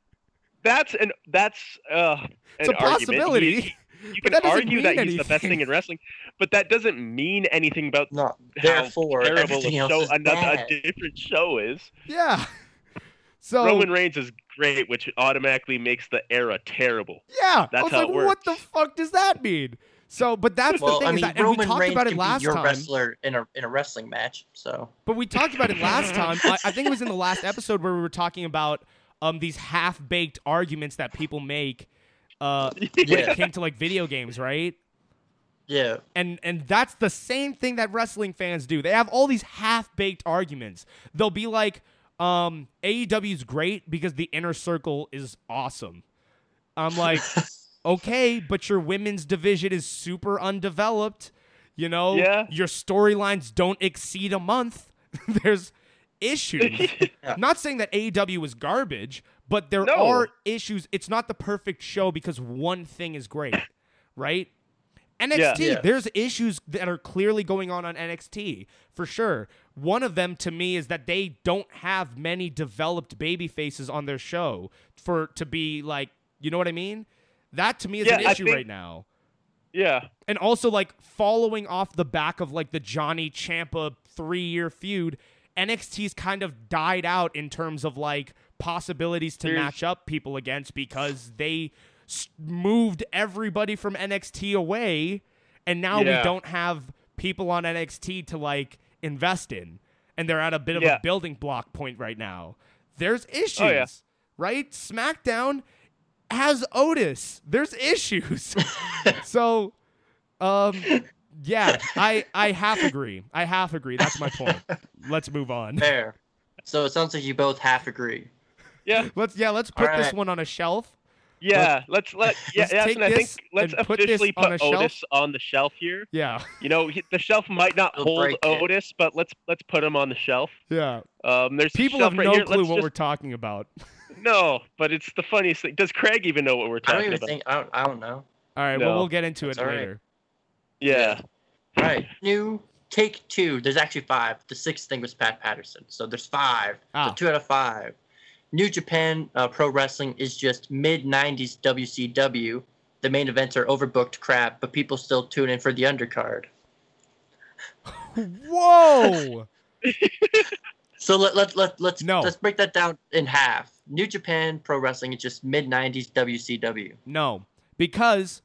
Speaker 3: that's an that's uh, an
Speaker 2: it's a
Speaker 3: argument. You-
Speaker 2: possibility.
Speaker 3: you
Speaker 2: But
Speaker 3: can
Speaker 2: that doesn't
Speaker 3: argue that
Speaker 2: mean
Speaker 3: he's the best
Speaker 2: anything.
Speaker 3: thing in wrestling, but that doesn't mean anything about
Speaker 4: Not
Speaker 3: how
Speaker 4: therefore
Speaker 3: terrible a
Speaker 4: everything else
Speaker 3: show
Speaker 4: is
Speaker 3: another a
Speaker 4: bad.
Speaker 3: different show is.
Speaker 2: Yeah. So
Speaker 3: Roman Reigns is great, which automatically makes the era terrible.
Speaker 2: yeah, I
Speaker 3: That's
Speaker 2: was
Speaker 3: how
Speaker 2: like,
Speaker 3: it
Speaker 2: what the
Speaker 3: works.
Speaker 2: fuck does that mean? So, but that's the
Speaker 4: Well,
Speaker 2: thing
Speaker 4: I
Speaker 2: is
Speaker 4: mean,
Speaker 2: that, and we
Speaker 4: Roman
Speaker 2: talked
Speaker 4: Reigns
Speaker 2: about
Speaker 4: can
Speaker 2: it last
Speaker 4: be your
Speaker 2: time.
Speaker 4: wrestler in a in a wrestling match, so
Speaker 2: But we talked about it last time. I, I think it was in the last episode where we were talking about um these half baked arguments that people make uh when
Speaker 4: Yeah.
Speaker 2: it came to like video games, right?
Speaker 4: yeah.
Speaker 2: and and that's the same thing that wrestling fans do. They have all these half-baked arguments. They'll be like, um, AEW's great because the inner circle is awesome. I'm like, okay, but your women's division is super undeveloped. You know,
Speaker 3: Yeah.
Speaker 2: your storylines don't exceed a month. There's issues. Not saying that AEW is garbage, but there
Speaker 3: No.
Speaker 2: are issues. It's not the perfect show because one thing is great, right? NXT,
Speaker 4: Yeah.
Speaker 2: there's issues that are clearly going on on NXT for sure. One of them to me is that they don't have many developed baby faces on their show for to be like, you know what I mean? That to me is an
Speaker 3: Yeah, I
Speaker 2: issue
Speaker 3: think-
Speaker 2: right now
Speaker 3: yeah.
Speaker 2: and also like following off the back of like the Johnny Champa three year feud, NXT's kind of died out in terms of like possibilities to
Speaker 3: There's-
Speaker 2: match up people against because they s- moved everybody from NXT away, and now we
Speaker 3: Yeah.
Speaker 2: don't have people on NXT to like invest in, and they're at a bit of
Speaker 3: Yeah. Oh,
Speaker 2: a building block point right now. There's issues,
Speaker 3: yeah.
Speaker 2: right? SmackDown has Otis. There's issues. so um yeah, I I half agree. I half agree. That's my point. Let's move on.
Speaker 4: Fair. So it sounds like you both half agree.
Speaker 3: Yeah,
Speaker 2: Let's yeah, let's put this
Speaker 4: Alright.
Speaker 2: one on a shelf.
Speaker 3: yeah. Let's let yeah.
Speaker 2: Let's
Speaker 3: yes,
Speaker 2: take
Speaker 3: and I think
Speaker 2: this
Speaker 3: let's
Speaker 2: and put this
Speaker 3: officially
Speaker 2: on a
Speaker 3: put
Speaker 2: shelf.
Speaker 3: Otis on the shelf here.
Speaker 2: Yeah.
Speaker 3: You know, he, the shelf might not
Speaker 4: We'll
Speaker 3: hold
Speaker 4: break it.
Speaker 3: Otis, but let's let's put him on the shelf.
Speaker 2: Yeah.
Speaker 3: Um, there's some
Speaker 2: People
Speaker 3: stuff
Speaker 2: have
Speaker 3: right
Speaker 2: no
Speaker 3: here.
Speaker 2: clue
Speaker 3: let's
Speaker 2: what
Speaker 3: just,
Speaker 2: we're talking about.
Speaker 3: No, but it's the funniest thing. Does Craig even know what we're
Speaker 4: I
Speaker 3: talking
Speaker 4: don't even
Speaker 3: about?
Speaker 4: think I don't, I don't know.
Speaker 2: All right,
Speaker 3: No.
Speaker 2: well we'll get into it
Speaker 4: That's alright.
Speaker 2: later.
Speaker 3: yeah.
Speaker 4: All right, new take two. There's actually five. The sixth thing was Pat Patterson, so there's five.
Speaker 2: Ah.
Speaker 4: So two out of five. New Japan uh, Pro Wrestling is just mid '90s WCW. The main events are overbooked crap, but people still tune in for the undercard.
Speaker 2: Whoa.
Speaker 4: So let let let let's
Speaker 2: No.
Speaker 4: let's break that down in half. New Japan Pro Wrestling is just mid '90s WCW.
Speaker 2: no. Because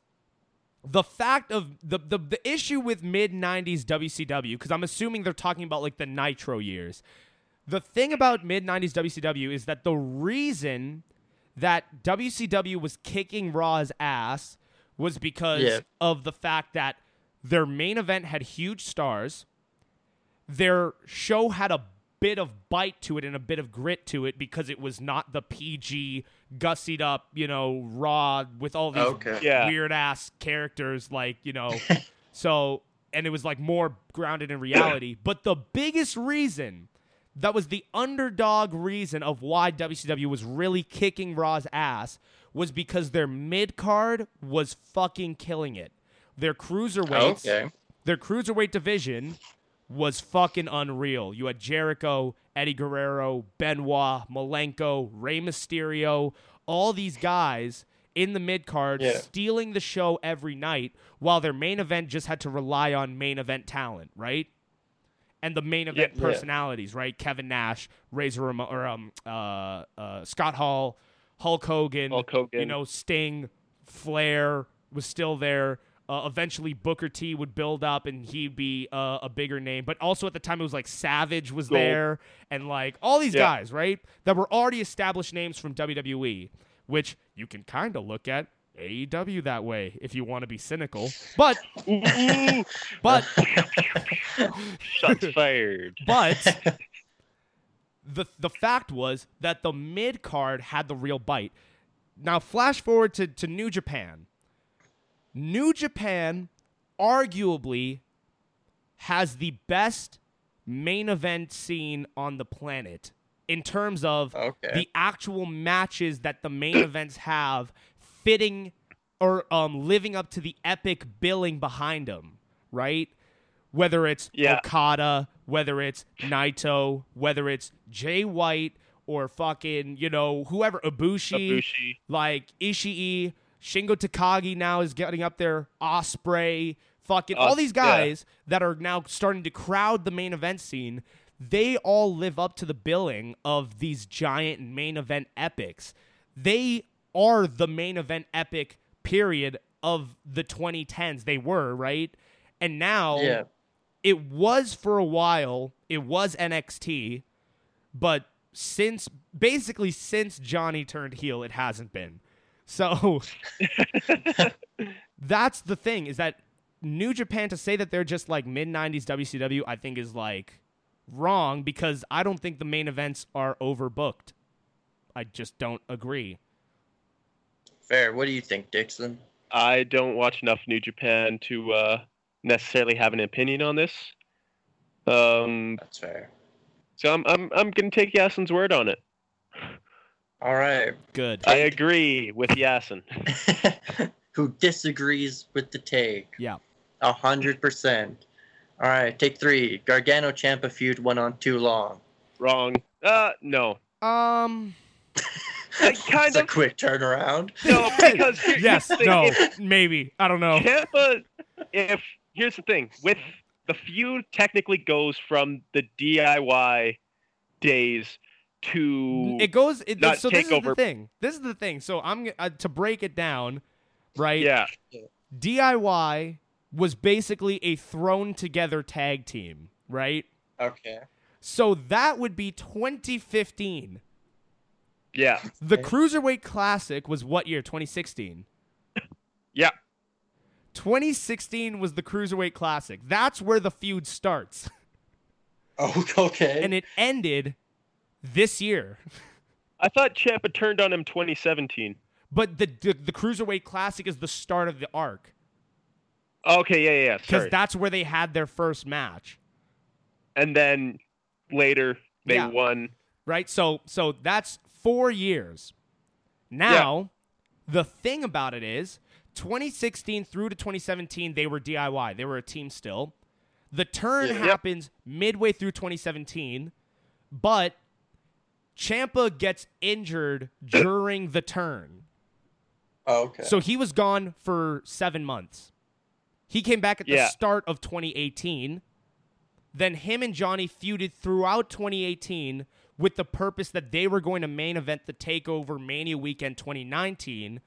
Speaker 2: the fact of the the, the issue with mid 90s WCW cuz I'm assuming they're talking about like the Nitro years. The thing about mid 90s WCW is that the reason that WCW was kicking Raw's ass was because
Speaker 4: Yeah.
Speaker 2: of the fact that their main event had huge stars. Their show had a bit of bite to it and a bit of grit to it because it was not the PG gussied up, you know, raw with all these
Speaker 4: Okay.
Speaker 3: Yeah.
Speaker 2: weird ass characters like, you know, so and it was like more grounded in reality. but the biggest reason that was the underdog reason of why WCW was really kicking Raw's ass was because their mid card was fucking killing it. Their cruiserweights,
Speaker 4: Okay.
Speaker 2: their cruiserweight division was fucking unreal. You had Jericho, Eddie Guerrero, Benoit, Malenko, Rey Mysterio, all these guys in the mid card
Speaker 4: Yeah.
Speaker 2: stealing the show every night while their main event just had to rely on main event talent, right? And the main event
Speaker 4: Yeah.
Speaker 2: personalities, right? Kevin Nash, Razor Ramon, or um, uh, uh, Scott Hall, Hulk Hogan,
Speaker 3: Hulk Hogan.
Speaker 2: you know, Sting, Flair was still there. Uh, eventually, Booker T would build up and he'd be uh, a bigger name. But also at the time, it was like Savage was
Speaker 3: Gold.
Speaker 2: there and like all these
Speaker 3: Yeah.
Speaker 2: guys, right? That were already established names from WWE, which you can kind of look at AEW that way if you want to be cynical. But,
Speaker 3: Ooh,
Speaker 2: but
Speaker 3: shots fired.
Speaker 2: But the the fact was that the mid card had the real bite. Now flash forward to, to New Japan. New Japan arguably has the best main event scene on the planet in terms of
Speaker 4: Okay.
Speaker 2: the actual matches that the main events have fitting or um, living up to the epic billing behind them, right? Whether it's
Speaker 3: Yeah.
Speaker 2: Okada, whether it's Naito, whether it's Jay White or fucking, you know, whoever,
Speaker 3: Ibushi.
Speaker 2: like Ishii, Shingo Takagi now is getting up there, Osprey, fucking all
Speaker 3: Os-
Speaker 2: these
Speaker 3: yeah.
Speaker 2: guys that are now starting to crowd the main event scene. They all live up to the billing of these giant main event epics. They are the main event epic period of the 2010s. They were, right? And now
Speaker 4: Yeah.
Speaker 2: it was for a while, it was NXT, but since basically since Johnny turned heel, it hasn't been. So that's the thing is that New Japan to say that they're just like mid 90s WCW, I think is like wrong because I don't think the main events are overbooked. I just don't agree.
Speaker 4: Fair. What do you think, Dixon?
Speaker 3: I don't watch enough New Japan to uh, necessarily have an opinion on this. Um,
Speaker 4: That's fair.
Speaker 3: So I'm I'm I'm gonna take Yasin's word on it.
Speaker 4: All right.
Speaker 7: Good.
Speaker 3: I agree with Yasin.
Speaker 4: Who disagrees with the take?
Speaker 7: Yeah.
Speaker 4: A hundred percent. All right. Take three. Gargano Champa feud went on too long.
Speaker 3: Wrong. Uh, no.
Speaker 2: Um.
Speaker 3: I kind
Speaker 4: It's a
Speaker 3: of
Speaker 4: quick turnaround.
Speaker 3: no because here-
Speaker 2: Yes.
Speaker 3: here's the thing,
Speaker 2: No. Maybe. I don't know.
Speaker 3: If Tampa, if here's the thing with the feud technically goes from the DIY days to
Speaker 2: It goes. It,
Speaker 3: Not
Speaker 2: so this is the
Speaker 3: takeover.
Speaker 2: thing. This is the thing. So I'm g- uh, to break it down, right?
Speaker 3: yeah
Speaker 2: DIY was basically a thrown together tag team, right?
Speaker 4: Okay.
Speaker 2: So that would be 2015.
Speaker 3: yeah
Speaker 2: The
Speaker 4: Okay.
Speaker 2: Cruiserweight Classic was what year? 2016.
Speaker 3: Yeah.
Speaker 2: 2016 was the Cruiserweight Classic. That's where the feud starts.
Speaker 4: Oh, okay.
Speaker 2: And it ended this year.
Speaker 3: I thought Champa turned on him 2017.
Speaker 2: But the, the the Cruiserweight Classic is the start of the arc
Speaker 3: Okay, yeah, yeah, yeah.
Speaker 2: cuz
Speaker 3: Sorry.
Speaker 2: that's where they had their first match,
Speaker 3: and then later they
Speaker 2: Yeah.
Speaker 3: won.
Speaker 2: right? So so that's 4 years. Now, the thing about it is 2016 through to 2017 they were DIY. They were a team still. The turn
Speaker 4: Yeah.
Speaker 2: happens midway through 2017, but Champa gets injured during the turn.
Speaker 4: oh, okay.
Speaker 2: So he was gone for seven months. He came back at the
Speaker 3: Yeah.
Speaker 2: start of 2018. Then him and Johnny feuded throughout 2018 with the purpose that they were going to main event the Takeover Mania Weekend 2019.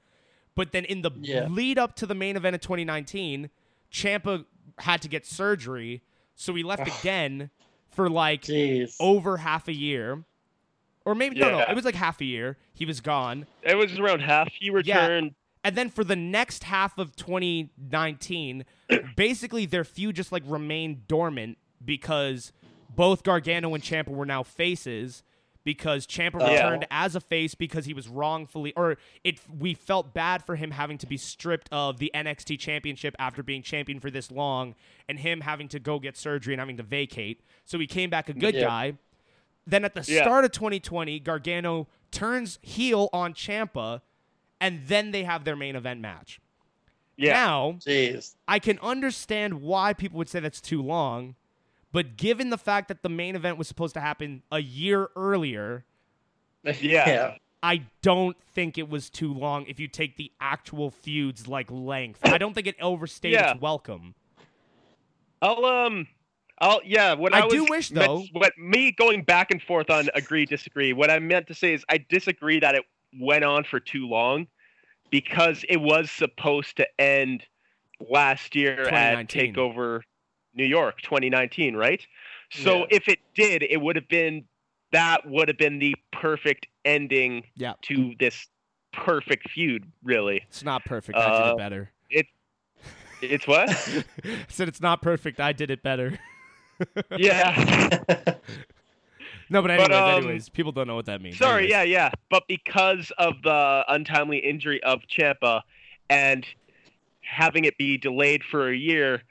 Speaker 2: But then in the
Speaker 4: Yeah.
Speaker 2: lead up to the main event of 2019, Champa had to get surgery, so he left again for like
Speaker 4: Jeez.
Speaker 2: over half a year, or maybe no, no,
Speaker 3: Yeah.
Speaker 2: it was like half a year. He was gone.
Speaker 3: It was around half. He returned.
Speaker 2: And then for the next half of 2019, basically their feud just like remained dormant because both Gargano and Champa were now faces because Champa
Speaker 4: Oh.
Speaker 2: returned as a face because he was wrongfully or it we felt bad for him having to be stripped of the NXT championship after being champion for this long and him having to go get surgery and having to vacate. So he came back a good
Speaker 4: Yeah.
Speaker 2: guy. Then at the
Speaker 3: Yeah.
Speaker 2: start of 2020, Gargano turns heel on Champa, and then they have their main event match.
Speaker 3: Yeah.
Speaker 2: Now
Speaker 4: Jeez.
Speaker 2: I can understand why people would say that's too long, but given the fact that the main event was supposed to happen a year earlier,
Speaker 3: Yeah.
Speaker 2: I don't think it was too long. If you take the actual feuds like length, I don't think it overstayed
Speaker 3: Yeah.
Speaker 2: its welcome.
Speaker 3: I'll um. I'll yeah. What I,
Speaker 2: I do
Speaker 3: was
Speaker 2: wish,
Speaker 3: meant-
Speaker 2: though-
Speaker 3: what me going back and forth on agree disagree. What I meant to say is I disagree that it went on for too long, because it was supposed to end last year at
Speaker 2: 2019.
Speaker 3: Takeover New York 2019, right? So if it did, it would have been that would have been the perfect ending
Speaker 7: Yeah.
Speaker 3: to this perfect feud. Really,
Speaker 2: It's not perfect. I did
Speaker 3: Uh,
Speaker 2: it better.
Speaker 3: it's what?
Speaker 2: I said it's not perfect. I did it better.
Speaker 3: yeah.
Speaker 2: No, but anyways,
Speaker 3: But, um,
Speaker 2: anyways, people don't know what that means.
Speaker 3: Sorry,
Speaker 2: Anyways.
Speaker 3: yeah, yeah. But because of the untimely injury of Champa and having it be delayed for a year,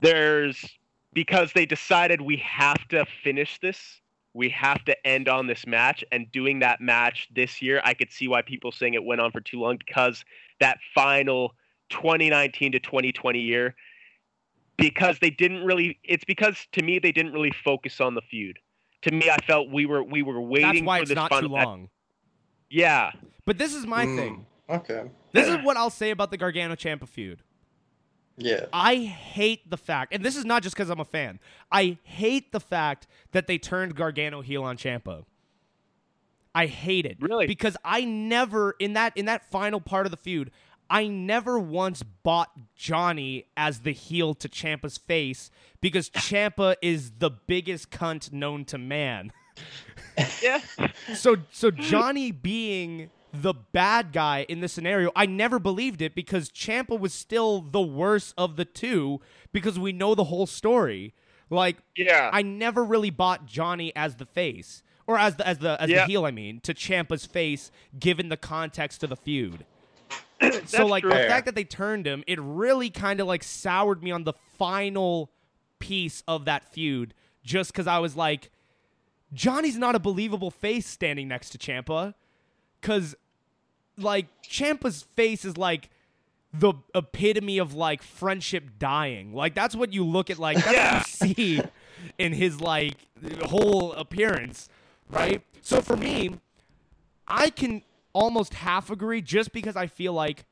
Speaker 3: there's because they decided we have to finish this. We have to end on this match and doing that match this year, I could see why people saying it went on for too long because that final 2019 to 2020 year because they didn't really it's because to me they didn't really focus on the feud. To me I felt we were we were waiting
Speaker 2: That's why
Speaker 3: for
Speaker 2: it's
Speaker 3: this e-
Speaker 2: not too
Speaker 3: final match.
Speaker 2: long.
Speaker 3: Yeah.
Speaker 2: But this is my
Speaker 4: Mm,
Speaker 2: thing.
Speaker 4: Okay.
Speaker 2: This is what I'll say about the Gargano Champa feud.
Speaker 4: Yeah.
Speaker 2: I hate the fact, and this is not just because I'm a fan. I hate the fact that they turned Gargano heel on Champa. I hate it
Speaker 3: Really?
Speaker 2: because I never in that in that final part of the feud, I never once bought Johnny as the heel to Champa's face because Champa is the biggest cunt known to man.
Speaker 3: Yeah.
Speaker 2: so so Johnny being the bad guy in this scenario, I never believed it because Champa was still the worse of the two because we know the whole story. Like
Speaker 3: Yeah.
Speaker 2: I never really bought Johnny as the face or as the as the as
Speaker 3: Yeah.
Speaker 2: the heel. I mean, to Champa's face, given the context of the feud. so
Speaker 3: That's
Speaker 2: like
Speaker 3: true.
Speaker 2: the
Speaker 4: Fair.
Speaker 2: fact that they turned him, it really kind of like soured me on the final piece of that feud, just because I was like, Johnny's not a believable face standing next to Champa, cause like Champa's face is like the epitome of like friendship dying. Like that's what you look at. Like that's what you see in his like whole appearance, right? So for me, I can almost half agree just because I feel like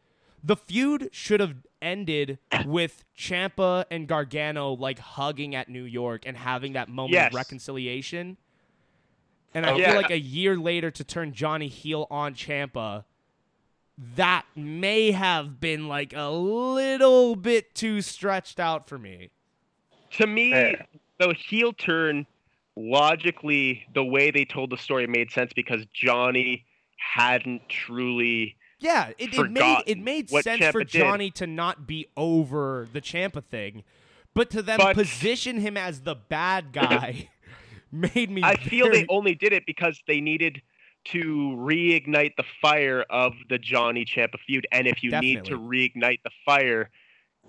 Speaker 2: the feud should have ended with Champa and Gargano like hugging at New York and having that moment
Speaker 3: Yes.
Speaker 2: of reconciliation. And I
Speaker 3: Oh, Yeah.
Speaker 2: feel like a year later to turn Johnny heel on Champa, that may have been like a little bit too stretched out for me.
Speaker 3: To me,
Speaker 7: Yeah.
Speaker 3: the heel turn logically, the way they told the story made sense because Johnny hadn't truly
Speaker 2: Yeah, it, it made
Speaker 3: Forgotten
Speaker 2: it made
Speaker 3: what
Speaker 2: sense
Speaker 3: Ciampa
Speaker 2: for
Speaker 3: did.
Speaker 2: Johnny to not be over the Champa thing, but to then
Speaker 3: But-
Speaker 2: position him as the bad guy made me.
Speaker 3: I feel
Speaker 2: very-
Speaker 3: they only did it because they needed to reignite the fire of the Johnny Champa feud. And if you need to reignite the fire,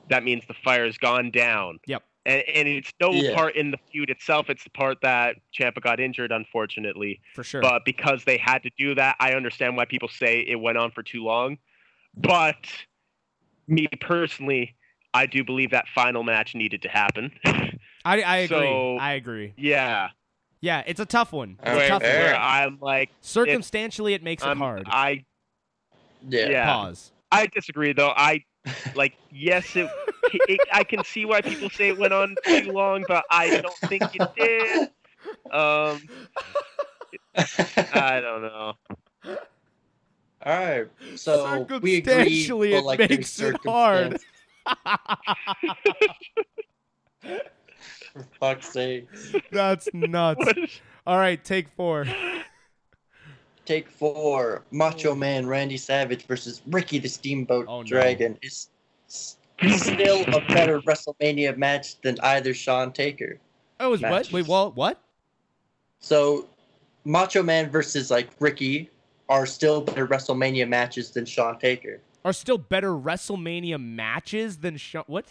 Speaker 3: that means the fire has gone down.
Speaker 2: Yep.
Speaker 3: And, and it's no
Speaker 4: Yeah.
Speaker 3: part in the feud itself. It's the part that Champa got injured, unfortunately.
Speaker 2: for sure.
Speaker 3: But because they had to do that, I understand why people say it went on for too long. But me personally, I do believe that final match needed to happen.
Speaker 2: I, I agree.
Speaker 3: so-
Speaker 2: I agree.
Speaker 3: yeah.
Speaker 2: Yeah, it's a tough one. It's a
Speaker 7: Wait,
Speaker 2: tough
Speaker 7: there.
Speaker 2: one.
Speaker 3: Where I'm like,
Speaker 2: Circumstantially, it makes it
Speaker 3: uh, I'm,
Speaker 2: hard.
Speaker 3: I
Speaker 4: Yeah.
Speaker 3: yeah.
Speaker 2: Pause.
Speaker 3: I disagree though. I like yes, it, it. I can see why people say it went on too long, but I don't think it did. Um, I don't know.
Speaker 4: All right. So we agree.
Speaker 2: Circumstantially,
Speaker 4: but,
Speaker 2: it
Speaker 4: like, there's
Speaker 2: makes it hard.
Speaker 4: circumstance, For fuck's sake.
Speaker 2: That's nuts.
Speaker 3: What is-
Speaker 2: All right, take four.
Speaker 4: Take four. Macho Man Randy Savage versus Ricky the Steamboat
Speaker 2: Oh, no.
Speaker 4: Dragon is s- still a better WrestleMania match than either Shawn Taker.
Speaker 2: Oh, was what?
Speaker 4: Matches.
Speaker 2: Wait, well, what?
Speaker 4: So Macho Man versus like Ricky are still better WrestleMania matches than Shawn Taker.
Speaker 2: Are still better WrestleMania matches than Shawn? What?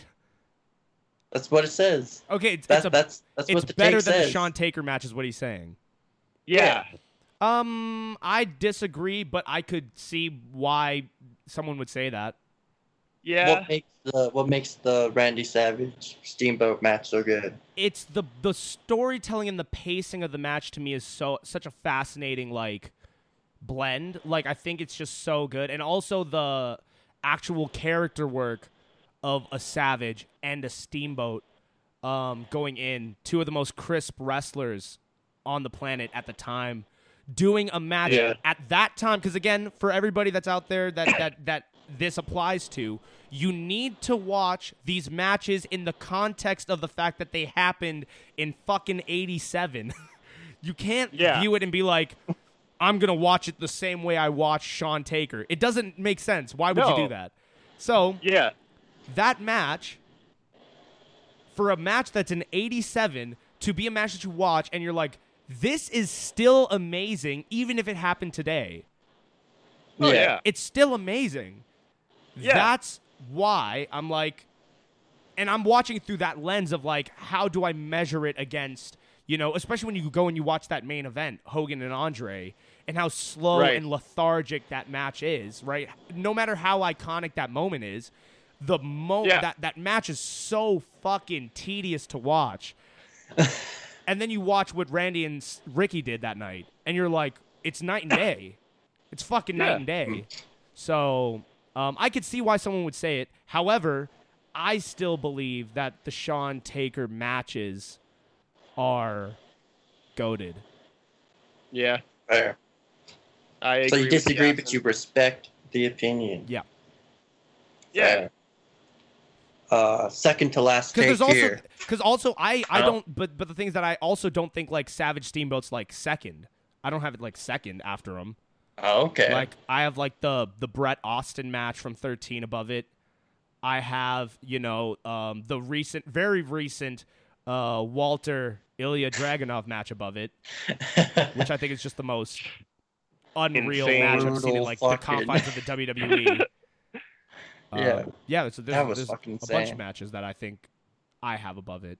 Speaker 4: That's what it says.
Speaker 2: Okay, it's,
Speaker 4: That's
Speaker 2: it's a
Speaker 4: that's that's
Speaker 2: it's
Speaker 4: what the
Speaker 2: better
Speaker 4: take
Speaker 2: than the
Speaker 4: says.
Speaker 2: Sean Taker match, is what he's saying.
Speaker 3: Yeah,
Speaker 2: Um, I disagree, but I could see why someone would say that.
Speaker 3: yeah.
Speaker 4: What makes the what makes the Randy Savage Steamboat match so good?
Speaker 2: It's the the storytelling and the pacing of the match to me is so such a fascinating like blend. Like I think it's just so good, and also the actual character work of a Savage and a Steamboat um, going in, two of the most crisp wrestlers on the planet at the time, doing a match
Speaker 7: Yeah.
Speaker 2: at that time. Because again, for everybody that's out there that that that this applies to, you need to watch these matches in the context of the fact that they happened in fucking '87. you can't
Speaker 3: Yeah.
Speaker 2: view it and be like. I'm gonna watch it the same way I watch Sean Taker. It doesn't make sense. Why would
Speaker 3: No.
Speaker 2: you do that? So
Speaker 3: Yeah,
Speaker 2: that match for a match that's an 87 to be a match that you watch and you're like this is still amazing even if it happened today
Speaker 3: oh, yeah,
Speaker 2: it's still amazing
Speaker 3: Yeah.
Speaker 2: that's why i'm like and i'm watching through that lens of like how do i measure it against you know especially when you go and you watch that main event hogan and andre and how slow
Speaker 3: Right.
Speaker 2: and lethargic that match is right no matter how iconic that moment is the mo
Speaker 3: Yeah.
Speaker 2: that that match is so fucking tedious to watch and then you watch what randy and S- ricky did that night and you're like it's night and day it's fucking night
Speaker 3: Yeah.
Speaker 2: and day so um, I could see why someone would say it. However, I still believe that the Sean Taker matches are goaded.
Speaker 3: yeah.
Speaker 4: Fair.
Speaker 3: I
Speaker 4: So
Speaker 3: agree
Speaker 4: you
Speaker 3: with
Speaker 4: disagree, but
Speaker 3: Jackson.
Speaker 4: you respect the opinion.
Speaker 2: Yeah.
Speaker 3: yeah.
Speaker 4: Fair. Uh, second to last
Speaker 2: Because
Speaker 4: take
Speaker 2: there's also
Speaker 4: here.
Speaker 2: because also I I
Speaker 4: Oh.
Speaker 2: don't but but the things that I also don't think like Savage Steamboat's like second. I don't have it like second after him.
Speaker 4: Oh, okay.
Speaker 2: Like I have like the the Brett Austin match from 13 above it. I have you know um, the recent very recent uh, Walter Ilya Dragunov match above it. which I think is just the most unreal
Speaker 3: Insane.
Speaker 2: match I've seen in
Speaker 4: Brutal
Speaker 2: like the
Speaker 4: fucking-
Speaker 2: confines of the WWE. Um,
Speaker 4: Yeah.
Speaker 2: yeah. So
Speaker 4: that
Speaker 2: there's,
Speaker 4: was
Speaker 2: there's
Speaker 4: fucking
Speaker 2: a bunch
Speaker 4: insane.
Speaker 2: of matches that I think I have above it.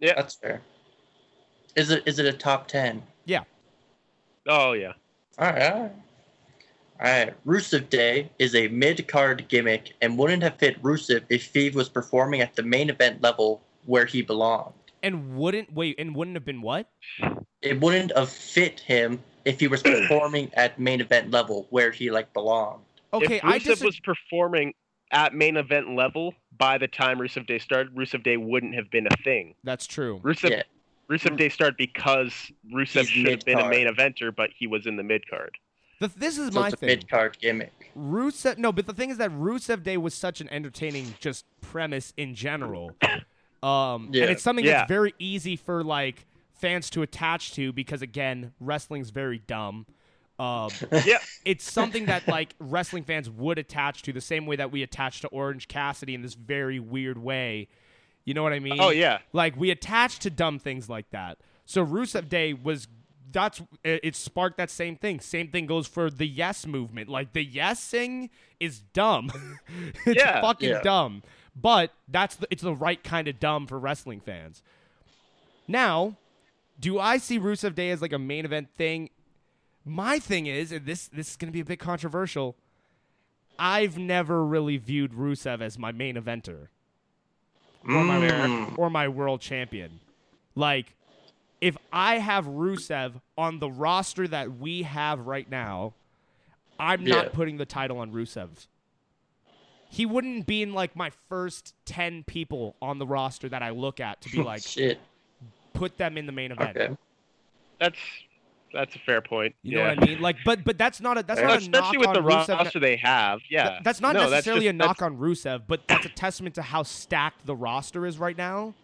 Speaker 4: That's fair. Is it is it a top ten?
Speaker 3: Oh yeah.
Speaker 4: All right, all right. All right. Rusev Day is a mid-card gimmick and wouldn't have fit Rusev if Fiend was performing at the main event level where he belonged.
Speaker 2: And wouldn't wait, and wouldn't have been what?
Speaker 4: It wouldn't have fit him if he was performing at main event level where he like belonged.
Speaker 2: Okay,
Speaker 3: if Rusev
Speaker 2: I just
Speaker 3: was performing at main event level by the time Rusev Day started, Rusev Day wouldn't have been a thing.
Speaker 2: that's true.
Speaker 3: Rusev
Speaker 4: Yeah.
Speaker 3: Rusev Day started because Rusev
Speaker 4: He's
Speaker 3: should have been a
Speaker 4: mid-card.
Speaker 3: main eventer, but he was in the mid card.
Speaker 2: The, this is
Speaker 4: So
Speaker 2: my
Speaker 4: it's a
Speaker 2: thing.
Speaker 4: mid-card gimmick.
Speaker 2: Rusev, no, but the thing is that Rusev Day was such an entertaining just premise in general, um,
Speaker 4: Yeah.
Speaker 2: and it's something
Speaker 3: Yeah.
Speaker 2: that's very easy for like fans to attach to because again, wrestling's very dumb. Um,
Speaker 3: Yeah.
Speaker 2: it's something that like wrestling fans would attach to the same way that we attach to Orange Cassidy in this very weird way. You know what I mean?
Speaker 3: Oh yeah.
Speaker 2: Like we attach to dumb things like that. So Rusev Day was that's it it sparked that same thing. Same thing goes for the yes movement. Like the yesing is dumb. it's
Speaker 3: Yeah,
Speaker 2: fucking
Speaker 4: yeah.
Speaker 2: dumb. But that's the, it's the right kind of dumb for wrestling fans. Now, do I see Rusev Day as like a main event thing? My thing is, and this this is gonna be a bit controversial. I've never really viewed Rusev as my main eventer
Speaker 4: Mm.
Speaker 2: or my world champion. Like, if I have Rusev on the roster that we have right now, I'm
Speaker 4: Yeah.
Speaker 2: not putting the title on Rusev. He wouldn't be in like my first 10 people on the roster that I look at to be like,
Speaker 4: Shit.
Speaker 2: put them in the main event.
Speaker 4: Okay.
Speaker 3: That's that's a fair point.
Speaker 2: You know
Speaker 3: yeah.
Speaker 2: what I mean? Like, but but that's not a that's
Speaker 3: Well,
Speaker 2: not a knock
Speaker 3: especially with
Speaker 2: on
Speaker 3: the
Speaker 2: Rusev.
Speaker 3: roster they have. Yeah.
Speaker 2: Th- that's not
Speaker 3: No,
Speaker 2: necessarily
Speaker 3: just-
Speaker 2: a knock
Speaker 3: that's-
Speaker 2: on Rusev, but that's a testament to how stacked the roster is right now.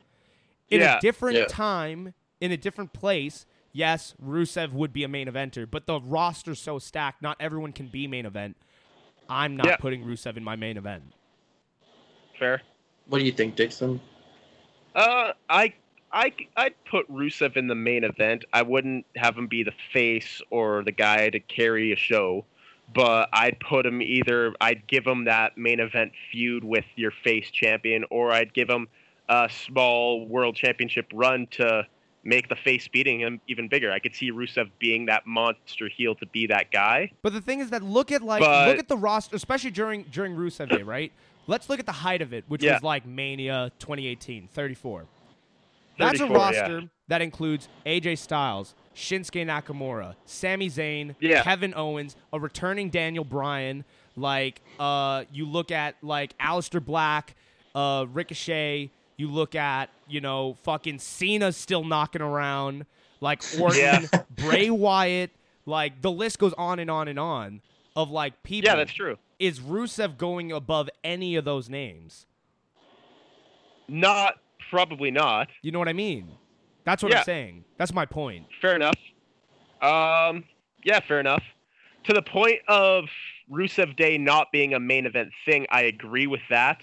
Speaker 2: In
Speaker 3: Yeah,
Speaker 2: a different
Speaker 4: yeah.
Speaker 2: time, in a different place, yes, Rusev would be a main eventer, but the roster's so stacked, not everyone can be main event. I'm not
Speaker 3: Yeah.
Speaker 2: putting Rusev in my main event.
Speaker 3: fair.
Speaker 4: What do you think, Dixon?
Speaker 3: Uh, I, I, I'd put Rusev in the main event. I wouldn't have him be the face or the guy to carry a show, but I'd put him either. I'd give him that main event feud with your face champion, or I'd give him a small world championship run to make the face beating him even bigger. I could see Rusev being that monster heel to be that guy.
Speaker 2: But the thing is that look at like
Speaker 3: But-
Speaker 2: look at the roster, especially during during Rusev Day, right? Let's look at the height of it, which
Speaker 3: Yeah.
Speaker 2: was like Mania 2018, 34. That's a
Speaker 3: 34, yeah.
Speaker 2: roster that includes AJ Styles, Shinsuke Nakamura, Sami Zayn,
Speaker 3: Yeah.
Speaker 2: Kevin Owens, a returning Daniel Bryan. Like, uh, you look at like Aleister Black, uh, Ricochet. You look at you know fucking Cena's still knocking around, like Orton,
Speaker 3: Yeah.
Speaker 2: Bray Wyatt. Like the list goes on and on and on of like people.
Speaker 3: Yeah, that's true.
Speaker 2: Is Rusev going above any of those names?
Speaker 3: Not probably not.
Speaker 2: You know what I mean? That's what
Speaker 3: Yeah.
Speaker 2: I'm saying. That's my point.
Speaker 3: fair enough. Um, yeah, fair enough. To the point of Rusev Day not being a main event thing, I agree with that.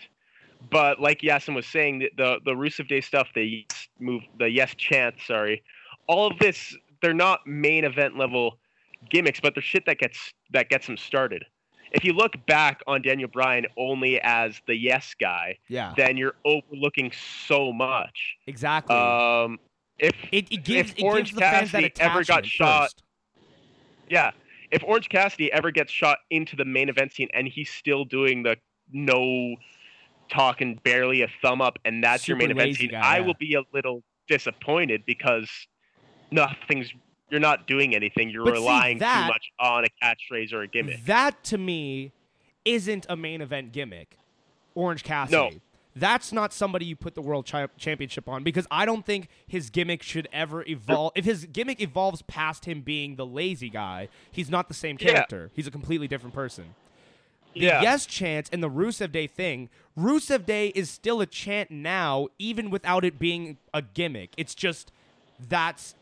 Speaker 3: But like Yasin was saying, the the, the Rusev Day stuff, the yes move, the yes chant, sorry, all of this, they're not main event level gimmicks, but they're shit that gets that gets them started. If you look back on Daniel Bryan only as the yes guy,
Speaker 2: Yeah,
Speaker 3: then you're overlooking so much.
Speaker 2: exactly.
Speaker 3: Um, if
Speaker 2: It, it gives
Speaker 3: if
Speaker 2: it
Speaker 3: Orange
Speaker 2: gives the fans that
Speaker 3: Cassidy ever
Speaker 2: attachment
Speaker 3: got shot-
Speaker 2: first.
Speaker 3: Yeah. If Orange Cassidy ever gets shot into the main event scene and he's still doing the no talk and barely a thumb up and that's your
Speaker 2: Super
Speaker 3: main event
Speaker 2: lazy
Speaker 3: scene,
Speaker 2: guy,
Speaker 3: I
Speaker 2: yeah.
Speaker 3: will be a little disappointed because nothing's you're not doing anything. You're
Speaker 2: But see,
Speaker 3: relying
Speaker 2: that-
Speaker 3: too much on a catchphrase or a gimmick.
Speaker 2: That to me isn't a main event gimmick. Orange Cassidy.
Speaker 3: No.
Speaker 2: That's not somebody you put the world chi- championship on because I don't think his gimmick should ever evolve. If his gimmick evolves past him being the lazy guy, he's not the same
Speaker 3: Yeah.
Speaker 2: character. He's a completely different person. The
Speaker 3: Yeah.
Speaker 2: yes chance and the Rusev Day thing, Rusev Day is still a chant now, even without it being a gimmick. It's just that's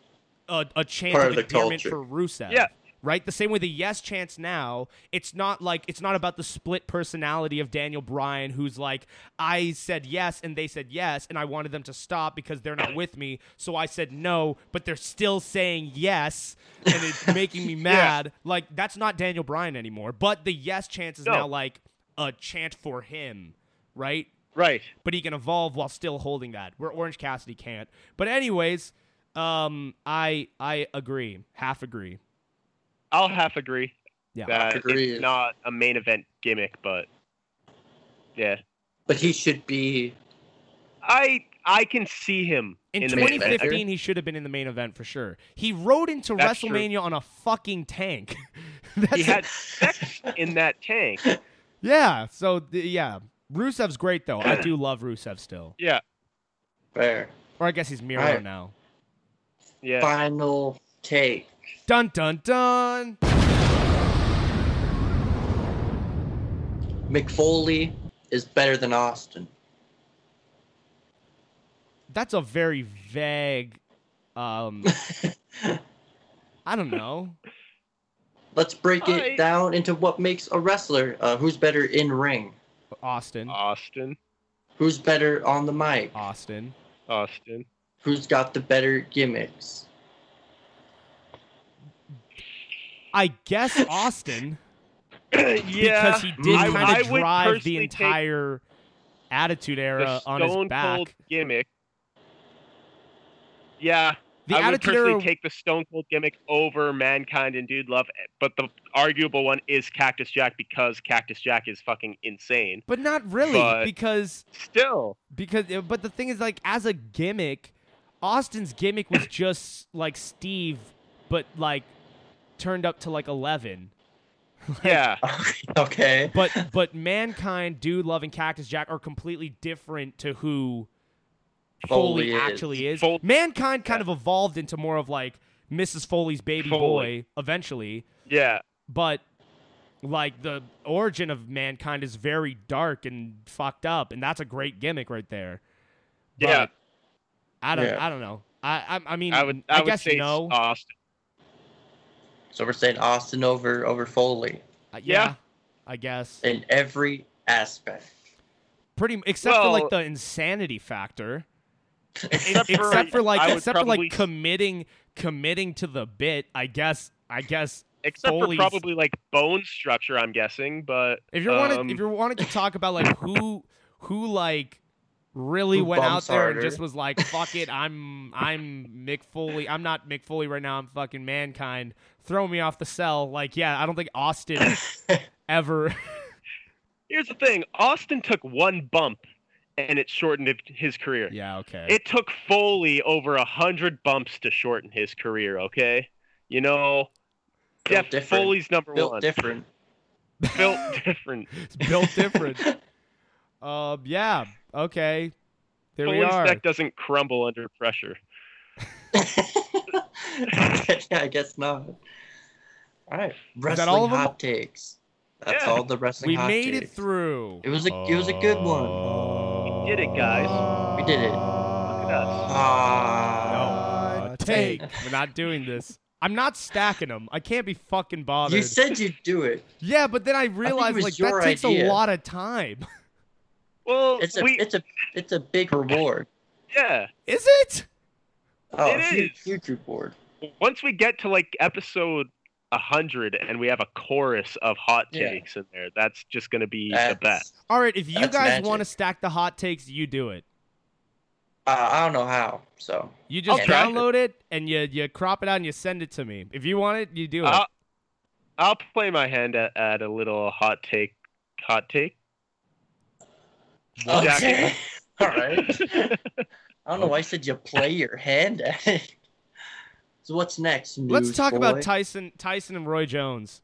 Speaker 2: a, a chant
Speaker 4: Part
Speaker 2: of
Speaker 4: of the
Speaker 2: endearment
Speaker 4: culture.
Speaker 2: for Rusev.
Speaker 3: Yeah.
Speaker 2: Right? The same way the yes chance now, it's not like it's not about the split personality of Daniel Bryan who's like, I said yes and they said yes, and I wanted them to stop because they're not with me. So I said no, but they're still saying yes and it's making me mad. Like that's not Daniel Bryan anymore. But the yes chance is
Speaker 3: No.
Speaker 2: now like a chant for him, right?
Speaker 3: Right.
Speaker 2: but he can evolve while still holding that. Where Orange Cassidy can't. But anyways, Um, I I agree, half agree.
Speaker 3: I'll half agree
Speaker 2: Yeah.
Speaker 3: that
Speaker 4: Agreed.
Speaker 3: it's not a main event gimmick, but yeah,
Speaker 4: But he should be.
Speaker 3: I I can see him
Speaker 2: In,
Speaker 3: in, the main event.
Speaker 2: 2015, he should have been in the main event for sure. He rode into
Speaker 3: That's true.
Speaker 2: WrestleMania on a fucking tank. That's
Speaker 3: He had sex in that tank.
Speaker 2: yeah. So th- yeah, Rusev's great though. I do love Rusev still,
Speaker 3: Yeah,
Speaker 4: Fair.
Speaker 2: or I guess he's Miro
Speaker 4: Right.
Speaker 2: now.
Speaker 3: yeah.
Speaker 4: Final take.
Speaker 2: Dun dun dun.
Speaker 4: McFoley is better than Austin.
Speaker 2: That's a very vague. Um, I don't know.
Speaker 4: Let's break it
Speaker 3: I-
Speaker 4: down into what makes a wrestler. Uh, who's better in ring?
Speaker 2: Austin,
Speaker 3: Austin,
Speaker 4: Who's better on the mic?
Speaker 2: Uh, Austin.
Speaker 3: Austin.
Speaker 4: Who's got the better gimmicks?
Speaker 2: I guess Austin
Speaker 3: yeah,
Speaker 2: because he did
Speaker 3: I- I
Speaker 2: kind of
Speaker 3: would
Speaker 2: drive the
Speaker 3: personally take
Speaker 2: entire Attitude Era
Speaker 3: the
Speaker 2: uh, on
Speaker 3: Stone
Speaker 2: his back.
Speaker 3: Cold gimmick. Yeah,
Speaker 2: the
Speaker 3: I would
Speaker 2: Attitude
Speaker 3: personally
Speaker 2: Era
Speaker 3: take the Stone Cold gimmick over Mankind and Dude Love, but the arguable one is Cactus Jack because Cactus Jack is fucking insane.
Speaker 2: But not really,
Speaker 3: But-
Speaker 2: because
Speaker 3: Still,
Speaker 2: because eh, but the thing is like as a gimmick, Austin's gimmick was just like Steve, but like turned up to like eleven.
Speaker 3: yeah,
Speaker 4: okay.
Speaker 2: But but mankind, dude, love and Cactus Jack are completely different to who Foley,
Speaker 4: Foley is.
Speaker 2: actually is.
Speaker 3: Fol-
Speaker 2: mankind kind
Speaker 3: Yeah.
Speaker 2: of evolved into more of like Mrs. Foley's baby
Speaker 3: Foley.
Speaker 2: boy eventually,
Speaker 3: yeah,
Speaker 2: but like the origin of mankind is very dark and fucked up, and that's a great gimmick right there.
Speaker 3: yeah.
Speaker 2: But I don't.
Speaker 4: Yeah.
Speaker 2: I don't know. I. I, I mean,
Speaker 3: I would, I, would
Speaker 2: guess
Speaker 3: say
Speaker 2: no.
Speaker 3: Austin.
Speaker 4: So we're saying Austin over over Foley
Speaker 2: Uh,
Speaker 3: yeah.
Speaker 2: I guess
Speaker 4: in every aspect.
Speaker 2: pretty except for like
Speaker 3: Well-
Speaker 2: the insanity factor.
Speaker 3: Except,
Speaker 2: Except for like,
Speaker 3: I would
Speaker 2: except for
Speaker 3: probably-
Speaker 2: like committing, committing to the bit. I guess. I guess
Speaker 3: except
Speaker 2: Foley's-
Speaker 3: for probably like bone structure, I'm guessing. But
Speaker 2: if you wanted,
Speaker 3: um,
Speaker 2: if you wanted to talk about like who, who like really
Speaker 4: Who
Speaker 2: went out
Speaker 4: bumps
Speaker 2: there
Speaker 4: harder.
Speaker 2: and just was like, fuck it, I'm, I'm Mick Foley. I'm not Mick Foley right now. I'm fucking mankind. Throw me off the cell. Like, yeah, I don't think Austin ever.
Speaker 3: here's the thing: Austin took one bump, and it shortened it- his career.
Speaker 2: yeah. Okay.
Speaker 3: It took Foley over a hundred bumps to shorten his career. Okay, you know,
Speaker 4: Built
Speaker 3: Jeff
Speaker 4: different.
Speaker 3: Foley's number
Speaker 4: Built
Speaker 3: one.
Speaker 4: different.
Speaker 3: Built different.
Speaker 2: It's built different. um, yeah. Okay. There we
Speaker 3: Foley's
Speaker 2: are.
Speaker 3: neck doesn't crumble under pressure.
Speaker 4: yeah, I guess not. All right, wrestling
Speaker 2: that all of them?
Speaker 4: hot takes. That's
Speaker 3: Yeah.
Speaker 4: all the wrestling.
Speaker 2: We
Speaker 4: hot
Speaker 2: made it
Speaker 4: takes.
Speaker 2: through.
Speaker 4: It was a it was a good one.
Speaker 3: We did it, guys.
Speaker 4: We did it.
Speaker 3: Look at us.
Speaker 4: Ah,
Speaker 2: No. Take. We're not doing this. I'm not stacking them. I can't be fucking bothered.
Speaker 4: you said you'd do it.
Speaker 2: yeah, but then I realized
Speaker 4: was
Speaker 2: like
Speaker 4: your
Speaker 2: that takes a
Speaker 4: idea.
Speaker 2: lot of time.
Speaker 3: Well,
Speaker 4: It's a
Speaker 3: we,
Speaker 4: it's a it's a big reward.
Speaker 3: yeah.
Speaker 2: Is it?
Speaker 4: Oh,
Speaker 3: It
Speaker 4: huge, huge reward.
Speaker 3: Once we get to like episode hundred, and we have a chorus of hot
Speaker 4: Yeah.
Speaker 3: takes in there, that's just gonna be the
Speaker 4: That's-
Speaker 3: best.
Speaker 2: All right. If you
Speaker 4: That's
Speaker 2: guys
Speaker 4: magic.
Speaker 2: want to stack the hot takes, you do it.
Speaker 4: Uh, I don't know how. So
Speaker 2: You just
Speaker 3: I'll try.
Speaker 2: download it and you you crop it out and you send it to me. If you want it, you do it.
Speaker 4: Uh,
Speaker 3: I'll, I'll play my hand at, at a little hot take. Hot take. Jack-
Speaker 4: okay. All right. I don't know why I said you play your hand. at it. so what's next?
Speaker 2: Let's talk about
Speaker 4: newsboy?
Speaker 2: Tyson Tyson and Roy Jones.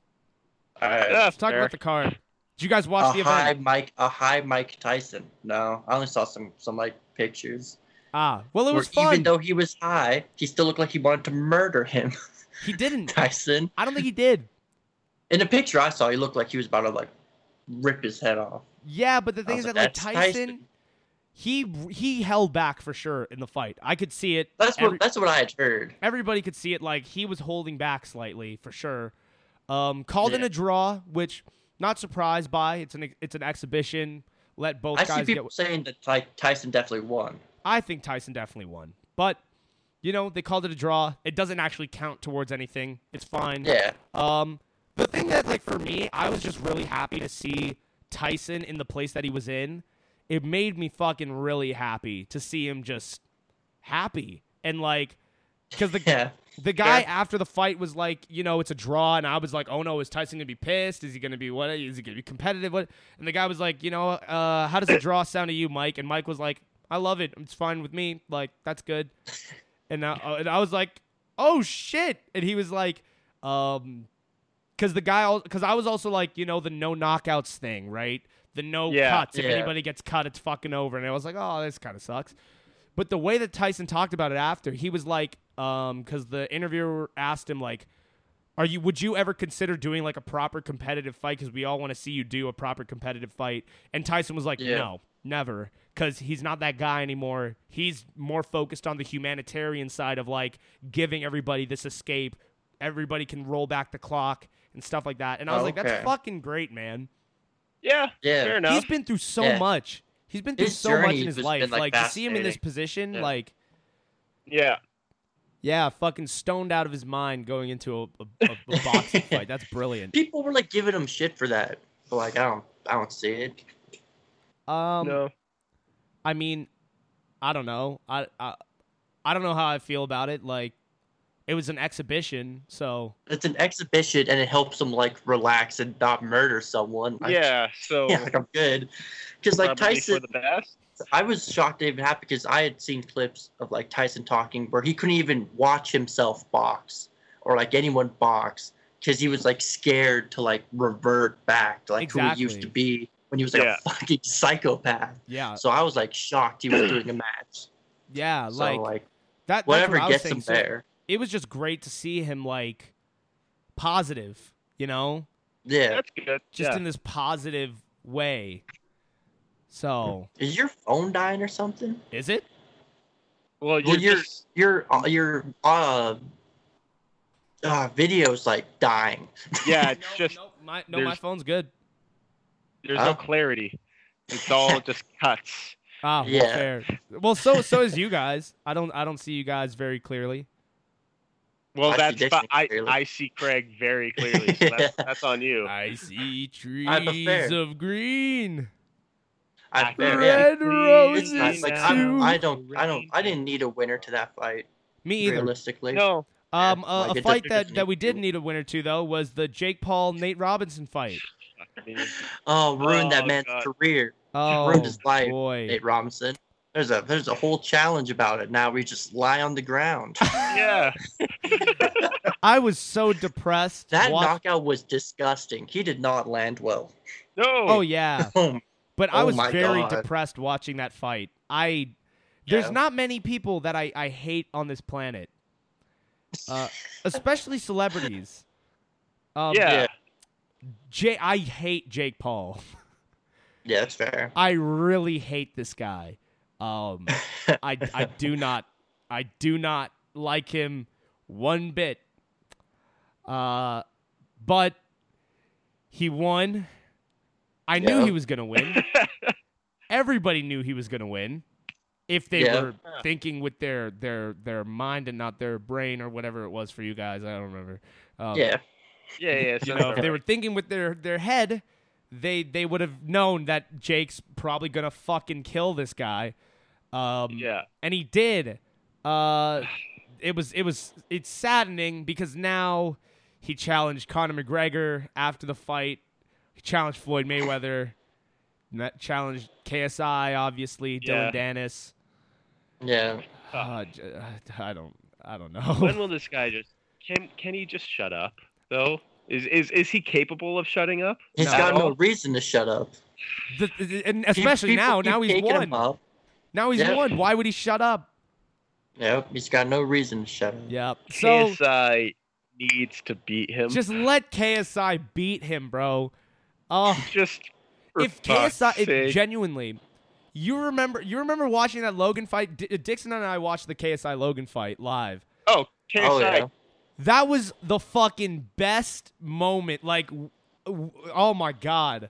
Speaker 4: All right.
Speaker 3: Yeah,
Speaker 2: Let's talk
Speaker 3: fair.
Speaker 2: about the card. Did you guys watch
Speaker 4: a
Speaker 2: the event?
Speaker 4: high Mike, a high Mike Tyson. No, I only saw some some like pictures.
Speaker 2: Ah, well, it was
Speaker 4: where
Speaker 2: fun.
Speaker 4: Even though he was high, he still looked like he wanted to murder him,
Speaker 2: he didn't.
Speaker 4: Tyson.
Speaker 2: I don't think he did.
Speaker 4: In the picture I saw, he looked like he was about to like rip his head off.
Speaker 2: Yeah, but the
Speaker 4: I
Speaker 2: thing
Speaker 4: was
Speaker 2: is that
Speaker 4: like,
Speaker 2: like
Speaker 4: "That's
Speaker 2: Tyson, he he held back for sure in the fight. I could see it.
Speaker 4: That's what
Speaker 2: Every-
Speaker 4: that's what I had heard.
Speaker 2: Everybody could see it. Like he was holding back slightly for sure. Um, called in
Speaker 4: Yeah.
Speaker 2: a draw, which not surprised by. It's an it's an exhibition. Let both
Speaker 4: I see
Speaker 2: guys
Speaker 4: people
Speaker 2: get.
Speaker 4: saying that like Tyson definitely won.
Speaker 2: I think Tyson definitely won, but you know they called it a draw. It doesn't actually count towards anything. It's fine.
Speaker 4: Yeah,
Speaker 2: Um, the thing that like for me, I was just really happy to see Tyson in the place that he was in. It made me fucking really happy to see him just happy and like because the
Speaker 4: Yeah.
Speaker 2: the guy
Speaker 4: Sure.
Speaker 2: after the fight was like, you know, it's a draw, and I was like, oh no, is Tyson gonna be pissed? Is he gonna be what? Is he gonna be competitive? What? And the guy was like, you know, uh, how does a draw sound to you, Mike? And Mike was like, I love it. It's fine with me. Like that's good. And I, uh, and I was like, oh shit. And he was like, um, because the guy, because I was also like, you know, the no knockouts thing, right? The no
Speaker 3: Yeah,
Speaker 2: cuts. If
Speaker 4: yeah.
Speaker 2: anybody gets cut, it's fucking over. And I was like, oh, this kind of sucks. But the way that Tyson talked about it after, he was like, um, because the interviewer asked him like, are you? Would you ever consider doing like a proper competitive fight? Because we all want to see you do a proper competitive fight. And Tyson was like,
Speaker 4: Yeah.
Speaker 2: no, never, because he's not that guy anymore. He's more focused on the humanitarian side of like giving everybody this escape. Everybody can roll back the clock and stuff like that. And I was like, that's
Speaker 4: Okay.
Speaker 2: fucking great, man.
Speaker 3: Yeah,
Speaker 4: Yeah.
Speaker 3: fair enough.
Speaker 2: He's been through so
Speaker 4: Yeah.
Speaker 2: much. He's been through
Speaker 4: His
Speaker 2: so much
Speaker 4: journey's
Speaker 2: in his
Speaker 4: just
Speaker 2: life.
Speaker 4: been,
Speaker 2: like
Speaker 4: like,
Speaker 2: to see him in this
Speaker 4: fascinating.
Speaker 2: position,
Speaker 4: Yeah.
Speaker 2: like
Speaker 3: yeah.
Speaker 2: yeah, fucking stoned out of his mind going into a, a, a, a boxing fight. That's brilliant.
Speaker 4: People were like giving him shit for that. But like I don't I don't see it.
Speaker 2: Um,
Speaker 3: no.
Speaker 2: I mean, I don't know. I, I I don't know how I feel about it. Like, it was an exhibition, so
Speaker 4: It's an exhibition and it helps him like relax and not murder someone. Like,
Speaker 3: Yeah. So
Speaker 4: Yeah, like I'm good. Because like
Speaker 3: probably
Speaker 4: Tyson
Speaker 3: for the best.
Speaker 4: I was shocked it even happened because I had seen clips of like Tyson talking where he couldn't even watch himself box or like anyone box because he was like scared to like revert back to like who he used to
Speaker 2: Exactly. Uh,
Speaker 4: be when he was like
Speaker 3: Yeah.
Speaker 4: a fucking psychopath.
Speaker 2: yeah,
Speaker 4: So I was like shocked he was doing a match.
Speaker 2: yeah,
Speaker 4: So
Speaker 2: like,
Speaker 4: like,
Speaker 2: that. that's what
Speaker 4: whatever
Speaker 2: I was
Speaker 4: gets
Speaker 2: saying.
Speaker 4: him
Speaker 2: So
Speaker 4: there.
Speaker 2: It was just great to see him like positive, you know,
Speaker 4: Yeah.
Speaker 3: That's good.
Speaker 2: just
Speaker 3: yeah.
Speaker 2: in this positive way. So
Speaker 4: Is your phone dying or something?
Speaker 2: is it?
Speaker 3: well, you're,
Speaker 4: Well, you're
Speaker 3: just-
Speaker 4: your uh, your uh, uh video's like dying.
Speaker 3: yeah. It's just
Speaker 2: nope, my, no, my
Speaker 3: there's-
Speaker 2: phone's good.
Speaker 3: there's
Speaker 4: Huh?
Speaker 3: no clarity. It's all just cuts.
Speaker 2: Ah, well,
Speaker 4: Yeah.
Speaker 2: fair. Well, so so is you guys. I don't I don't see you guys very clearly.
Speaker 3: Well,
Speaker 4: I see
Speaker 3: that's
Speaker 4: Dixon
Speaker 3: fi- I
Speaker 4: clearly.
Speaker 3: I see Craig very clearly. So that's, that's on you.
Speaker 2: I see trees
Speaker 4: fair.
Speaker 2: of green.
Speaker 4: I,
Speaker 3: Fair,
Speaker 4: yeah.
Speaker 2: Red
Speaker 3: Please,
Speaker 2: roses
Speaker 3: nice,
Speaker 4: It's like I
Speaker 2: too.
Speaker 4: don't, I don't, I don't, I didn't need a winner to that fight.
Speaker 2: Me either.
Speaker 4: Realistically,
Speaker 3: No,
Speaker 2: Um,
Speaker 4: Yeah,
Speaker 2: a-
Speaker 4: like,
Speaker 2: a
Speaker 4: it
Speaker 2: fight
Speaker 4: doesn't
Speaker 2: that,
Speaker 4: need
Speaker 2: that we
Speaker 4: to.
Speaker 2: did need a winner to though was the Jake Paul Nate Robinson fight.
Speaker 3: I mean,
Speaker 4: oh, ruined that
Speaker 3: Oh,
Speaker 4: man's
Speaker 3: God.
Speaker 4: career,
Speaker 2: Oh
Speaker 4: ruined his life.
Speaker 2: boy,
Speaker 4: Nate Robinson. There's a there's a whole challenge about it. Now we just lie on the ground.
Speaker 3: yeah.
Speaker 2: I was so depressed.
Speaker 4: That
Speaker 2: watch-
Speaker 4: knockout was disgusting. He did not land well.
Speaker 3: No.
Speaker 2: Oh yeah,
Speaker 4: Oh,
Speaker 2: but I
Speaker 4: Oh
Speaker 2: was
Speaker 4: my
Speaker 2: very
Speaker 4: God.
Speaker 2: depressed watching that fight. I there's
Speaker 4: Yeah.
Speaker 2: not many people that I I hate on this planet, uh, especially celebrities. Um,
Speaker 3: yeah.
Speaker 4: yeah.
Speaker 2: Jay, I hate Jake Paul.
Speaker 4: yeah, that's fair.
Speaker 2: I really hate this guy. Um, I I do not I do not like him one bit. Uh, but he won. I knew
Speaker 4: Yeah.
Speaker 2: he was gonna win. Everybody knew he was gonna win. If they
Speaker 4: Yeah.
Speaker 2: were thinking with their their their mind and not their brain or whatever it was for you guys, I don't remember. Um,
Speaker 4: Yeah,
Speaker 3: Yeah. Yeah.
Speaker 2: you
Speaker 3: sounds
Speaker 2: know, if they
Speaker 3: right.
Speaker 2: were thinking with their their head, they they would have known that Jake's probably gonna fucking kill this guy. Um,
Speaker 3: Yeah.
Speaker 2: and he did. Uh, it was it was it's saddening because now he challenged Conor McGregor after the fight. He challenged Floyd Mayweather. and That challenged KSI, obviously
Speaker 3: Yeah.
Speaker 2: Dylan Dennis.
Speaker 4: yeah.
Speaker 2: Uh, j- I don't, I don't
Speaker 3: when
Speaker 2: know.
Speaker 3: will this guy just? Can Can he just shut up though? Is is is he capable of shutting up?
Speaker 4: He's
Speaker 2: No.
Speaker 4: got no reason to shut up.
Speaker 2: The- the- and especially
Speaker 4: People
Speaker 2: now,
Speaker 4: keep
Speaker 2: now he's
Speaker 4: taking him
Speaker 2: won.
Speaker 4: up.
Speaker 2: Now he's
Speaker 4: Yeah.
Speaker 2: won. Why would he shut up?
Speaker 4: Yep, he's got no reason to shut up.
Speaker 2: Yep. So
Speaker 3: KSI needs to beat him.
Speaker 2: just let KSI beat him, bro. Oh,
Speaker 3: just for
Speaker 2: if
Speaker 3: fuck's
Speaker 2: KSI if
Speaker 3: sake.
Speaker 2: genuinely, you remember you remember watching that Logan fight? D- Dixon and I watched the KSI Logan fight live.
Speaker 3: oh KSI,
Speaker 4: Oh yeah.
Speaker 2: That was the fucking best moment. Like, w- w- oh my god,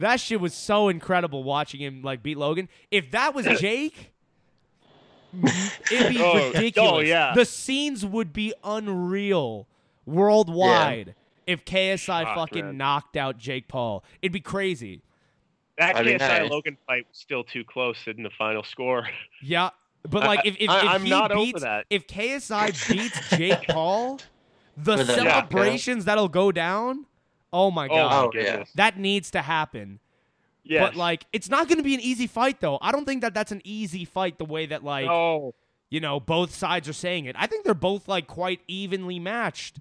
Speaker 2: that shit was so incredible watching him like beat Logan. If that was Jake. It'd be
Speaker 3: Oh,
Speaker 2: ridiculous.
Speaker 3: oh, yeah.
Speaker 2: The scenes would be unreal worldwide if KSI
Speaker 3: Fuck,
Speaker 2: fucking
Speaker 3: man.
Speaker 2: knocked out Jake Paul. It'd be crazy.
Speaker 3: that
Speaker 4: I mean,
Speaker 3: KSI
Speaker 4: hey.
Speaker 3: Logan fight was still too close in the final score.
Speaker 2: Yeah, But like, if if,
Speaker 3: I-
Speaker 2: if
Speaker 3: I'm
Speaker 2: he
Speaker 3: not over
Speaker 2: beats,
Speaker 3: that.
Speaker 2: if KSI beats Jake Paul, the
Speaker 4: With a knockout.
Speaker 2: celebrations that'll go down. Oh my
Speaker 3: Oh, my
Speaker 2: god,
Speaker 4: Oh, yeah.
Speaker 3: goodness.
Speaker 2: that needs to happen.
Speaker 3: Yes.
Speaker 2: But like, it's not going to be an easy fight though. I don't think that that's an easy fight the way that like
Speaker 3: oh,
Speaker 2: you know both sides are saying it. I think they're both like quite evenly matched.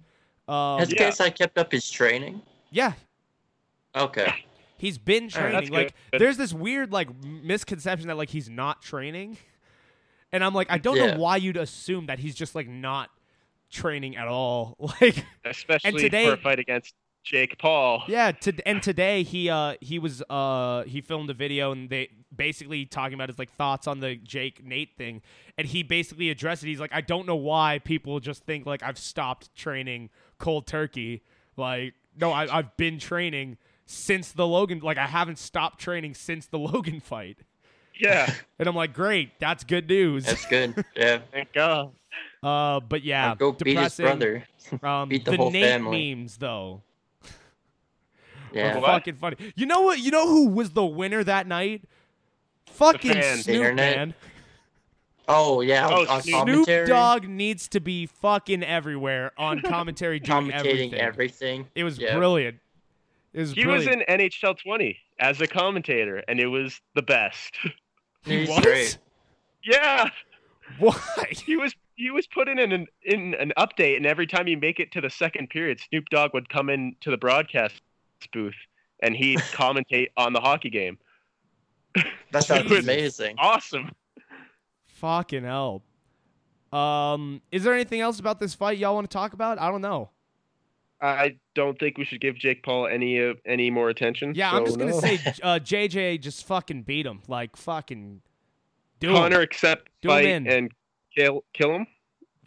Speaker 2: Um,
Speaker 4: Has
Speaker 3: Yeah.
Speaker 4: KSI kept up his training?
Speaker 2: yeah,
Speaker 4: Okay.
Speaker 2: He's been
Speaker 3: All right,
Speaker 2: training.
Speaker 3: that's
Speaker 2: like
Speaker 3: good.
Speaker 2: there's this weird like misconception that like he's not training. And I'm like I don't
Speaker 4: Yeah.
Speaker 2: know why you'd assume that he's just like not training at all. Like
Speaker 3: especially
Speaker 2: today-
Speaker 3: for a fight against Jake Paul.
Speaker 2: yeah, to, and today he uh he was uh he filmed a video and they basically talking about his like thoughts on the Jake Nate thing and he basically addressed it. He's like I don't know why people just think like I've stopped training cold turkey. Like no, I I've been training since the Logan like I haven't stopped training since the Logan fight.
Speaker 3: Yeah.
Speaker 2: And I'm like, great, that's good news.
Speaker 4: That's good. Yeah.
Speaker 3: Thank God.
Speaker 2: Uh, but yeah,
Speaker 4: Like, go beat his
Speaker 2: depressing.
Speaker 4: brother.
Speaker 2: Um,
Speaker 4: Beat the
Speaker 2: the
Speaker 4: whole
Speaker 2: Nate
Speaker 4: family.
Speaker 2: memes though
Speaker 4: Yeah.
Speaker 2: were
Speaker 3: What?
Speaker 2: fucking funny. You know what? You know who was the winner that night? Fucking
Speaker 3: fans.
Speaker 2: Snoop,
Speaker 4: Internet.
Speaker 2: man.
Speaker 4: Oh yeah.
Speaker 3: Oh,
Speaker 4: on- on
Speaker 3: Snoop
Speaker 2: Snoop
Speaker 4: commentary,
Speaker 2: Dogg needs to be fucking everywhere on commentary, doing
Speaker 4: commentating
Speaker 2: everything.
Speaker 4: everything.
Speaker 2: It was
Speaker 4: Yeah.
Speaker 2: brilliant. It was
Speaker 3: He was
Speaker 2: brilliant.
Speaker 3: in NHL 20 as a commentator, and it was the best.
Speaker 4: He's
Speaker 2: What?
Speaker 4: great.
Speaker 3: yeah,
Speaker 2: Why?
Speaker 3: he was. He was put in an in an update, and every time you make it to the second period, Snoop Dogg would come in to the broadcast booth, and he'd commentate on the hockey game.
Speaker 4: That sounds
Speaker 3: Jesus.
Speaker 4: amazing.
Speaker 3: Awesome.
Speaker 2: Fucking hell. Um, is there anything else about this fight y'all want to talk about? I don't know.
Speaker 3: I don't think we should give Jake Paul any uh, any more attention.
Speaker 2: Yeah,
Speaker 3: so
Speaker 2: I'm just gonna
Speaker 3: no.
Speaker 2: say uh, JJ just fucking beat him. Like fucking do it.
Speaker 3: Connor accept
Speaker 2: Do him
Speaker 3: fight
Speaker 2: in.
Speaker 3: and kill kill him.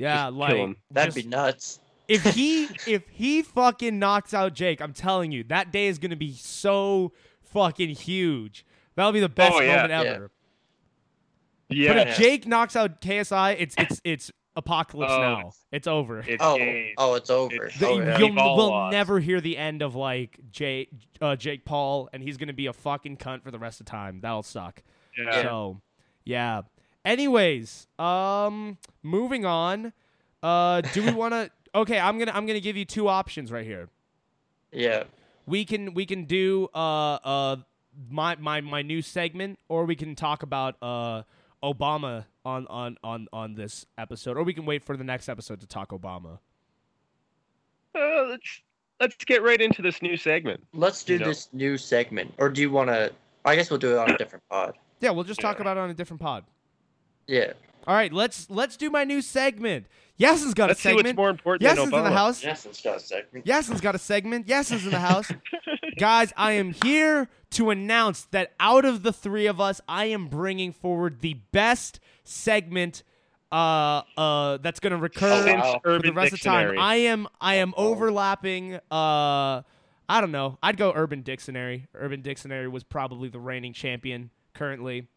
Speaker 2: Yeah,
Speaker 3: Just
Speaker 2: like
Speaker 3: kill him.
Speaker 4: That'd
Speaker 2: just-
Speaker 4: be nuts.
Speaker 2: if he if he fucking knocks out Jake, I'm telling you, that day is gonna be so fucking huge. That'll be the best
Speaker 3: Oh, yeah,
Speaker 2: moment
Speaker 4: yeah.
Speaker 2: ever.
Speaker 3: Yeah,
Speaker 2: But if Jake knocks out KSI, it's it's it's apocalypse
Speaker 3: Oh,
Speaker 2: now. It's over.
Speaker 3: it's
Speaker 4: Oh,
Speaker 3: game.
Speaker 4: oh, it's over.
Speaker 3: It's-
Speaker 2: The-
Speaker 4: Oh,
Speaker 2: you-
Speaker 4: yeah.
Speaker 2: You'll
Speaker 3: We've all
Speaker 2: we'll
Speaker 3: lost.
Speaker 2: never hear the end of like Jake uh, Jake Paul, and he's gonna be a fucking cunt for the rest of time. That'll suck.
Speaker 3: Yeah.
Speaker 2: So, yeah. Anyways, um, moving on. Uh, do we want to? Okay, I'm gonna I'm gonna give you two options right here.
Speaker 4: Yeah.
Speaker 2: We can we can do uh uh my my my new segment, or we can talk about uh Obama on on on on this episode, or we can wait for the next episode to talk Obama.
Speaker 3: Uh, let's let's get right into this new segment.
Speaker 4: Let's do
Speaker 3: You know.
Speaker 4: this new segment. Or do you want to? I guess we'll do it on a different pod.
Speaker 2: Yeah, we'll just talk
Speaker 3: Yeah.
Speaker 2: about it on a different pod.
Speaker 4: Yeah.
Speaker 2: All right, let's let's do my new segment. Yasin's got
Speaker 3: Let's
Speaker 2: a
Speaker 3: see
Speaker 2: segment.
Speaker 3: what's more important than
Speaker 2: Yasin's
Speaker 3: Obama.
Speaker 2: in the house.
Speaker 4: Jason's got a segment.
Speaker 2: Yassin's got a segment. Yassin's in the house. Guys, I am here to announce that out of the three of us, I am bringing forward the best segment uh uh that's going to
Speaker 4: Oh,
Speaker 2: recur
Speaker 3: Since
Speaker 4: wow.
Speaker 2: for the
Speaker 3: Urban
Speaker 2: rest of
Speaker 3: Dictionary.
Speaker 2: time. I am I am overlapping uh I don't know. I'd go Urban Dictionary. Urban Dictionary was probably the reigning champion currently.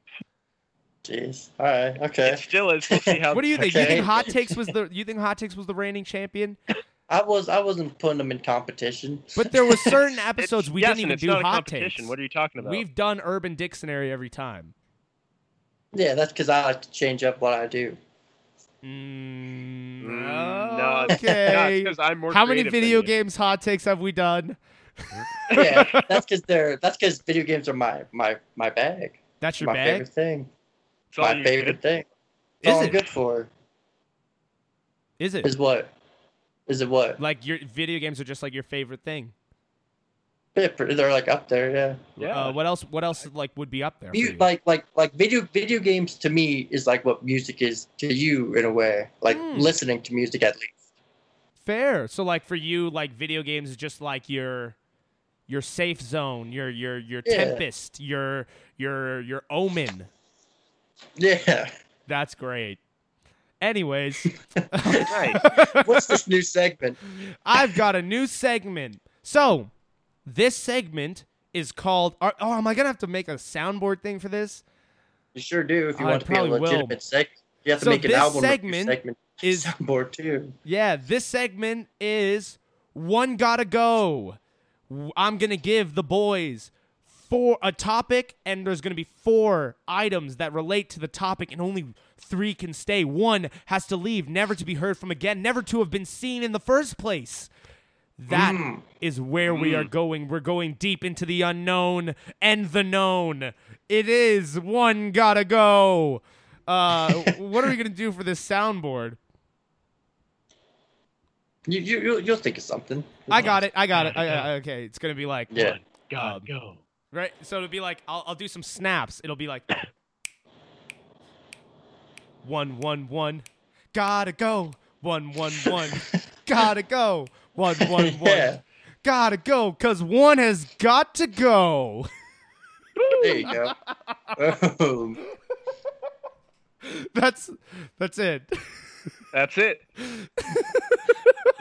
Speaker 4: Jeez. All right. Okay.
Speaker 3: It still is. We'll see how.
Speaker 2: What do you think? You
Speaker 4: Okay.
Speaker 2: think Hot Takes was the you think Hot Takes was the reigning champion?
Speaker 4: I was. I wasn't putting them in competition.
Speaker 2: But there were certain
Speaker 3: It's-
Speaker 2: episodes we
Speaker 3: yes,
Speaker 2: didn't even
Speaker 3: and it's
Speaker 2: do
Speaker 3: not a
Speaker 2: Hot
Speaker 3: competition.
Speaker 2: Takes.
Speaker 3: What are you talking about?
Speaker 2: We've done Urban Dictionary every time.
Speaker 4: yeah, that's because I like to change up what I do.
Speaker 2: Mm,
Speaker 3: Mm, no, it's
Speaker 2: okay.
Speaker 3: because I'm more.
Speaker 2: How many
Speaker 3: creative than
Speaker 2: video
Speaker 3: you.
Speaker 2: games hot takes have we done?
Speaker 4: Yeah, that's because they're. That's because video games are my my my bag.
Speaker 2: That's your
Speaker 4: my
Speaker 2: bag.
Speaker 4: favorite thing.
Speaker 3: It's all
Speaker 4: my
Speaker 3: you
Speaker 4: favorite
Speaker 3: did.
Speaker 4: thing. It's
Speaker 2: Is
Speaker 4: all
Speaker 2: it?
Speaker 4: I'm good for.
Speaker 2: Is it
Speaker 4: Is what? Is it what?
Speaker 2: like your video games are just like your favorite thing?
Speaker 4: Yeah, pretty- they're like up there. Yeah.
Speaker 3: Yeah.
Speaker 2: Uh, what else? What else like would be up there? for
Speaker 4: Mu-
Speaker 2: you?
Speaker 4: like like like video video games to me is like what music is to you in a way like
Speaker 2: Hmm.
Speaker 4: listening to music at least
Speaker 2: Fair. So like for you, like video games is just like your your safe zone, your your your
Speaker 4: Yeah.
Speaker 2: tempest, your your your omen.
Speaker 4: yeah
Speaker 2: That's great. Anyways,
Speaker 3: Nice.
Speaker 4: what's this new segment
Speaker 2: I've got a new segment. So, this segment is called. Are, oh, am I gonna have to make a soundboard thing for this?
Speaker 4: you sure do if you
Speaker 2: I
Speaker 4: want to be a
Speaker 2: probably will.
Speaker 4: legitimate segment you have to
Speaker 2: So
Speaker 4: make an
Speaker 2: this
Speaker 4: album review
Speaker 2: segment
Speaker 4: segment
Speaker 2: is-
Speaker 4: soundboard too
Speaker 2: Yeah, this segment is one gotta go. W- I'm gonna give the boys four a topic and there's going to be four items that relate to the topic and only three can stay. One has to leave, never to be heard from again, never to have been seen in the first place. That is where we are going. We're going deep into the unknown and the known. It is one gotta go. Uh, what are we gonna do for this soundboard?
Speaker 4: You, you, you'll, you'll think of something.
Speaker 2: I got it. I got it. I, I, okay, it's gonna be like
Speaker 4: Yeah.
Speaker 3: God,
Speaker 2: Um,
Speaker 3: go.
Speaker 2: right. So it'll be like I'll, I'll do some snaps. It'll be like one one one, gotta go. One one one, gotta go. One one one,
Speaker 4: Yeah.
Speaker 2: gotta go. Cause one has got to go.
Speaker 4: There you go. Boom.
Speaker 2: That's that's it.
Speaker 3: That's it.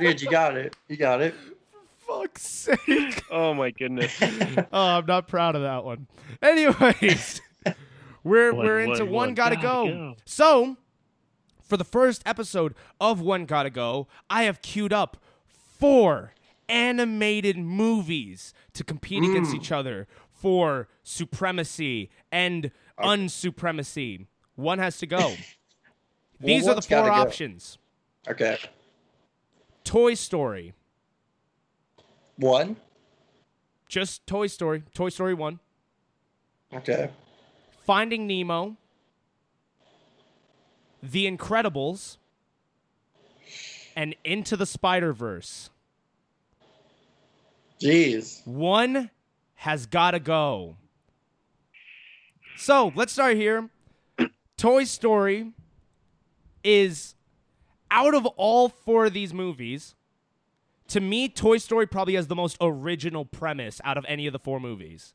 Speaker 4: Dude, you got it. You got it.
Speaker 2: Fuck's sake.
Speaker 3: Oh my goodness.
Speaker 2: Oh, I'm not proud of that one. Anyways, we're
Speaker 3: One,
Speaker 2: we're into
Speaker 3: one,
Speaker 2: one,
Speaker 3: one,
Speaker 2: gotta,
Speaker 3: gotta
Speaker 2: go.
Speaker 3: go.
Speaker 2: So, for the first episode of One Gotta Go, I have queued up four animated movies to compete against
Speaker 4: Mm.
Speaker 2: each other for supremacy and unsupremacy. One has to go. These are the
Speaker 4: one's
Speaker 2: four
Speaker 4: gotta go.
Speaker 2: options.
Speaker 4: Okay.
Speaker 2: Toy Story.
Speaker 4: One.
Speaker 2: Just Toy Story. Toy Story 1.
Speaker 4: Okay.
Speaker 2: Finding Nemo, The Incredibles, and Into the Spider Verse.
Speaker 4: Jeez.
Speaker 2: One has got to go. So let's start here. Toy Story is out of all four of these movies. To me, Toy Story probably has the most original premise out of any of the four movies.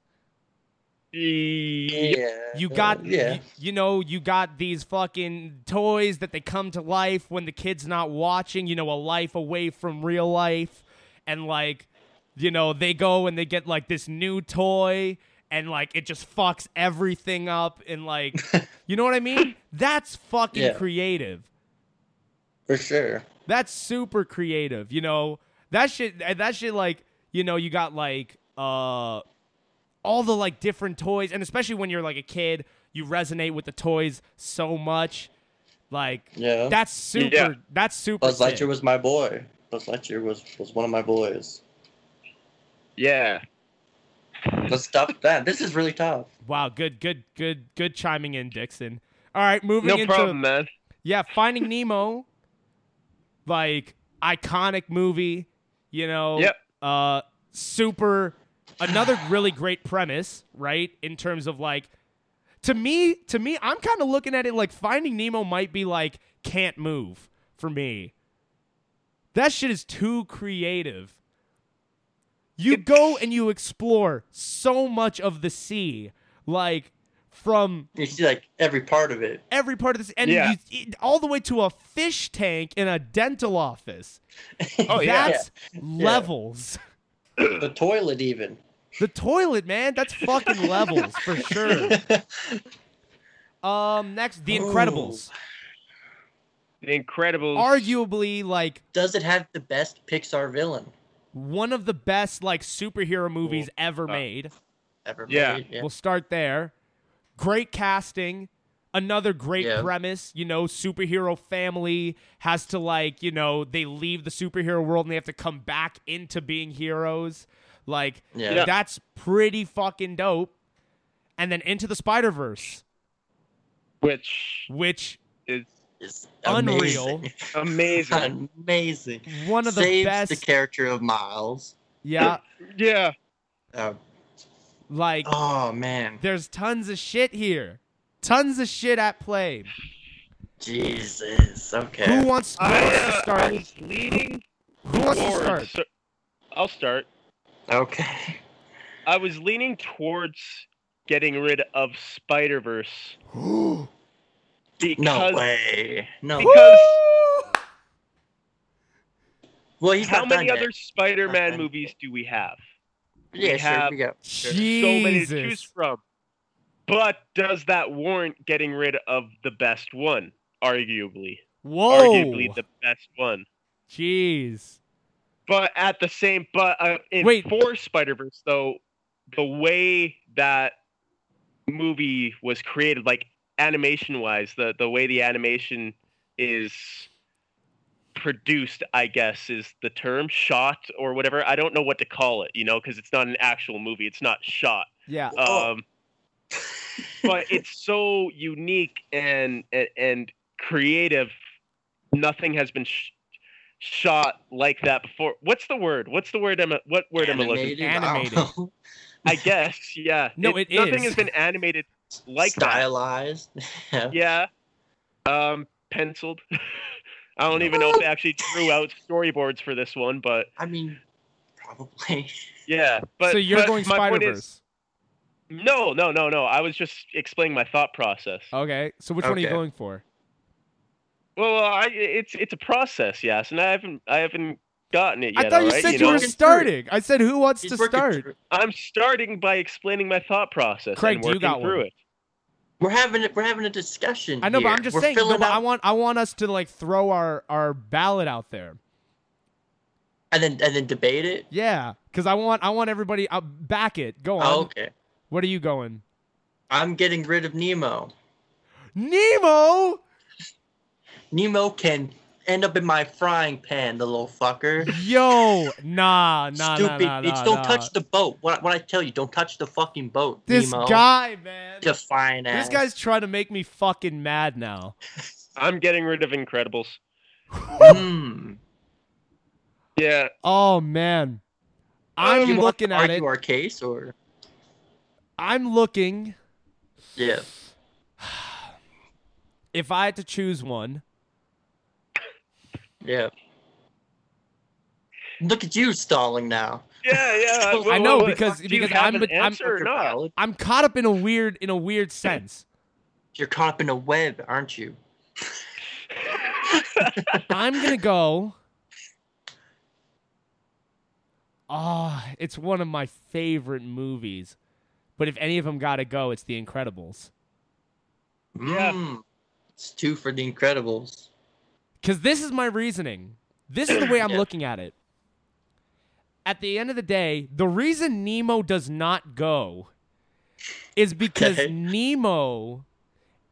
Speaker 4: Yeah.
Speaker 2: You got,
Speaker 4: Yeah.
Speaker 2: you, you know, you got these fucking toys that they come to life when the kid's not watching. You know, a life away from real life, and like, you know, they go and they get like this new toy, and like it just fucks everything up, and like, you know what I mean? That's fucking
Speaker 4: Yeah.
Speaker 2: creative.
Speaker 4: For sure.
Speaker 2: That's super creative, you know. That shit that shit like, you know, you got like uh all the like different toys and especially when you're like a kid, you resonate with the toys so much. Like
Speaker 4: Yeah.
Speaker 2: that's super
Speaker 3: Yeah.
Speaker 2: that's super
Speaker 4: Buzz
Speaker 2: sick.
Speaker 4: Lightyear was my boy. Buzz Lightyear was, was one of my boys.
Speaker 3: Yeah.
Speaker 4: Let's stop that. This is really tough.
Speaker 2: Wow, good good good good chiming in, Dixon. All right, moving
Speaker 3: No
Speaker 2: into
Speaker 3: problem, man.
Speaker 2: Yeah, Finding Nemo, like iconic movie, you know.
Speaker 3: Yep.
Speaker 2: Uh, super. Another really great premise, right? In terms of like, to me, to me, I'm kind of looking at it like Finding Nemo might be like can't move for me. That shit is too creative. You go and you explore so much of the sea, like from
Speaker 4: You see, like, every part of it.
Speaker 2: every part of this, and
Speaker 3: Yeah.
Speaker 2: you, it- all the way to a fish tank in a dental office.
Speaker 3: Oh yeah.
Speaker 2: That's levels.
Speaker 4: The toilet, even.
Speaker 2: The toilet, man. That's fucking levels for sure. Um, next, The
Speaker 4: Oh.
Speaker 2: Incredibles.
Speaker 3: The Incredibles.
Speaker 2: Arguably, like
Speaker 4: Does it have the best Pixar villain
Speaker 2: one of the best like superhero movies ever
Speaker 3: uh,
Speaker 2: made.
Speaker 4: ever
Speaker 3: Yeah.
Speaker 4: made?
Speaker 2: We'll start there. Great casting. Another great
Speaker 4: Yeah.
Speaker 2: premise, you know, superhero family has to like, you know, they leave the superhero world and they have to come back into being heroes. Like
Speaker 4: Yeah.
Speaker 3: Yeah.
Speaker 2: that's pretty fucking dope. And then into the Spider-Verse,
Speaker 3: which
Speaker 2: which
Speaker 3: is
Speaker 4: It's
Speaker 2: Unreal.
Speaker 4: amazing.
Speaker 3: amazing.
Speaker 4: Amazing.
Speaker 2: one of the
Speaker 4: Saves
Speaker 2: best
Speaker 4: the character of Miles.
Speaker 2: Yeah,
Speaker 3: yeah.
Speaker 4: Uh,
Speaker 2: like
Speaker 4: oh man,
Speaker 2: there's tons of shit here. Tons of shit at play.
Speaker 4: Jesus.
Speaker 2: Who
Speaker 4: Okay.
Speaker 2: wants, who
Speaker 3: I,
Speaker 2: wants
Speaker 3: uh,
Speaker 2: to
Speaker 3: I
Speaker 2: start?
Speaker 3: was leaning
Speaker 2: Who wants to
Speaker 3: towards.
Speaker 2: start?
Speaker 3: So- I'll start.
Speaker 4: Okay.
Speaker 3: I was leaning towards getting rid of Spider Verse
Speaker 4: No
Speaker 3: because
Speaker 4: way. No.
Speaker 3: because
Speaker 4: Well, he's
Speaker 3: how
Speaker 4: not
Speaker 3: many
Speaker 4: done
Speaker 3: other
Speaker 4: Yet.
Speaker 3: Spider
Speaker 4: Not
Speaker 3: Man
Speaker 4: done
Speaker 3: movies do we have?
Speaker 4: Yeah, sure.
Speaker 3: have-
Speaker 4: we go.
Speaker 3: So many to choose
Speaker 2: Jesus.
Speaker 3: from. But does that warrant getting rid of the best one? Arguably, arguably
Speaker 2: Whoa.
Speaker 3: the best one.
Speaker 2: Jeez.
Speaker 3: But at the same, but uh, in
Speaker 2: Wait.
Speaker 3: for Spider Verse though, the way that movie was created, like animation wise, the the way the animation is produced, I guess is the term shot or whatever. I don't know what to call it, you know, because it's not an actual movie. It's not shot.
Speaker 2: Yeah.
Speaker 4: Oh.
Speaker 3: Um, but it's so unique and and, and creative. Nothing has been sh- shot like that before. What's the word? What's the word? Emma, what word am I looking?
Speaker 4: Animated. I don't
Speaker 2: Animated.
Speaker 4: know.
Speaker 3: I guess, yeah.
Speaker 2: No, it
Speaker 3: nothing
Speaker 2: is.
Speaker 3: has been animated like that.
Speaker 4: stylized.
Speaker 3: Yeah. Um, penciled. I don't even know if they actually drew out storyboards for this one, but
Speaker 4: I mean, probably.
Speaker 3: yeah. But
Speaker 2: so you're
Speaker 3: but
Speaker 2: going
Speaker 3: my
Speaker 2: Spider
Speaker 3: point is-
Speaker 2: Verse.
Speaker 3: No, no, no, no. I was just explaining my thought process.
Speaker 2: Okay. So which one are you
Speaker 4: Okay.
Speaker 2: going for?
Speaker 3: Well, I, it's it's a process, yes, and I haven't I haven't gotten it yet.
Speaker 2: I thought you
Speaker 3: alright,
Speaker 2: said you,
Speaker 3: know?
Speaker 2: were
Speaker 4: Working through it.
Speaker 2: starting. I said who wants
Speaker 4: He's
Speaker 2: to
Speaker 4: working
Speaker 2: start?
Speaker 4: through-
Speaker 3: I'm starting by explaining my thought process
Speaker 2: Craig,
Speaker 3: and
Speaker 2: do you
Speaker 3: working
Speaker 2: got
Speaker 3: through
Speaker 2: one?
Speaker 3: it.
Speaker 4: We're having it. We're having a discussion.
Speaker 2: I know, but
Speaker 4: here.
Speaker 2: I'm just
Speaker 4: We're
Speaker 2: saying. No,
Speaker 4: filling
Speaker 2: but I
Speaker 4: out-
Speaker 2: want I want us to like throw our our ballot out there.
Speaker 4: and then and then debate it.
Speaker 2: Yeah, because I want I want everybody. i back it. Go on.
Speaker 4: Oh, okay.
Speaker 2: What are you going?
Speaker 4: I'm getting rid of Nemo.
Speaker 2: Nemo.
Speaker 4: Nemo can end up in my frying pan, the little fucker.
Speaker 2: Yo, nah, nah, nah,
Speaker 4: Stupid
Speaker 2: nah,
Speaker 4: bitch.
Speaker 2: nah,
Speaker 4: don't
Speaker 2: nah.
Speaker 4: touch the boat. What, what I tell you, don't touch the fucking boat.
Speaker 2: this
Speaker 4: Nemo.
Speaker 2: guy, man.
Speaker 4: Define
Speaker 2: This guy's trying to make me fucking mad now.
Speaker 3: I'm getting rid of Incredibles.
Speaker 4: Mm.
Speaker 3: Yeah,
Speaker 2: Oh man, I'm
Speaker 4: You want to
Speaker 2: looking at
Speaker 4: argue
Speaker 2: it.
Speaker 4: our case, or
Speaker 2: I'm looking.
Speaker 4: yeah,
Speaker 2: If I had to choose one,
Speaker 4: yeah. Look at you stalling now.
Speaker 3: yeah, yeah.
Speaker 4: I
Speaker 3: What-
Speaker 2: know,
Speaker 3: what-
Speaker 2: because-
Speaker 3: do
Speaker 2: because
Speaker 3: you have
Speaker 2: I'm-
Speaker 3: an
Speaker 2: I'm-
Speaker 3: answer or
Speaker 4: You're
Speaker 3: not?
Speaker 4: valid.
Speaker 2: I'm caught up in a weird in a weird sense.
Speaker 4: You're caught up in a web, aren't you?
Speaker 2: I'm gonna go. Ah, it's one of my favorite movies. But if any of them gotta go, it's The Incredibles.
Speaker 3: Yeah.
Speaker 4: Mm. It's two for the Incredibles.
Speaker 2: Because this is my reasoning. This is the way I'm
Speaker 4: Yeah.
Speaker 2: looking at it. At the end of the day, the reason Nemo does not go is because
Speaker 4: Okay.
Speaker 2: Nemo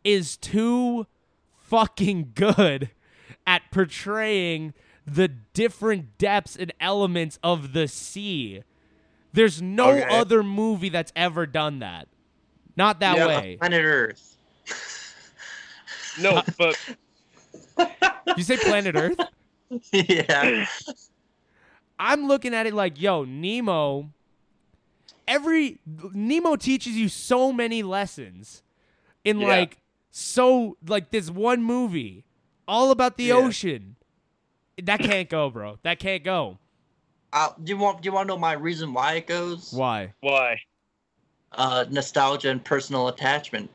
Speaker 2: is too fucking good at portraying the different depths and elements of the sea. There's no
Speaker 4: Okay.
Speaker 2: other movie that's ever done that. Not that
Speaker 4: Yeah,
Speaker 2: way.
Speaker 4: Planet Earth.
Speaker 3: No, but
Speaker 2: You say Planet Earth?
Speaker 4: yeah.
Speaker 2: I'm looking at it like, yo, Nemo. Every Nemo teaches you so many lessons in
Speaker 3: Yeah.
Speaker 2: like so like this one movie, all about the
Speaker 4: Yeah.
Speaker 2: ocean. That can't go, bro. That can't go.
Speaker 4: Uh, do you want do you want to know my reason why it goes?
Speaker 2: Why?
Speaker 3: why?
Speaker 4: Uh, nostalgia and personal attachment.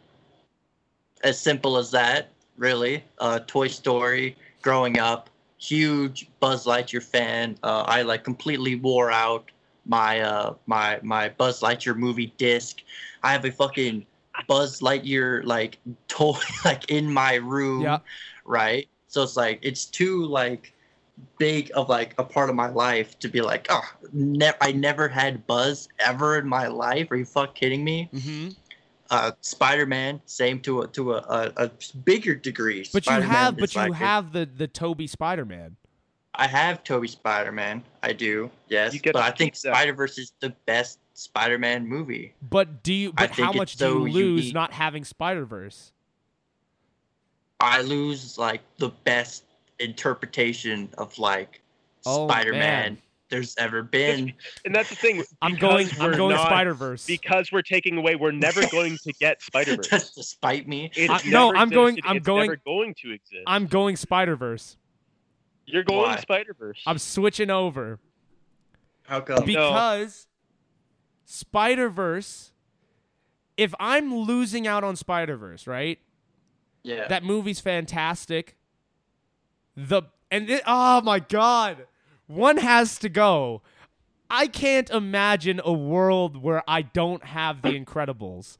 Speaker 4: As simple as that, really. Uh, Toy Story, growing up, huge Buzz Lightyear fan. Uh, I like completely wore out my uh my my Buzz Lightyear movie disc. I have a fucking Buzz Lightyear like toy like in my room.
Speaker 2: Yeah.
Speaker 4: right? So it's like it's too like big of like a part of my life to be like, oh, ne- I never had Buzz ever in my life. Are you fuck kidding me?
Speaker 2: Mm-hmm.
Speaker 4: Uh, Spider Man, same to a to a, a, a bigger degree.
Speaker 2: But you
Speaker 4: Spider-Man
Speaker 2: have
Speaker 4: is
Speaker 2: but you
Speaker 4: like a-
Speaker 2: have the the Toby Spider Man.
Speaker 4: I have Toby Spider Man. I do. Yes,
Speaker 3: You get
Speaker 4: but
Speaker 3: to
Speaker 4: I think
Speaker 3: keep that.
Speaker 4: Spider Verse is the best Spider Man movie.
Speaker 2: But do you
Speaker 4: I
Speaker 2: but
Speaker 4: think
Speaker 2: how
Speaker 4: it's
Speaker 2: much
Speaker 4: so
Speaker 2: do you lose
Speaker 4: unique.
Speaker 2: not having Spider Verse?
Speaker 4: I lose like the best interpretation of like
Speaker 2: Oh,
Speaker 4: Spider
Speaker 2: man.
Speaker 4: Man there's ever been.
Speaker 3: And that's the thing.
Speaker 2: I'm going
Speaker 3: because
Speaker 2: I'm
Speaker 3: we're
Speaker 2: going
Speaker 3: not-
Speaker 2: Spider Verse.
Speaker 3: Because we're taking away, we're never going to get Spider Verse.
Speaker 4: Just to spite me.
Speaker 2: I- no, I'm going- I'm
Speaker 3: it's
Speaker 2: going-
Speaker 3: Never going to exist.
Speaker 2: I'm going Spider Verse.
Speaker 3: You're going
Speaker 4: Why?
Speaker 3: to Spider Verse.
Speaker 2: I'm switching over.
Speaker 4: How come?
Speaker 2: because Spider Verse. If I'm losing out on Spider Verse, right?
Speaker 4: yeah.
Speaker 2: That movie's fantastic. The and it, oh my god, one has to go. I can't imagine a world where I don't have The Incredibles.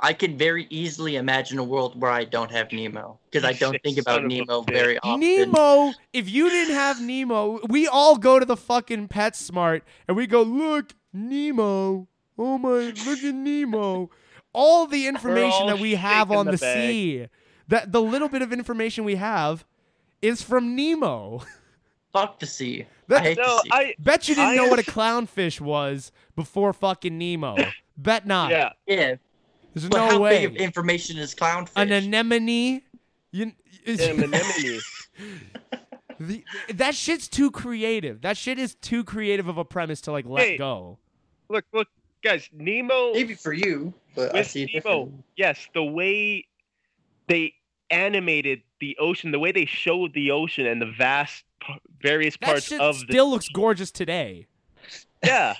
Speaker 4: I can very easily imagine a world where I don't have Nemo because I
Speaker 3: You
Speaker 4: don't
Speaker 3: sick
Speaker 4: think about
Speaker 3: son of a
Speaker 4: Nemo
Speaker 3: bitch.
Speaker 4: very often.
Speaker 2: Nemo, if you didn't have Nemo, we all go to the fucking PetSmart and we go, look, Nemo. Oh my, look at Nemo. All the information
Speaker 3: all
Speaker 2: that we have
Speaker 3: shaking
Speaker 2: on the,
Speaker 3: the bag.
Speaker 2: sea, that the little bit of information we have is from Nemo.
Speaker 4: Fuck the sea. I
Speaker 2: That-
Speaker 4: hate
Speaker 3: No,
Speaker 4: the sea.
Speaker 3: I
Speaker 2: Bet you didn't
Speaker 3: I
Speaker 2: know what a
Speaker 3: understand-
Speaker 2: clownfish was before fucking Nemo. Bet not.
Speaker 3: yeah.
Speaker 4: yeah,
Speaker 2: There's
Speaker 4: but
Speaker 2: no
Speaker 4: how
Speaker 2: way.
Speaker 4: big of information is clownfish?
Speaker 2: An anemone. You,
Speaker 3: Damn anemone.
Speaker 2: The- that shit's too creative. That shit is too creative of a premise to like let
Speaker 3: Hey.
Speaker 2: go.
Speaker 3: Look, look, guys. Nemo.
Speaker 4: Maybe for you, but I
Speaker 3: With
Speaker 4: see it
Speaker 3: Nemo,
Speaker 4: different.
Speaker 3: yes, the way they animated the ocean, the way they showed the ocean and the vast p- various
Speaker 2: That
Speaker 3: parts
Speaker 2: shit
Speaker 3: of
Speaker 2: still looks gorgeous today.
Speaker 3: the yeah.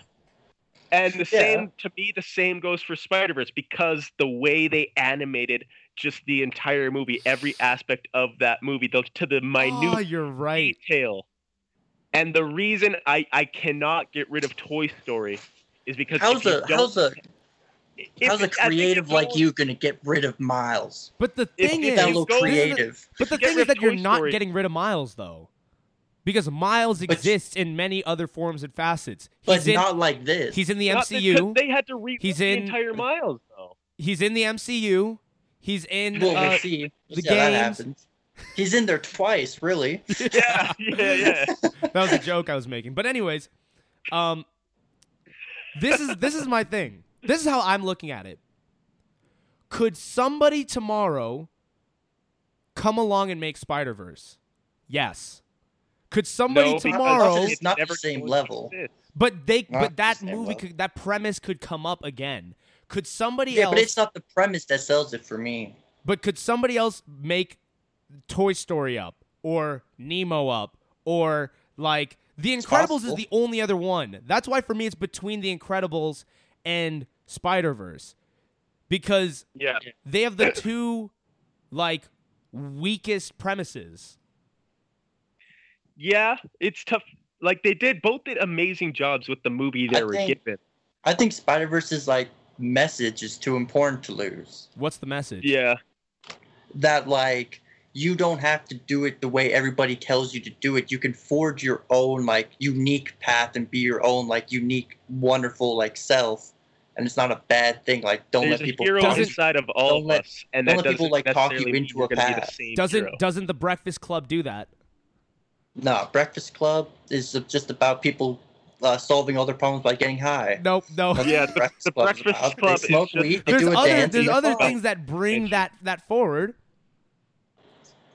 Speaker 3: And the
Speaker 4: Yeah.
Speaker 3: same to me, the same goes for Spider Verse because the way they animated just the entire movie, every aspect of that movie, the, to the minute
Speaker 2: Oh, you're right.
Speaker 3: detail. And the reason I, I cannot get rid of Toy Story is because
Speaker 4: How's
Speaker 3: if you
Speaker 4: a
Speaker 3: don't-
Speaker 4: how's a
Speaker 3: if-
Speaker 4: how's
Speaker 3: I
Speaker 4: a
Speaker 3: think if
Speaker 4: creative
Speaker 3: you
Speaker 4: like
Speaker 3: don't
Speaker 4: you gonna get rid of Miles?
Speaker 2: But the
Speaker 3: If
Speaker 2: thing
Speaker 3: you
Speaker 2: is,
Speaker 4: That
Speaker 3: you
Speaker 4: little
Speaker 3: go with the-
Speaker 4: creative.
Speaker 2: but the
Speaker 3: Get
Speaker 2: thing is
Speaker 3: rid of
Speaker 2: that you're
Speaker 3: Toy
Speaker 2: not
Speaker 3: Story.
Speaker 2: getting rid of Miles though, because Miles
Speaker 4: But-
Speaker 2: exists in many other forms and facets.
Speaker 4: But
Speaker 2: He's in
Speaker 4: not like this.
Speaker 2: he's in the
Speaker 3: Not that- 'cause
Speaker 2: MCU.
Speaker 3: They had to rework
Speaker 2: He's
Speaker 3: the
Speaker 2: in-
Speaker 3: entire Miles though.
Speaker 2: He's in the MCU. He's in.
Speaker 4: well,
Speaker 2: uh,
Speaker 4: we'll see.
Speaker 2: the
Speaker 4: We'll see how that
Speaker 2: games-
Speaker 4: happens. He's in there twice, really.
Speaker 3: Yeah, yeah, yeah.
Speaker 2: that was a joke I was making. But anyways, um, this is this is my thing. This is how I'm looking at it. Could somebody tomorrow come along and make Spider Verse? Yes. Could somebody
Speaker 3: No, because
Speaker 2: tomorrow?
Speaker 4: It's not the
Speaker 3: never
Speaker 4: same
Speaker 3: going to
Speaker 4: level.
Speaker 3: exist.
Speaker 2: But they,
Speaker 4: Not
Speaker 2: but
Speaker 4: the
Speaker 2: that
Speaker 4: same
Speaker 2: movie,
Speaker 4: level.
Speaker 2: could, that premise could come up again. Could somebody
Speaker 4: Yeah,
Speaker 2: else?
Speaker 4: but it's not the premise that sells it for me.
Speaker 2: But could somebody else make Toy Story up or Nemo up or like The Incredibles is
Speaker 4: possible.
Speaker 2: the only other one. That's why for me it's between The Incredibles and Spider Verse because
Speaker 3: Yeah.
Speaker 2: they have the two like weakest premises.
Speaker 3: Yeah, it's tough. Like they did both did amazing jobs with the movie they
Speaker 4: I
Speaker 3: were
Speaker 4: think-
Speaker 3: given.
Speaker 4: I think Spider Verse's like message is too important to lose.
Speaker 2: What's the message?
Speaker 3: Yeah.
Speaker 4: That like you don't have to do it the way everybody tells you to do it. You can forge your own like unique path and be your own like unique, wonderful like self. And it's not a bad thing. Like don't
Speaker 3: There's
Speaker 4: let
Speaker 3: a
Speaker 4: people
Speaker 3: hero
Speaker 2: Doesn't-
Speaker 3: inside of all
Speaker 4: don't
Speaker 3: of
Speaker 4: let-
Speaker 3: us, and that
Speaker 4: don't let
Speaker 3: doesn't
Speaker 4: people, like, talk you
Speaker 3: necessarily mean
Speaker 4: into
Speaker 3: you're
Speaker 4: a
Speaker 3: gonna be the
Speaker 4: path.
Speaker 3: same
Speaker 2: Doesn't
Speaker 3: hero.
Speaker 2: doesn't the Breakfast Club do that?
Speaker 4: Nah, Breakfast Club is just about people uh, solving all their problems by getting high.
Speaker 2: Nope, no.
Speaker 4: That's
Speaker 3: Yeah,
Speaker 4: what
Speaker 3: the-
Speaker 4: Breakfast
Speaker 3: the
Speaker 4: Club's
Speaker 3: Breakfast
Speaker 4: about.
Speaker 3: Club
Speaker 4: They
Speaker 3: is
Speaker 4: smoke
Speaker 3: just-
Speaker 4: weed. They
Speaker 2: There's
Speaker 4: do a
Speaker 2: other
Speaker 4: dance. and
Speaker 2: there's
Speaker 4: they
Speaker 2: other
Speaker 4: fuck.
Speaker 2: things that bring
Speaker 3: Ancient.
Speaker 2: that that forward.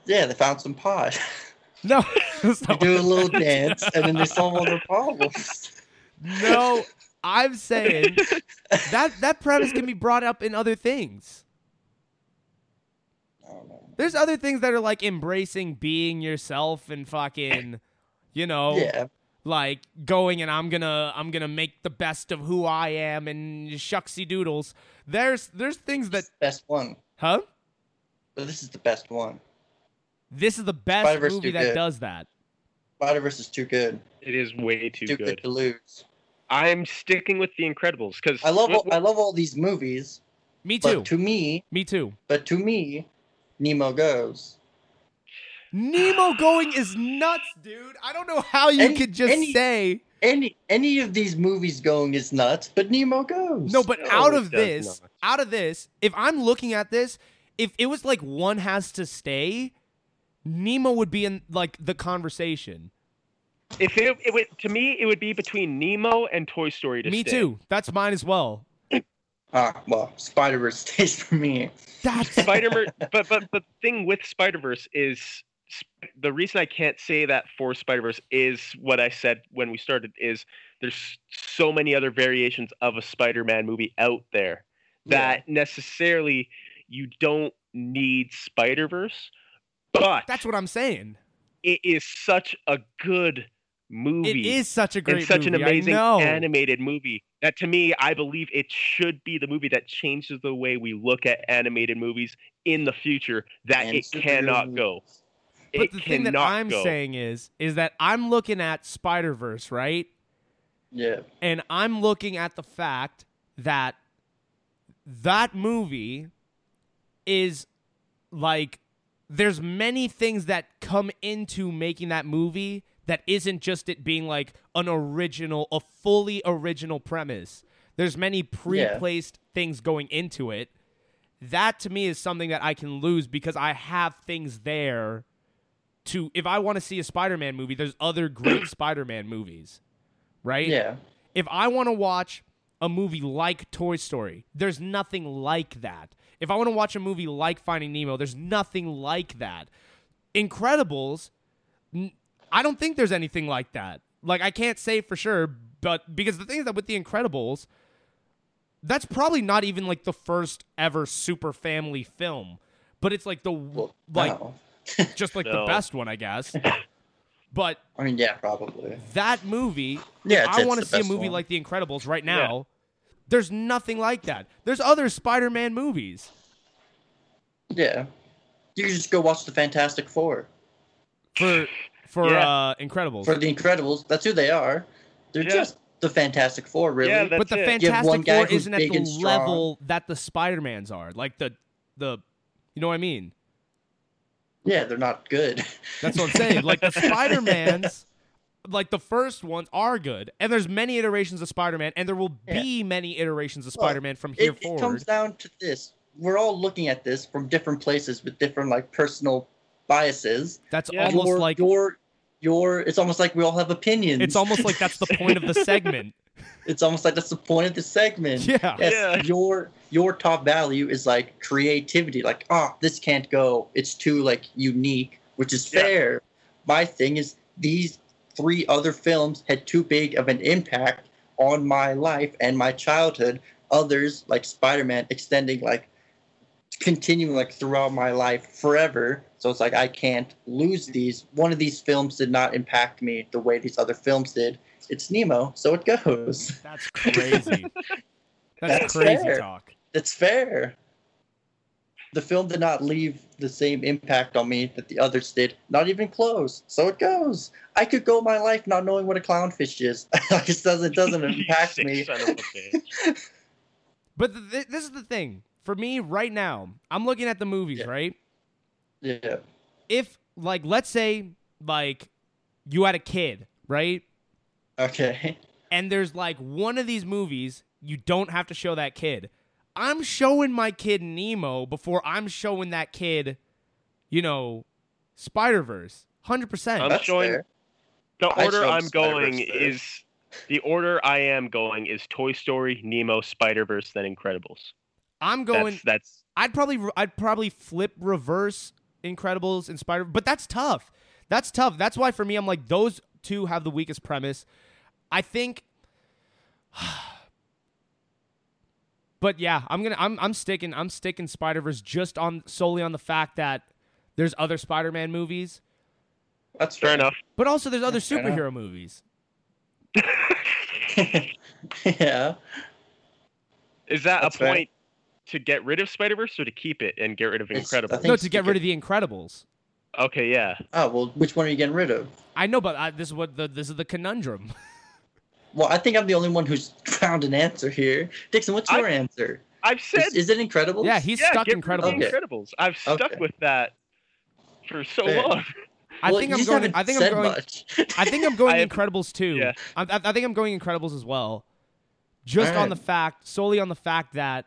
Speaker 4: Yeah, they found some pot.
Speaker 2: No, that's
Speaker 4: they
Speaker 2: not
Speaker 4: do a
Speaker 2: what-
Speaker 4: little dance, and then they solve all their problems.
Speaker 2: No, I'm saying that that premise can be brought up in other things.
Speaker 4: I don't know.
Speaker 2: There's other things that are like embracing being yourself and fucking, you know,
Speaker 4: Yeah,
Speaker 2: like going and I'm gonna I'm gonna make the best of who I am and shucksy doodles. There's there's things that
Speaker 4: that's the best one.
Speaker 2: huh?
Speaker 4: But this is the best one.
Speaker 2: This is the best
Speaker 4: Spider-Verse
Speaker 2: movie
Speaker 4: too
Speaker 2: that
Speaker 4: good.
Speaker 2: does that.
Speaker 4: Spider Verse is too good.
Speaker 3: It is way too,
Speaker 4: Too, good.
Speaker 3: good.
Speaker 4: to lose.
Speaker 3: I'm sticking with the Incredibles because
Speaker 4: I love all, I love all these movies,
Speaker 2: Me
Speaker 4: but
Speaker 2: too.
Speaker 4: to me,
Speaker 2: Me too.
Speaker 4: but to me, Nemo goes.
Speaker 2: Nemo going is nuts, dude. I don't know how you
Speaker 4: Any-
Speaker 2: could just
Speaker 4: any-
Speaker 2: say
Speaker 4: Any any of these movies going is nuts, but Nemo goes.
Speaker 2: No, but
Speaker 3: Oh, No,
Speaker 2: out
Speaker 3: it
Speaker 2: of
Speaker 3: does
Speaker 2: this,
Speaker 3: not.
Speaker 2: out of this, if I'm looking at this, if it was like one has to stay, Nemo would be in like the conversation.
Speaker 3: if it, it would to me it would be between Nemo and Toy Story to
Speaker 2: Me
Speaker 3: stay.
Speaker 2: too. That's mine as well.
Speaker 4: ah, well, Spider Verse stays for me.
Speaker 2: That's
Speaker 3: Spider-Man, but but but the thing with Spider-Verse is sp- the reason I can't say that for Spider-Verse is what I said when we started is there's so many other variations of a Spider-Man movie out there that necessarily you don't need Spider-Verse, but
Speaker 2: that's what I'm saying.
Speaker 3: it is such a good movie.
Speaker 2: It is such a great
Speaker 3: and such an
Speaker 2: movie, I
Speaker 3: amazing
Speaker 2: know.
Speaker 3: animated movie that to me i believe it should be the movie that changes the way we look at animated movies in the future that
Speaker 4: And
Speaker 3: it
Speaker 4: superhero
Speaker 3: cannot
Speaker 4: movies.
Speaker 3: go
Speaker 2: But
Speaker 3: it
Speaker 2: the thing
Speaker 3: cannot
Speaker 2: that I'm
Speaker 3: go
Speaker 2: saying is, is that I'm looking at Spider Verse, right?
Speaker 4: Yeah.
Speaker 2: And I'm looking at the fact that that movie is like there's many things that come into making that movie that isn't just it being like an original, a fully original premise. There's many pre-placed things going into it. That to me is something that I can lose because I have things there to if I want to see a Spider-Man movie, there's other great Spider-Man movies. Right?
Speaker 4: Yeah.
Speaker 2: If I want to watch a movie like Toy Story, there's nothing like that. If I want to watch a movie like Finding Nemo, there's nothing like that. Incredibles, n- I don't think there's anything like that. Like I can't say for sure, but because the thing is that with the Incredibles, that's probably not even like the first ever super family film, but it's like the w
Speaker 4: Well,
Speaker 2: like
Speaker 4: no.
Speaker 2: just like the
Speaker 3: No.
Speaker 2: best one, I guess. But
Speaker 4: I mean, yeah, probably.
Speaker 2: that movie
Speaker 4: Yeah, it's-
Speaker 2: I
Speaker 4: it's
Speaker 2: want to
Speaker 4: the
Speaker 2: see a
Speaker 4: best
Speaker 2: movie
Speaker 4: one.
Speaker 2: like The Incredibles right now. There's nothing like that. There's other Spider-Man movies.
Speaker 4: Yeah. You can just go watch the Fantastic Four.
Speaker 2: for for
Speaker 3: Yeah.
Speaker 2: uh Incredibles.
Speaker 4: For the Incredibles, that's who they are. They're
Speaker 3: Yeah.
Speaker 4: just the Fantastic Four, really.
Speaker 3: Yeah, that-
Speaker 2: but the
Speaker 3: That's it.
Speaker 4: You have one
Speaker 2: Fantastic
Speaker 4: guy
Speaker 2: Four
Speaker 4: who's
Speaker 2: isn't at
Speaker 4: big
Speaker 2: the
Speaker 4: and strong.
Speaker 2: level that the Spider-Mans are. Like the the you know what I mean?
Speaker 4: yeah, they're not good.
Speaker 2: That's what I'm saying. Like the Spider-Mans like the first ones are good and there's many iterations of Spider-Man and there will
Speaker 4: Yeah.
Speaker 2: be many iterations of
Speaker 4: Well,
Speaker 2: Spider-Man from here
Speaker 4: it, it
Speaker 2: forward.
Speaker 4: comes down to this. We're all looking at this from different places with different like personal biases.
Speaker 2: That's
Speaker 3: Yeah.
Speaker 2: almost
Speaker 4: your,
Speaker 2: like
Speaker 4: your your it's almost like we all have opinions.
Speaker 2: it's almost like that's the point of the segment.
Speaker 4: it's almost like that's the point of the segment.
Speaker 2: Yeah.
Speaker 4: Yes,
Speaker 3: Yeah.
Speaker 4: your your top value is like creativity. Like, ah, this can't go. It's too like unique, which is
Speaker 3: Yeah.
Speaker 4: fair. My thing is these three other films had too big of an impact on my life and my childhood. Others like Spider-Man extending like continuing like throughout my life forever. So it's like I can't lose these. One of these films did not impact me the way these other films did. It's Nemo, so it goes.
Speaker 2: That's crazy. That's
Speaker 4: That's
Speaker 2: crazy
Speaker 4: fair.
Speaker 2: talk.
Speaker 4: It's fair. The film did not leave the same impact on me that the others did, not even close. So it goes. I could go my life not knowing what a clownfish is. like it doesn't it doesn't
Speaker 3: You
Speaker 4: impact
Speaker 3: sick
Speaker 4: me.
Speaker 3: son of a bitch.
Speaker 2: But th- th- this is the thing. For me right now, I'm looking at the movies,
Speaker 4: Yeah.
Speaker 2: right?
Speaker 4: Yeah.
Speaker 2: If like let's say like you had a kid, right?
Speaker 4: Okay.
Speaker 2: And there's like one of these movies you don't have to show that kid. I'm showing my kid Nemo before I'm showing that kid, you know, Spider-Verse. 100%.
Speaker 3: I'm
Speaker 4: That's
Speaker 3: showing-
Speaker 4: fair.
Speaker 3: The
Speaker 4: I
Speaker 3: order
Speaker 4: showed
Speaker 3: I'm going
Speaker 4: Spider-Verse
Speaker 3: is the order I am going is Toy Story, Nemo, Spider Verse, then Incredibles.
Speaker 2: I'm going
Speaker 3: That's that's
Speaker 2: I'd probably I'd probably flip reverse Incredibles and Spider, but that's tough. That's tough. That's why for me, I'm like those two have the weakest premise. I think, but yeah, I'm gonna I'm I'm sticking I'm sticking Spider Verse just on solely on the fact that there's other Spider Man movies,
Speaker 4: That's
Speaker 3: fair enough.
Speaker 2: but also there's other
Speaker 4: fair enough.
Speaker 2: superhero movies.
Speaker 4: yeah.
Speaker 3: Is that
Speaker 4: That's
Speaker 3: a
Speaker 4: fair.
Speaker 3: point to get rid of Spider Verse or to keep it and get rid of
Speaker 4: It's- I
Speaker 3: Incredibles?
Speaker 4: think-
Speaker 2: No, to get rid of the Incredibles.
Speaker 3: okay, yeah.
Speaker 4: Oh well which one are you getting rid of?
Speaker 2: I know, but I, this is what the this is the conundrum.
Speaker 4: Well, I think I'm the only one who's found an answer here. Dixon, what's your answer?
Speaker 3: I've said
Speaker 4: Is, is it incredible?
Speaker 2: yeah, he's
Speaker 3: yeah,
Speaker 2: stuck
Speaker 3: get rid of
Speaker 2: Incredibles.
Speaker 3: the
Speaker 4: Okay.
Speaker 3: Incredibles. I've stuck
Speaker 4: Okay.
Speaker 3: with that for so
Speaker 4: Fair.
Speaker 3: long.
Speaker 2: I
Speaker 4: well,
Speaker 2: think
Speaker 4: you
Speaker 2: I'm
Speaker 4: just
Speaker 2: going.
Speaker 4: haven't
Speaker 2: I think I'm
Speaker 4: said
Speaker 2: going.
Speaker 4: much.
Speaker 2: I think I'm going
Speaker 3: I have-
Speaker 2: Incredibles too.
Speaker 3: yeah.
Speaker 2: I, I, I think I'm going Incredibles as well. Just on
Speaker 4: Alright.
Speaker 2: the fact, solely on the fact that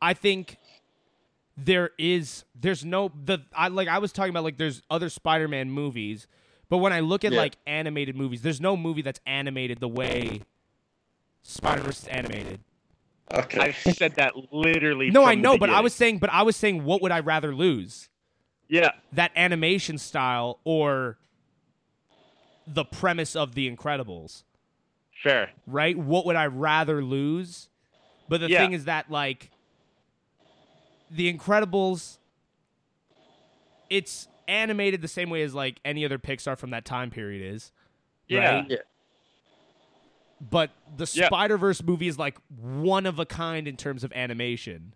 Speaker 2: I think there is there's no the I like I was talking about like there's other Spider-Man movies, but when I look at
Speaker 4: Yeah.
Speaker 2: like animated movies, there's no movie that's animated the way Spider-Verse is animated.
Speaker 4: Okay.
Speaker 3: I've said that literally.
Speaker 2: No,
Speaker 3: from
Speaker 2: I
Speaker 3: the
Speaker 2: know, but I
Speaker 3: beginning.
Speaker 2: was saying but I was saying what would I rather lose?
Speaker 3: yeah.
Speaker 2: That animation style or the premise of The Incredibles?
Speaker 3: Fair.
Speaker 2: right? What would I rather lose? But the
Speaker 3: Yeah.
Speaker 2: thing is that like The Incredibles it's animated the same way as like any other Pixar from that time period is,
Speaker 3: Yeah.
Speaker 2: Right?
Speaker 4: Yeah.
Speaker 2: but the
Speaker 3: Yeah.
Speaker 2: Spider-Verse movie is like one of a kind in terms of animation.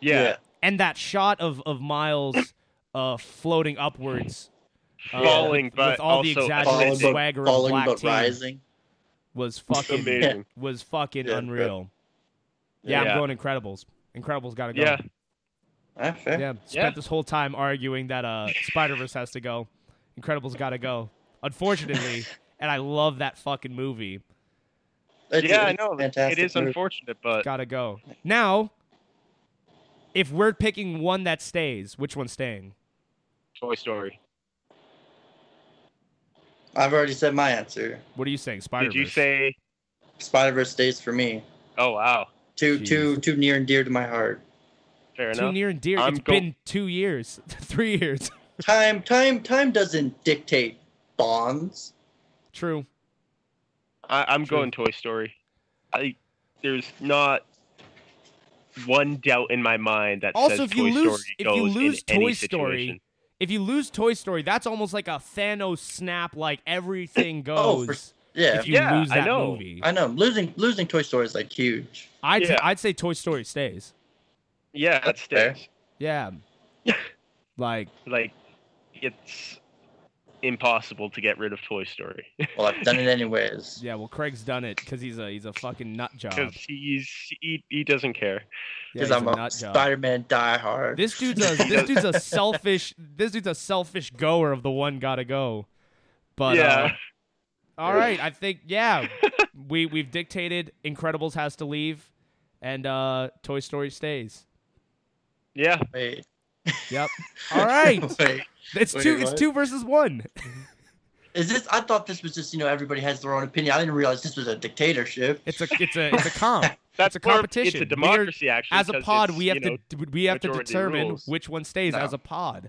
Speaker 3: Yeah.
Speaker 2: And that shot of of Miles uh floating upwards uh,
Speaker 3: Falling,
Speaker 2: with,
Speaker 3: but
Speaker 2: with all the
Speaker 3: also
Speaker 2: exaggerated
Speaker 4: Falling
Speaker 3: ascending.
Speaker 2: swagger
Speaker 4: but,
Speaker 2: of
Speaker 4: falling
Speaker 2: black
Speaker 4: but
Speaker 2: teen
Speaker 4: rising.
Speaker 2: was fucking
Speaker 3: Amazing.
Speaker 2: was fucking
Speaker 4: Yeah,
Speaker 2: unreal. Yeah,
Speaker 3: Yeah.
Speaker 2: I'm going Incredibles. Incredibles got to go.
Speaker 3: Yeah.
Speaker 4: Ah, fair.
Speaker 2: Yeah, spent
Speaker 3: Yeah.
Speaker 2: this whole time arguing that uh Spider Verse has to go. Incredibles got to go. unfortunately. and I love that fucking movie.
Speaker 4: It's,
Speaker 3: yeah, I
Speaker 4: it's
Speaker 3: know.
Speaker 4: a
Speaker 3: It
Speaker 4: fantastic
Speaker 3: is
Speaker 4: movie.
Speaker 3: unfortunate, but
Speaker 2: Gotta go. Now, if we're picking one that stays, which one's staying?
Speaker 3: Toy Story.
Speaker 4: I've already said my answer.
Speaker 2: What are you saying? Spider
Speaker 3: Did you say?
Speaker 4: Spider Verse stays for me.
Speaker 3: Oh wow,
Speaker 4: Too
Speaker 2: Jeez.
Speaker 4: too too near and dear to my heart.
Speaker 3: fair
Speaker 2: too
Speaker 3: enough.
Speaker 2: near and dear?
Speaker 3: I'm
Speaker 2: it's
Speaker 3: go-
Speaker 2: been two years, three years.
Speaker 4: Time time time doesn't dictate bonds.
Speaker 2: True.
Speaker 3: I, I'm
Speaker 2: True.
Speaker 3: going Toy Story. I there's not one doubt in my mind that
Speaker 2: Also,
Speaker 3: says
Speaker 2: if you
Speaker 3: Toy
Speaker 2: lose-
Speaker 3: Story
Speaker 2: if you
Speaker 3: goes in
Speaker 2: lose
Speaker 3: any
Speaker 2: Toy Story-
Speaker 3: situation.
Speaker 2: If you lose Toy Story, that's almost like a Thanos snap. Like everything
Speaker 4: Oh, for-
Speaker 2: goes.
Speaker 4: Yeah,
Speaker 2: If you
Speaker 3: Yeah,
Speaker 2: lose
Speaker 3: I
Speaker 2: that
Speaker 3: know.
Speaker 2: movie,
Speaker 4: I know. Losing losing Toy Story is like huge.
Speaker 2: I'd
Speaker 3: Yeah.
Speaker 2: I'd say Toy Story stays.
Speaker 3: yeah, that
Speaker 4: That's fair.
Speaker 3: stays.
Speaker 2: Yeah. like
Speaker 3: Like it's impossible to get rid of Toy Story
Speaker 4: Well, I've done it anyways.
Speaker 2: yeah, well Craig's done it because he's a he's a fucking nut job.
Speaker 3: because he's he, he doesn't care.
Speaker 2: Yeah,
Speaker 4: Because
Speaker 2: he's
Speaker 4: I'm
Speaker 2: a
Speaker 4: a,
Speaker 2: nut job.
Speaker 4: Spider-Man diehard.
Speaker 2: This dude's a this dude's a selfish this dude's a selfish goer of the one gotta go. But
Speaker 3: yeah,
Speaker 2: uh, all right, I think yeah, we we've dictated Incredibles has to leave, and uh Toy Story stays.
Speaker 3: yeah.
Speaker 4: Wait,
Speaker 2: Yep. All right,
Speaker 4: wait.
Speaker 2: it's
Speaker 4: Wait,
Speaker 2: two it's
Speaker 4: what?
Speaker 2: two versus one.
Speaker 4: Is this? I thought this was just you know everybody has their own opinion. I didn't realize this was a dictatorship.
Speaker 2: It's a it's a it's a comp.
Speaker 3: That's
Speaker 2: a
Speaker 3: more-
Speaker 2: competition.
Speaker 3: It's a
Speaker 2: We are-
Speaker 3: democracy, actually.
Speaker 2: As a
Speaker 3: 'cause
Speaker 2: pod,
Speaker 3: it's,
Speaker 2: we have
Speaker 3: you know,
Speaker 2: to d- we have to
Speaker 3: majority
Speaker 2: determine
Speaker 3: rules.
Speaker 2: which one stays
Speaker 4: No.
Speaker 2: as a pod.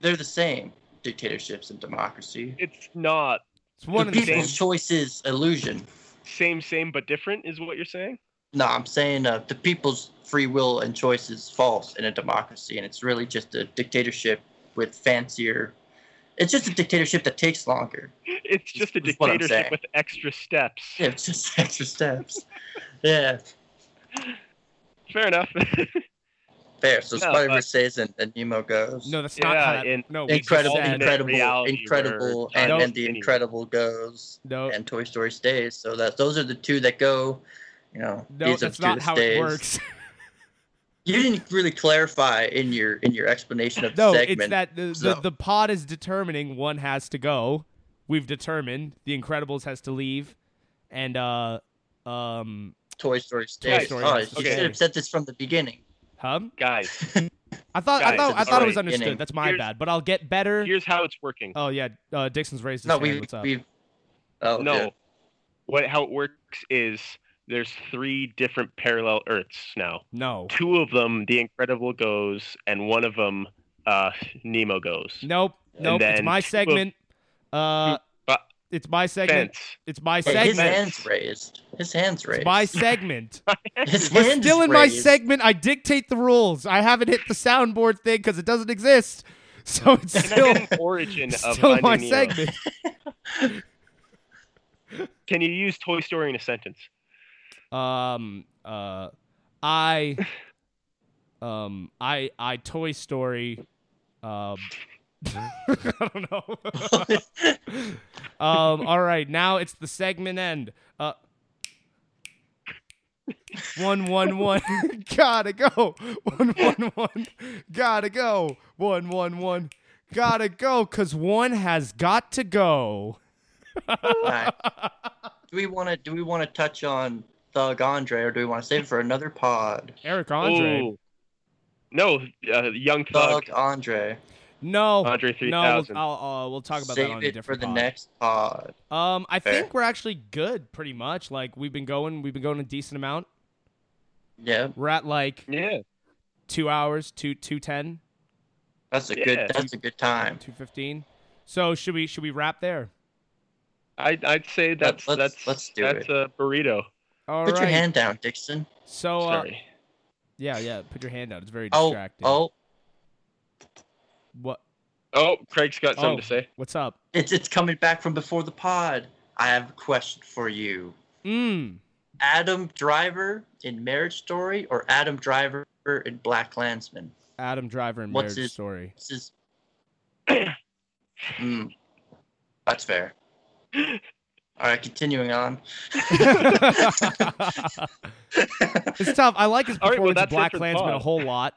Speaker 4: They're the same. Dictatorships and democracy.
Speaker 3: It's not
Speaker 2: It's one
Speaker 4: the
Speaker 2: and the
Speaker 4: people's
Speaker 2: same.
Speaker 4: choices illusion.
Speaker 3: same, same, but different, is what you're saying.
Speaker 4: No, I'm saying uh, the people's free will and choice is false in a democracy, and it's really just a dictatorship with fancier. It's just a dictatorship that takes longer.
Speaker 3: It's just a
Speaker 4: That's what I'm
Speaker 3: dictatorship
Speaker 4: saying.
Speaker 3: with extra steps.
Speaker 4: Yeah, It's just extra steps. yeah,
Speaker 3: Fair enough.
Speaker 4: fair. So
Speaker 3: No,
Speaker 4: Spider
Speaker 3: but-
Speaker 4: Verse stays and, and Nemo goes.
Speaker 2: No, that's not how
Speaker 3: Yeah,
Speaker 2: that-
Speaker 3: in-
Speaker 2: no. we just
Speaker 4: incredible,
Speaker 2: said-
Speaker 3: Alternate
Speaker 4: incredible,
Speaker 3: reality
Speaker 4: incredible,
Speaker 3: where
Speaker 4: and,
Speaker 2: Nope.
Speaker 4: and the incredible goes,
Speaker 2: No,
Speaker 4: and Toy Story stays. So that those are the two that go. You know,
Speaker 2: no,
Speaker 4: these are
Speaker 2: that's
Speaker 4: the two
Speaker 2: not
Speaker 4: that
Speaker 2: how
Speaker 4: stays.
Speaker 2: it works.
Speaker 4: You didn't really clarify in your in your explanation of the
Speaker 2: No,
Speaker 4: segment.
Speaker 2: it's that the,
Speaker 4: so-
Speaker 2: the the pod is determining one has to go. We've determined the Incredibles has to leave, and uh, um,
Speaker 4: Toy Story stays.
Speaker 2: Story
Speaker 4: oh,
Speaker 2: has
Speaker 4: you
Speaker 3: to
Speaker 4: should have said this from the beginning.
Speaker 2: huh?
Speaker 3: Guys,
Speaker 2: I thought I
Speaker 3: Guys,
Speaker 2: thought I thought
Speaker 3: it's
Speaker 2: it
Speaker 4: already
Speaker 2: was understood.
Speaker 4: beginning.
Speaker 2: That's my
Speaker 3: Here's-
Speaker 2: bad, but I'll get better.
Speaker 3: here's how it's working.
Speaker 2: Oh yeah, uh, Dixon's raised his
Speaker 4: No,
Speaker 2: hand.
Speaker 4: we
Speaker 2: What's up?
Speaker 4: we. Oh
Speaker 3: no.
Speaker 4: yeah.
Speaker 3: What how it works is there's three different parallel Earths now.
Speaker 2: No,
Speaker 3: Two of them, the Incredible goes, and one of them, uh, Nemo goes.
Speaker 2: nope, nope. It's
Speaker 3: then
Speaker 2: my
Speaker 3: two of-
Speaker 2: segment. Uh,
Speaker 3: but-
Speaker 2: it's my segment.
Speaker 3: Fence.
Speaker 2: It's my
Speaker 4: Hey, his
Speaker 2: segment.
Speaker 4: hands raised. His hands raised.
Speaker 2: It's my segment.
Speaker 4: his
Speaker 2: We're
Speaker 4: hand
Speaker 2: still
Speaker 4: is
Speaker 2: in my
Speaker 4: raised.
Speaker 2: segment. I dictate the rules. I haven't hit the soundboard thing because it doesn't exist. So it's
Speaker 3: Can I
Speaker 2: still,
Speaker 3: get an origin of
Speaker 2: still my
Speaker 3: Finding Nemo?
Speaker 2: segment.
Speaker 3: Can you use Toy Story in a sentence?
Speaker 2: Um, uh, I, um, I, I Toy Story. Um, I don't know. um, all right, now it's the segment end. Uh, one one one, gotta go. One one one, gotta go. One one one, gotta go. Cause one has got to go.
Speaker 4: Alright. Do we want to do we want to touch on Thug Andre or do we want to save it for another pod?
Speaker 2: Eric Andre.
Speaker 3: Ooh. No, uh, Young Thug.
Speaker 4: Thug Andre.
Speaker 2: Oh, No.
Speaker 3: Andre
Speaker 2: No, we'll,
Speaker 3: 3000.
Speaker 2: I'll, uh, we'll talk about
Speaker 4: save
Speaker 2: that on a
Speaker 4: it for
Speaker 2: different
Speaker 4: the
Speaker 2: pod.
Speaker 4: next pod.
Speaker 2: Um, I
Speaker 4: Fair.
Speaker 2: think we're actually good, pretty much. Like we've been going, we've been going a decent amount.
Speaker 4: Yeah,
Speaker 2: We're at like
Speaker 3: Yeah.
Speaker 2: two hours, two two ten,
Speaker 4: that's a
Speaker 3: Yeah.
Speaker 4: good that's a good time.
Speaker 2: two fifteen. So should we should we wrap there?
Speaker 3: I, I'd say that's
Speaker 4: let's-
Speaker 3: that's
Speaker 4: let's do
Speaker 3: that's
Speaker 4: it.
Speaker 3: a burrito.
Speaker 2: All right.
Speaker 4: Put your hand down, Dixon.
Speaker 2: So uh,
Speaker 3: Sorry.
Speaker 2: yeah, yeah. Put your hand out. It's very
Speaker 4: Oh,
Speaker 2: distracting.
Speaker 4: oh,
Speaker 2: What?
Speaker 3: Oh, Craig's got something
Speaker 2: Oh.
Speaker 3: to say.
Speaker 2: What's up?
Speaker 4: it's it's coming back from before the pod. I have a question for you.
Speaker 2: Mm.
Speaker 4: Adam Driver in Marriage Story or Adam Driver in Black Landsman?
Speaker 2: Adam Driver and
Speaker 4: What's
Speaker 2: Marriage
Speaker 4: his-
Speaker 2: Story.
Speaker 4: This is. Hmm. That's fair. All right, continuing on.
Speaker 2: it's tough. I like his
Speaker 3: All right,
Speaker 2: performance
Speaker 3: well,
Speaker 2: in
Speaker 3: that's it
Speaker 2: Black
Speaker 3: for the
Speaker 2: Klansman a
Speaker 3: pod.
Speaker 2: whole lot.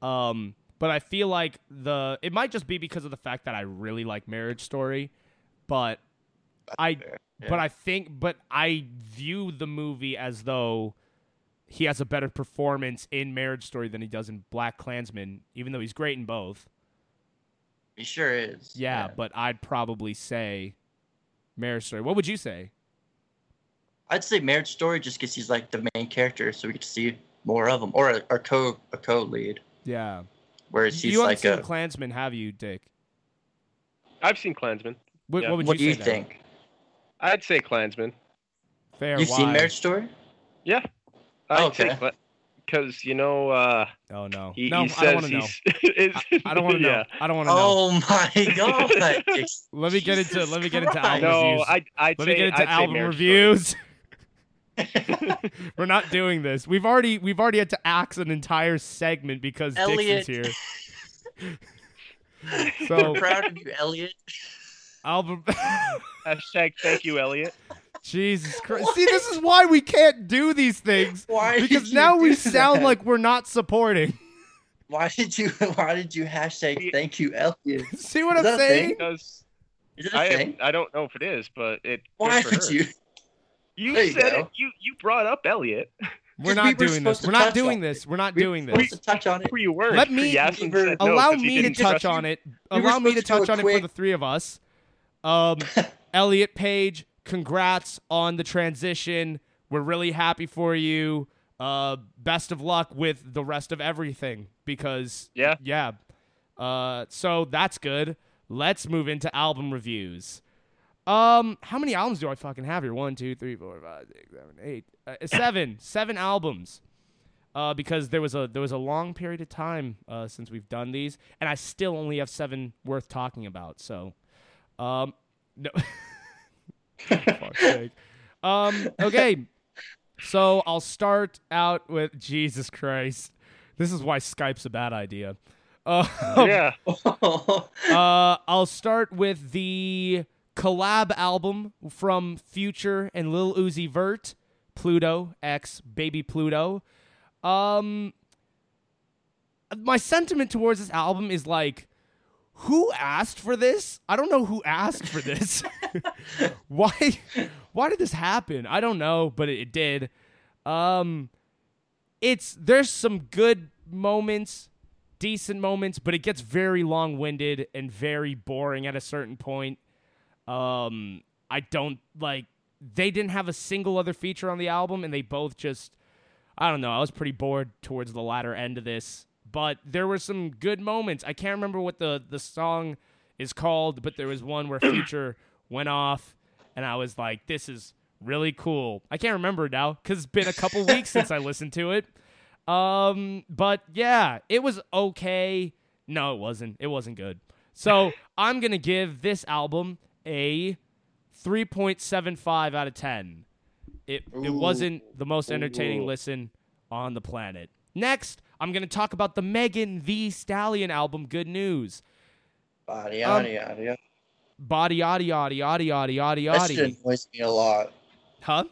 Speaker 2: Um, but I feel like the it might just be because of the fact that I really like Marriage Story. but I
Speaker 7: fair,
Speaker 2: but
Speaker 4: yeah.
Speaker 2: I think but I view the movie as though he has a better performance in Marriage Story than he does in Black Klansman, even though he's great in both.
Speaker 4: He sure is.
Speaker 2: Yeah, but I'd probably say Marriage Story. What would you say?
Speaker 4: I'd say Marriage Story just because he's like the main character, so we get to see more of him, or a, a co a co lead,
Speaker 2: Yeah,
Speaker 4: whereas he's
Speaker 2: you haven't
Speaker 4: like
Speaker 2: seen
Speaker 4: a.
Speaker 2: Klansman, have you, Dick?
Speaker 3: I've seen Klansman.
Speaker 2: What,
Speaker 3: Yeah.
Speaker 2: what would
Speaker 4: what do
Speaker 2: you
Speaker 4: you
Speaker 2: say then?
Speaker 4: think?
Speaker 3: I'd say Klansman.
Speaker 2: Fair.
Speaker 4: You've seen
Speaker 2: why?
Speaker 4: Marriage Story?
Speaker 3: Yeah.
Speaker 4: Okay.
Speaker 3: Because you know, uh,
Speaker 2: Oh no,
Speaker 3: he,
Speaker 2: no,
Speaker 3: he
Speaker 2: I don't
Speaker 3: says
Speaker 2: want to know.
Speaker 3: he's. it's-
Speaker 2: I don't want to know.
Speaker 3: yeah.
Speaker 2: I don't want to know.
Speaker 4: Oh my god! Ex-
Speaker 2: Let me get into-
Speaker 4: Jesus
Speaker 2: let me get into album
Speaker 4: Christ.
Speaker 2: No,
Speaker 3: No,
Speaker 2: reviews.
Speaker 3: I. I'd
Speaker 2: Let
Speaker 3: say,
Speaker 2: me get into
Speaker 3: I'd say
Speaker 2: album
Speaker 3: Marriage Story.
Speaker 2: reviews. We're not doing this. We've already we've already had to axe an entire segment because
Speaker 4: Elliot.
Speaker 2: Dixon's here. so
Speaker 4: We're proud of you, Elliot.
Speaker 2: album.
Speaker 3: Hashtag thank you, Elliot.
Speaker 2: Jesus Christ! See, this is why we can't do these things
Speaker 4: Why? did
Speaker 2: because
Speaker 4: you
Speaker 2: now we
Speaker 4: do
Speaker 2: sound
Speaker 4: that?
Speaker 2: like we're not supporting.
Speaker 4: Why did you? Why did you hashtag thank you, Elliot?
Speaker 2: See what I'm
Speaker 4: Is that a thing?
Speaker 2: saying?
Speaker 3: Because
Speaker 4: Is it a
Speaker 3: I,
Speaker 4: thing?
Speaker 3: I don't know if it is, but it.
Speaker 4: Why
Speaker 3: good for
Speaker 4: would
Speaker 3: her.
Speaker 4: you?
Speaker 3: You
Speaker 4: There you
Speaker 3: said
Speaker 4: go.
Speaker 3: it. You you brought up Elliot.
Speaker 2: We're
Speaker 4: Because
Speaker 2: not
Speaker 4: we were
Speaker 2: doing
Speaker 4: supposed
Speaker 2: this.
Speaker 4: to
Speaker 2: We're not
Speaker 4: touch
Speaker 2: doing
Speaker 4: on
Speaker 2: this. We're not
Speaker 4: We
Speaker 2: doing
Speaker 4: were supposed
Speaker 2: this.
Speaker 4: to touch on it.
Speaker 3: Where you weren't.
Speaker 2: Let me-
Speaker 3: Yasin
Speaker 4: Weaver-
Speaker 3: said no,
Speaker 2: Allow
Speaker 3: 'cause he
Speaker 2: me to
Speaker 3: didn't
Speaker 2: touch
Speaker 3: trust
Speaker 2: on it.
Speaker 4: we were
Speaker 2: Allow me to
Speaker 4: supposed to do
Speaker 2: touch
Speaker 4: a
Speaker 2: on it for
Speaker 4: quick-
Speaker 2: the three of us. Um, Elliot Page, congrats on the transition. We're really happy for you. Uh, best of luck with the rest of everything because
Speaker 3: Yeah.
Speaker 2: yeah. Uh, so that's good. Let's move into album reviews. Um, how many albums do I fucking have here? One, two, three, four, five, six, seven, eight, uh, seven, seven albums. Uh, because there was a there was a long period of time uh, since we've done these, and I still only have seven worth talking about. So, um, no. Fuck's sake. Um, okay. So I'll start out with Jesus Christ. This is why Skype's a bad idea. Um,
Speaker 3: Yeah.
Speaker 2: uh, I'll start with the collab album from Future and Lil Uzi Vert, Pluto X Baby Pluto. Um, my sentiment towards this album is like, who asked for this? I don't know who asked for this. why? Why did this happen? I don't know, but it, it did. Um, it's there's some good moments decent moments, but it gets very long winded and very boring at a certain point. Um, I don't like they didn't have a single other feature on the album, and they both just I don't know. I was pretty bored towards the latter end of this, but there were some good moments. I can't remember what the the song is called, but there was one where Future went off, and I was like, "This is really cool." I can't remember now because it's been a couple weeks since I listened to it. Um, but yeah, it was okay. No, it wasn't. It wasn't good. So I'm gonna give this album a 3.75 out of 10. It it
Speaker 4: Ooh.
Speaker 2: wasn't the most entertaining
Speaker 3: Ooh.
Speaker 2: listen on the planet. Next, I'm gonna talk about the Megan the Stallion album. Good news.
Speaker 4: Body,
Speaker 2: Um,
Speaker 4: yada, yada, yada.
Speaker 2: Body, yada, yada, yada, yada, yada,
Speaker 4: That
Speaker 2: yada.
Speaker 4: shit annoys me a lot.
Speaker 2: Huh?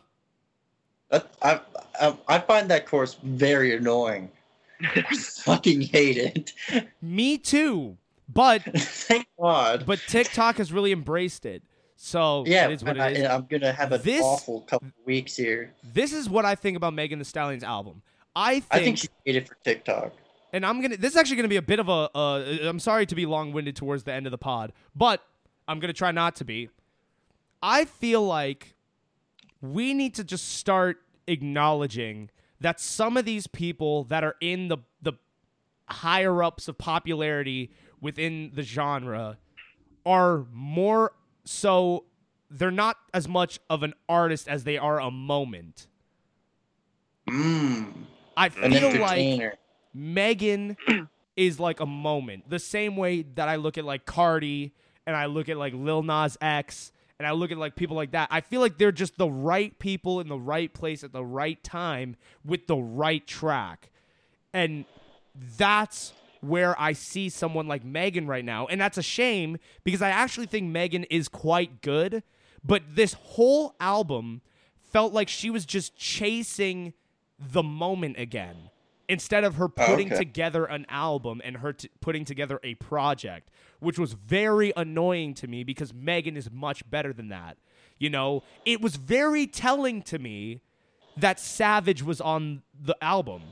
Speaker 4: That, I, I, I find that course very annoying. I fucking hate it.
Speaker 2: Me too. But
Speaker 4: Thank God.
Speaker 2: but TikTok has really embraced it. So
Speaker 4: yeah,
Speaker 2: it is what
Speaker 4: and I,
Speaker 2: it is.
Speaker 4: am gonna have an
Speaker 2: This-
Speaker 4: awful couple weeks here.
Speaker 2: This is what I think about Megan the Stallion's album. I think,
Speaker 4: I think she made it for TikTok.
Speaker 2: and I'm gonna. This is actually gonna be a bit of a. Uh, I'm sorry to be long-winded towards the end of the pod, but I'm gonna try not to be. I feel like we need to just start acknowledging that some of these people that are in the the higher ups of popularity within the genre are more so they're not as much of an artist as they are a moment.
Speaker 4: Mmm.
Speaker 2: I
Speaker 4: An
Speaker 2: feel like
Speaker 4: entertainer.
Speaker 2: Megan is like a moment. The same way that I look at like Cardi and I look at like Lil Nas X and I look at like people like that. I feel like they're just the right people in the right place at the right time with the right track. And that's where I see someone like Megan right now. And that's a shame because I actually think Megan is quite good. But this whole album felt like she was just chasing the moment again. instead of her
Speaker 7: Oh,
Speaker 2: putting
Speaker 7: okay.
Speaker 2: together an album and her t- putting together a project, which was very annoying to me because Megan is much better than that. You know, it was very telling to me that Savage was on the album.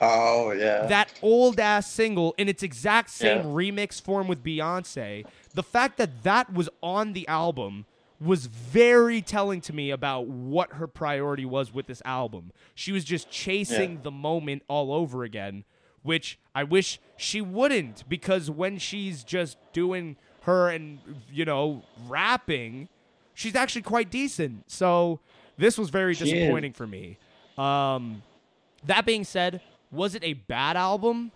Speaker 7: Oh yeah.
Speaker 2: That old ass single in its exact same
Speaker 7: Yeah.
Speaker 2: remix form with Beyonce, the fact that that was on the album was very telling to me about what her priority was with this album. She was just chasing the moment all over again, which I wish she wouldn't because when she's just doing her and, you know, rapping, she's actually quite decent. So this was very
Speaker 7: is.
Speaker 2: disappointing for me. Um, that being said, was it a bad album?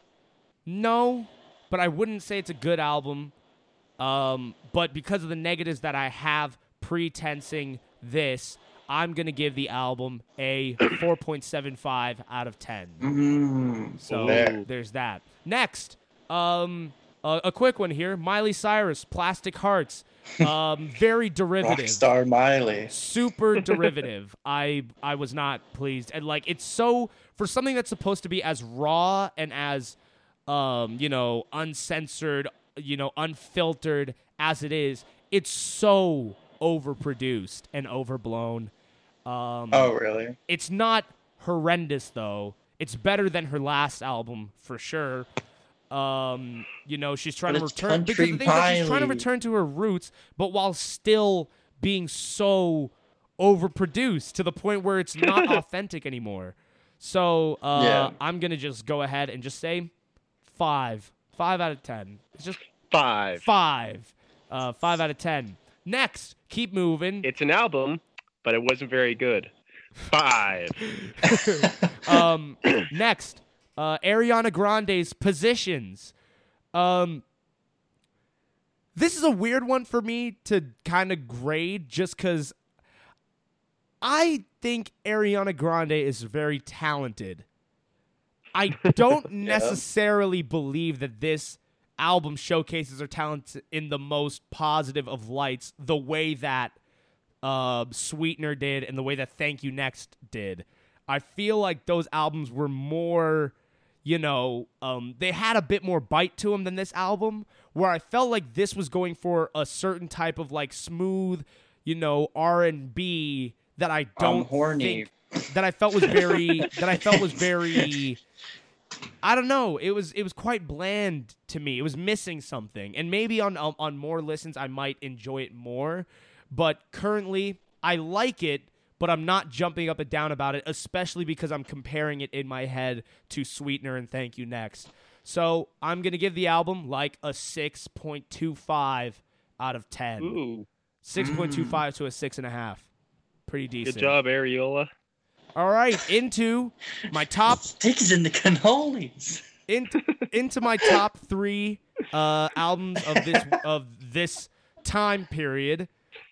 Speaker 2: No, but I wouldn't say it's a good album. Um, but because of the negatives that I have pretensing this, I'm gonna give the album a 4.75 out of 10.
Speaker 4: Mmm.
Speaker 7: Mm.
Speaker 2: So
Speaker 7: There.
Speaker 2: there's that. Next, um, a, a quick one here: Miley Cyrus, "Plastic Hearts." Um, very derivative
Speaker 7: Rockstar Miley.
Speaker 2: super derivative. I I was not pleased, and like it's so for something that's supposed to be as raw and as um you know uncensored, you know unfiltered as it is, it's so overproduced and overblown. Um,
Speaker 7: Oh really?
Speaker 2: it's not horrendous though. It's better than her last album for sure. Um, you know, she's trying
Speaker 4: But
Speaker 2: to
Speaker 4: it's
Speaker 2: return because the
Speaker 4: country
Speaker 2: thing is she's trying to
Speaker 4: Miley.
Speaker 2: return to her roots, but while still being so overproduced to the point where it's not authentic anymore. So uh,
Speaker 7: Yeah.
Speaker 2: I'm gonna just go ahead and just say five, five out of ten. It's just
Speaker 3: Five.
Speaker 2: five, uh, five out of ten. Next, keep moving.
Speaker 3: It's an album, but it wasn't very good. Five.
Speaker 2: Um, next, uh, Ariana Grande's positions. Um, this is a weird one for me to kind of grade just because I think Ariana Grande is very talented. I don't necessarily believe that this album showcases her talent in the most positive of lights, the way that uh, Sweetener did and the way that Thank You Next did. I feel like those albums were more, you know, um, they had a bit more bite to them than this album, where I felt like this was going for a certain type of like smooth, you know, R and B that I don't
Speaker 4: horny.
Speaker 2: think that I felt was very that I felt was very I don't know. It was it was quite bland to me. It was missing something, and maybe on um, on more listens I might enjoy it more. But currently, I like it, but I'm not jumping up and down about it, especially because I'm comparing it in my head to Sweetener and Thank You Next. So I'm gonna give the album like a six point two five out of ten.
Speaker 3: Ooh. Mm.
Speaker 2: Six point two five to a six and a half. Pretty decent.
Speaker 3: Good job, Areola.
Speaker 2: All right, into my top
Speaker 4: Sticks in the cannolis.
Speaker 2: in, into my top three uh, albums of this of this time period.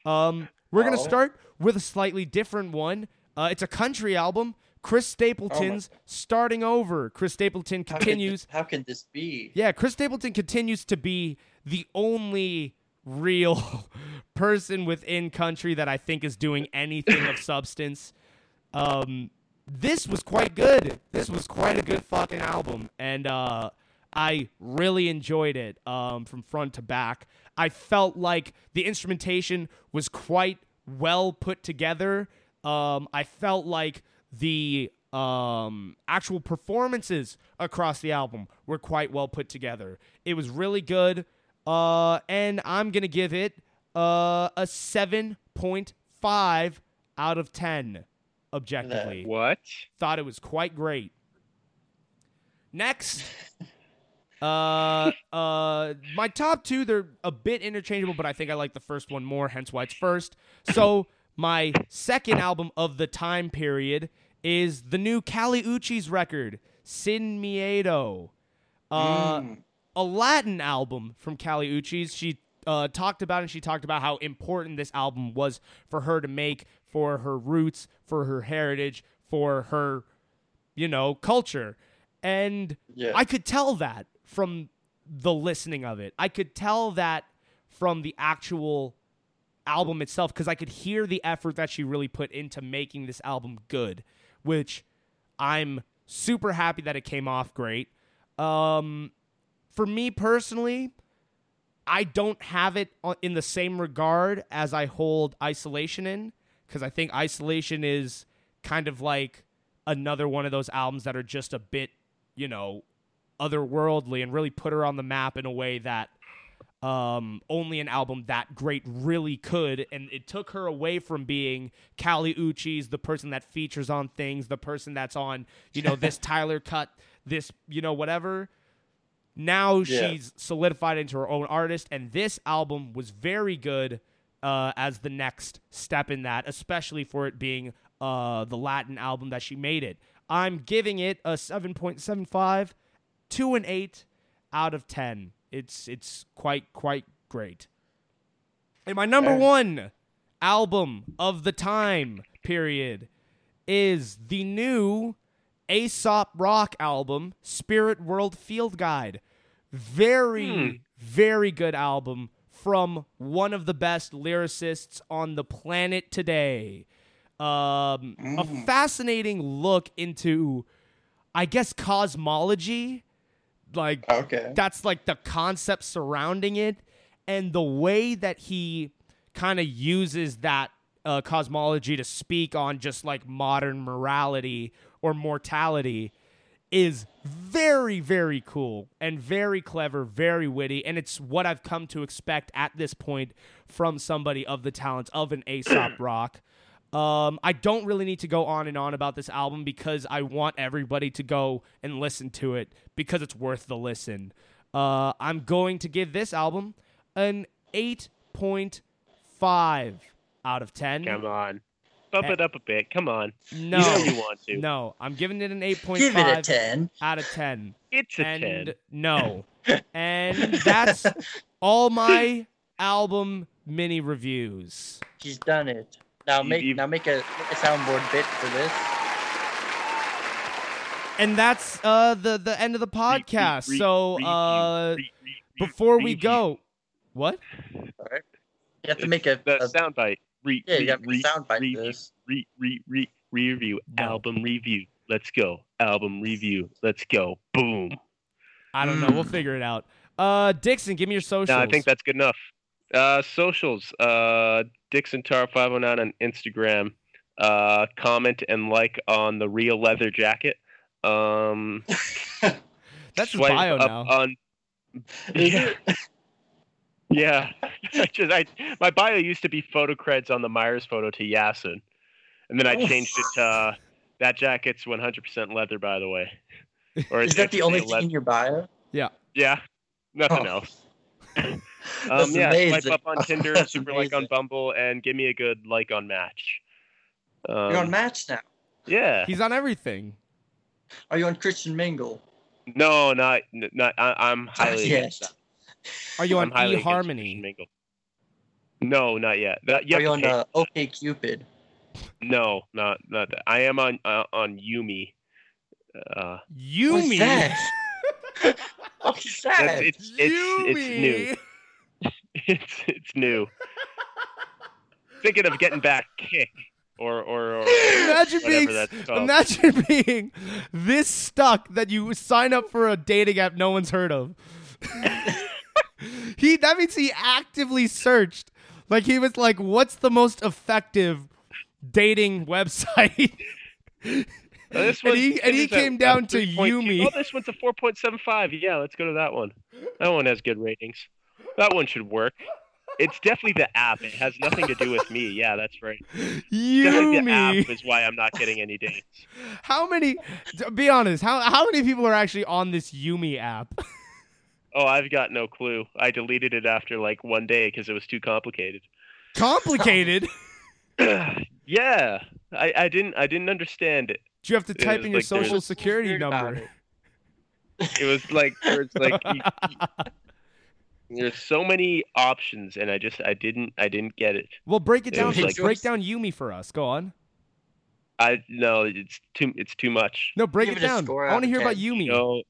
Speaker 2: Um, we're gonna
Speaker 7: Oh.
Speaker 2: start with a slightly different one. Uh, it's a country album. Chris Stapleton's "Starting Over." Chris Stapleton
Speaker 4: How
Speaker 2: continues.
Speaker 4: Can, how can this be?
Speaker 2: Yeah, Chris Stapleton continues to be the only real person within country that I think is doing anything of substance. Um, this was quite good. This was quite a good fucking album, and uh, I really enjoyed it um, from front to back. I felt like the instrumentation was quite well put together. Um, I felt like the um, actual performances across the album were quite well put together. It was really good, uh, and I'm gonna give it uh, a seven point five out of ten objectively
Speaker 3: What?
Speaker 2: thought it was quite great. Next, uh, uh, my top two they're a bit interchangeable, but I think I like the first one more, hence why it's first. So my second album of the time period is the new Cali Uchis record, Sin Miedo. Uh,
Speaker 4: Hmm,
Speaker 2: a Latin album from Cali Uchis. She uh, talked about and she talked about how important this album was for her to make for her roots, for her heritage, for her, you know, culture. And
Speaker 7: Yeah.
Speaker 2: I could tell that from the listening of it. I could tell that from the actual album itself because I could hear the effort that she really put into making this album good, which I'm Super happy that it came off great. Um, for me personally, I don't have it on- in the same regard as I hold Isolation in, because I think Isolation is kind of like another one of those albums that are just a bit, you know, otherworldly and really put her on the map in a way that um, only an album that great really could. And it took her away from being Kali Uchis, the person that features on things, the person that's on, you know, this Tyler cut, this, you know, whatever. Now
Speaker 7: Yeah.
Speaker 2: she's solidified into her own artist. And this album was very good uh, as the next step in that, especially for it being uh, the Latin album that she made it. I'm giving it a 7.75, 2 and 8 out of 10. It's it's quite quite great. And my number
Speaker 7: Fair.
Speaker 2: 1 album of the time period is the new Aesop Rock album, Spirit World Field Guide. Very, very good album from one of the best lyricists on the planet today. Um, A fascinating look into, I guess, cosmology. Like,
Speaker 7: Okay.
Speaker 2: that's like the concept surrounding it and the way that he kind of uses that uh, cosmology to speak on just like modern morality or mortality is very very cool and very clever very witty and it's what i've come to expect at this point from somebody of the talents of an aesop rock um, I don't really need to go on and on about this album because I want everybody to go and listen to it because it's worth the listen. Uh, I'm going to give this album an 8.5 out of 10.
Speaker 3: Come on. Bump it up a bit. Come on.
Speaker 2: No,
Speaker 3: You know you want to.
Speaker 2: no, I'm giving it an
Speaker 4: Give it
Speaker 2: 8.5
Speaker 4: a ten.
Speaker 2: out of 10.
Speaker 3: It's a
Speaker 2: and
Speaker 3: 10.
Speaker 2: no. and that's all my album mini reviews.
Speaker 4: She's done it. Now
Speaker 3: You-
Speaker 4: make
Speaker 3: you-
Speaker 4: now make a, make a soundboard bit for this.
Speaker 2: and that's uh the the end of the podcast
Speaker 3: Re- re-
Speaker 2: so
Speaker 3: re-
Speaker 2: uh
Speaker 3: re- re- re-
Speaker 2: before we
Speaker 3: re-
Speaker 2: go what
Speaker 4: You have to make a,
Speaker 3: The
Speaker 4: a-
Speaker 3: soundbite. Re-
Speaker 4: Uh, yeah.
Speaker 3: re-
Speaker 4: You got to make
Speaker 3: re-
Speaker 4: a soundbite
Speaker 3: re-
Speaker 4: for this.
Speaker 3: re- re- re- review
Speaker 2: No.
Speaker 3: album review. Let's go album review. Let's go. Boom.
Speaker 2: i don't know we'll figure it out uh dixon give me your socials
Speaker 3: Hmm. No, I think that's good enough. Uh, socials. Uh, Dixon Tar 509 on Instagram. Uh, comment and like on the real leather jacket. Um,
Speaker 2: that's his
Speaker 3: swipe
Speaker 2: bio
Speaker 3: up
Speaker 2: now
Speaker 3: On, yeah. yeah. I just, I, my bio used to be photo creds on the Myers photo to Yasin. And then I
Speaker 4: Oh.
Speaker 3: changed it to uh, that jacket's 100% leather, by the way. Or
Speaker 4: Is
Speaker 3: it
Speaker 4: that
Speaker 3: should
Speaker 4: the only
Speaker 3: say
Speaker 4: thing in your bio?
Speaker 3: yeah, nothing
Speaker 4: Oh.
Speaker 3: else.
Speaker 4: That's
Speaker 3: um, yeah,
Speaker 4: amazing.
Speaker 3: swipe up on Tinder,
Speaker 4: That's
Speaker 3: super like on
Speaker 4: amazing.
Speaker 3: Bumble, and give me a good like on Match. Um,
Speaker 4: You're on Match now.
Speaker 3: yeah,
Speaker 2: he's on everything
Speaker 4: Are you on Christian Mingle?
Speaker 3: no, not n- not. I, I'm highly against
Speaker 4: Ah, Yes.
Speaker 3: that.
Speaker 2: are you
Speaker 3: I'm
Speaker 2: on
Speaker 3: highly against Christian
Speaker 2: eharmony
Speaker 3: Mingle. No, not yet. That, you
Speaker 4: Are
Speaker 3: have
Speaker 4: you
Speaker 3: to
Speaker 4: on
Speaker 3: pay-
Speaker 4: uh, OK Cupid?
Speaker 3: No, not not that. I am on uh, on Yumi. Uh,
Speaker 2: you
Speaker 4: What's
Speaker 2: mean
Speaker 4: that?
Speaker 3: that's-
Speaker 4: What's that?
Speaker 3: it's it's it's new.
Speaker 2: Yumi.
Speaker 3: It's it's new. Thinking of getting back kick or or, or
Speaker 2: Imagine being,
Speaker 3: whatever that's called.
Speaker 2: imagine being this stuck that you sign up for a dating app no one's heard of. he that means he actively searched, like he was like, "What's the most effective dating website?"
Speaker 3: Oh, this
Speaker 2: and
Speaker 3: one
Speaker 2: he and he
Speaker 3: finished at
Speaker 2: came
Speaker 3: a
Speaker 2: down to
Speaker 3: 3.2.
Speaker 2: Yumi.
Speaker 3: Oh, this one's a 4.75. Yeah, let's go to that one. That one has good ratings. That one should work. It's definitely the app. It has nothing to do with me. Yeah, that's right. Definitely the
Speaker 2: Yumi.
Speaker 3: app is why I'm not getting any dates.
Speaker 2: How many? to Be honest. How how many people are actually on this Yumi app?
Speaker 3: Oh, I've got no clue. I deleted it after like one day because it was too complicated.
Speaker 2: Complicated.
Speaker 3: yeah, I, I didn't I didn't understand it.
Speaker 2: Do you have to
Speaker 3: Yeah,
Speaker 2: type
Speaker 3: it's
Speaker 2: in your
Speaker 3: like there's-
Speaker 2: social security
Speaker 4: Weird about
Speaker 2: number?
Speaker 4: it.
Speaker 3: It was like there's like you- you- there's so many options, and I just I didn't I didn't get it.
Speaker 2: Well, break it
Speaker 3: It
Speaker 2: down
Speaker 3: was
Speaker 2: for us.
Speaker 3: like-
Speaker 2: break down Yumi for us. Go on.
Speaker 3: I no, it's too it's too much.
Speaker 2: No, break
Speaker 4: Give
Speaker 2: it
Speaker 4: it a
Speaker 2: down.
Speaker 4: score
Speaker 2: I want to
Speaker 4: out of
Speaker 2: hear about
Speaker 4: 10,
Speaker 2: Yumi.
Speaker 3: No,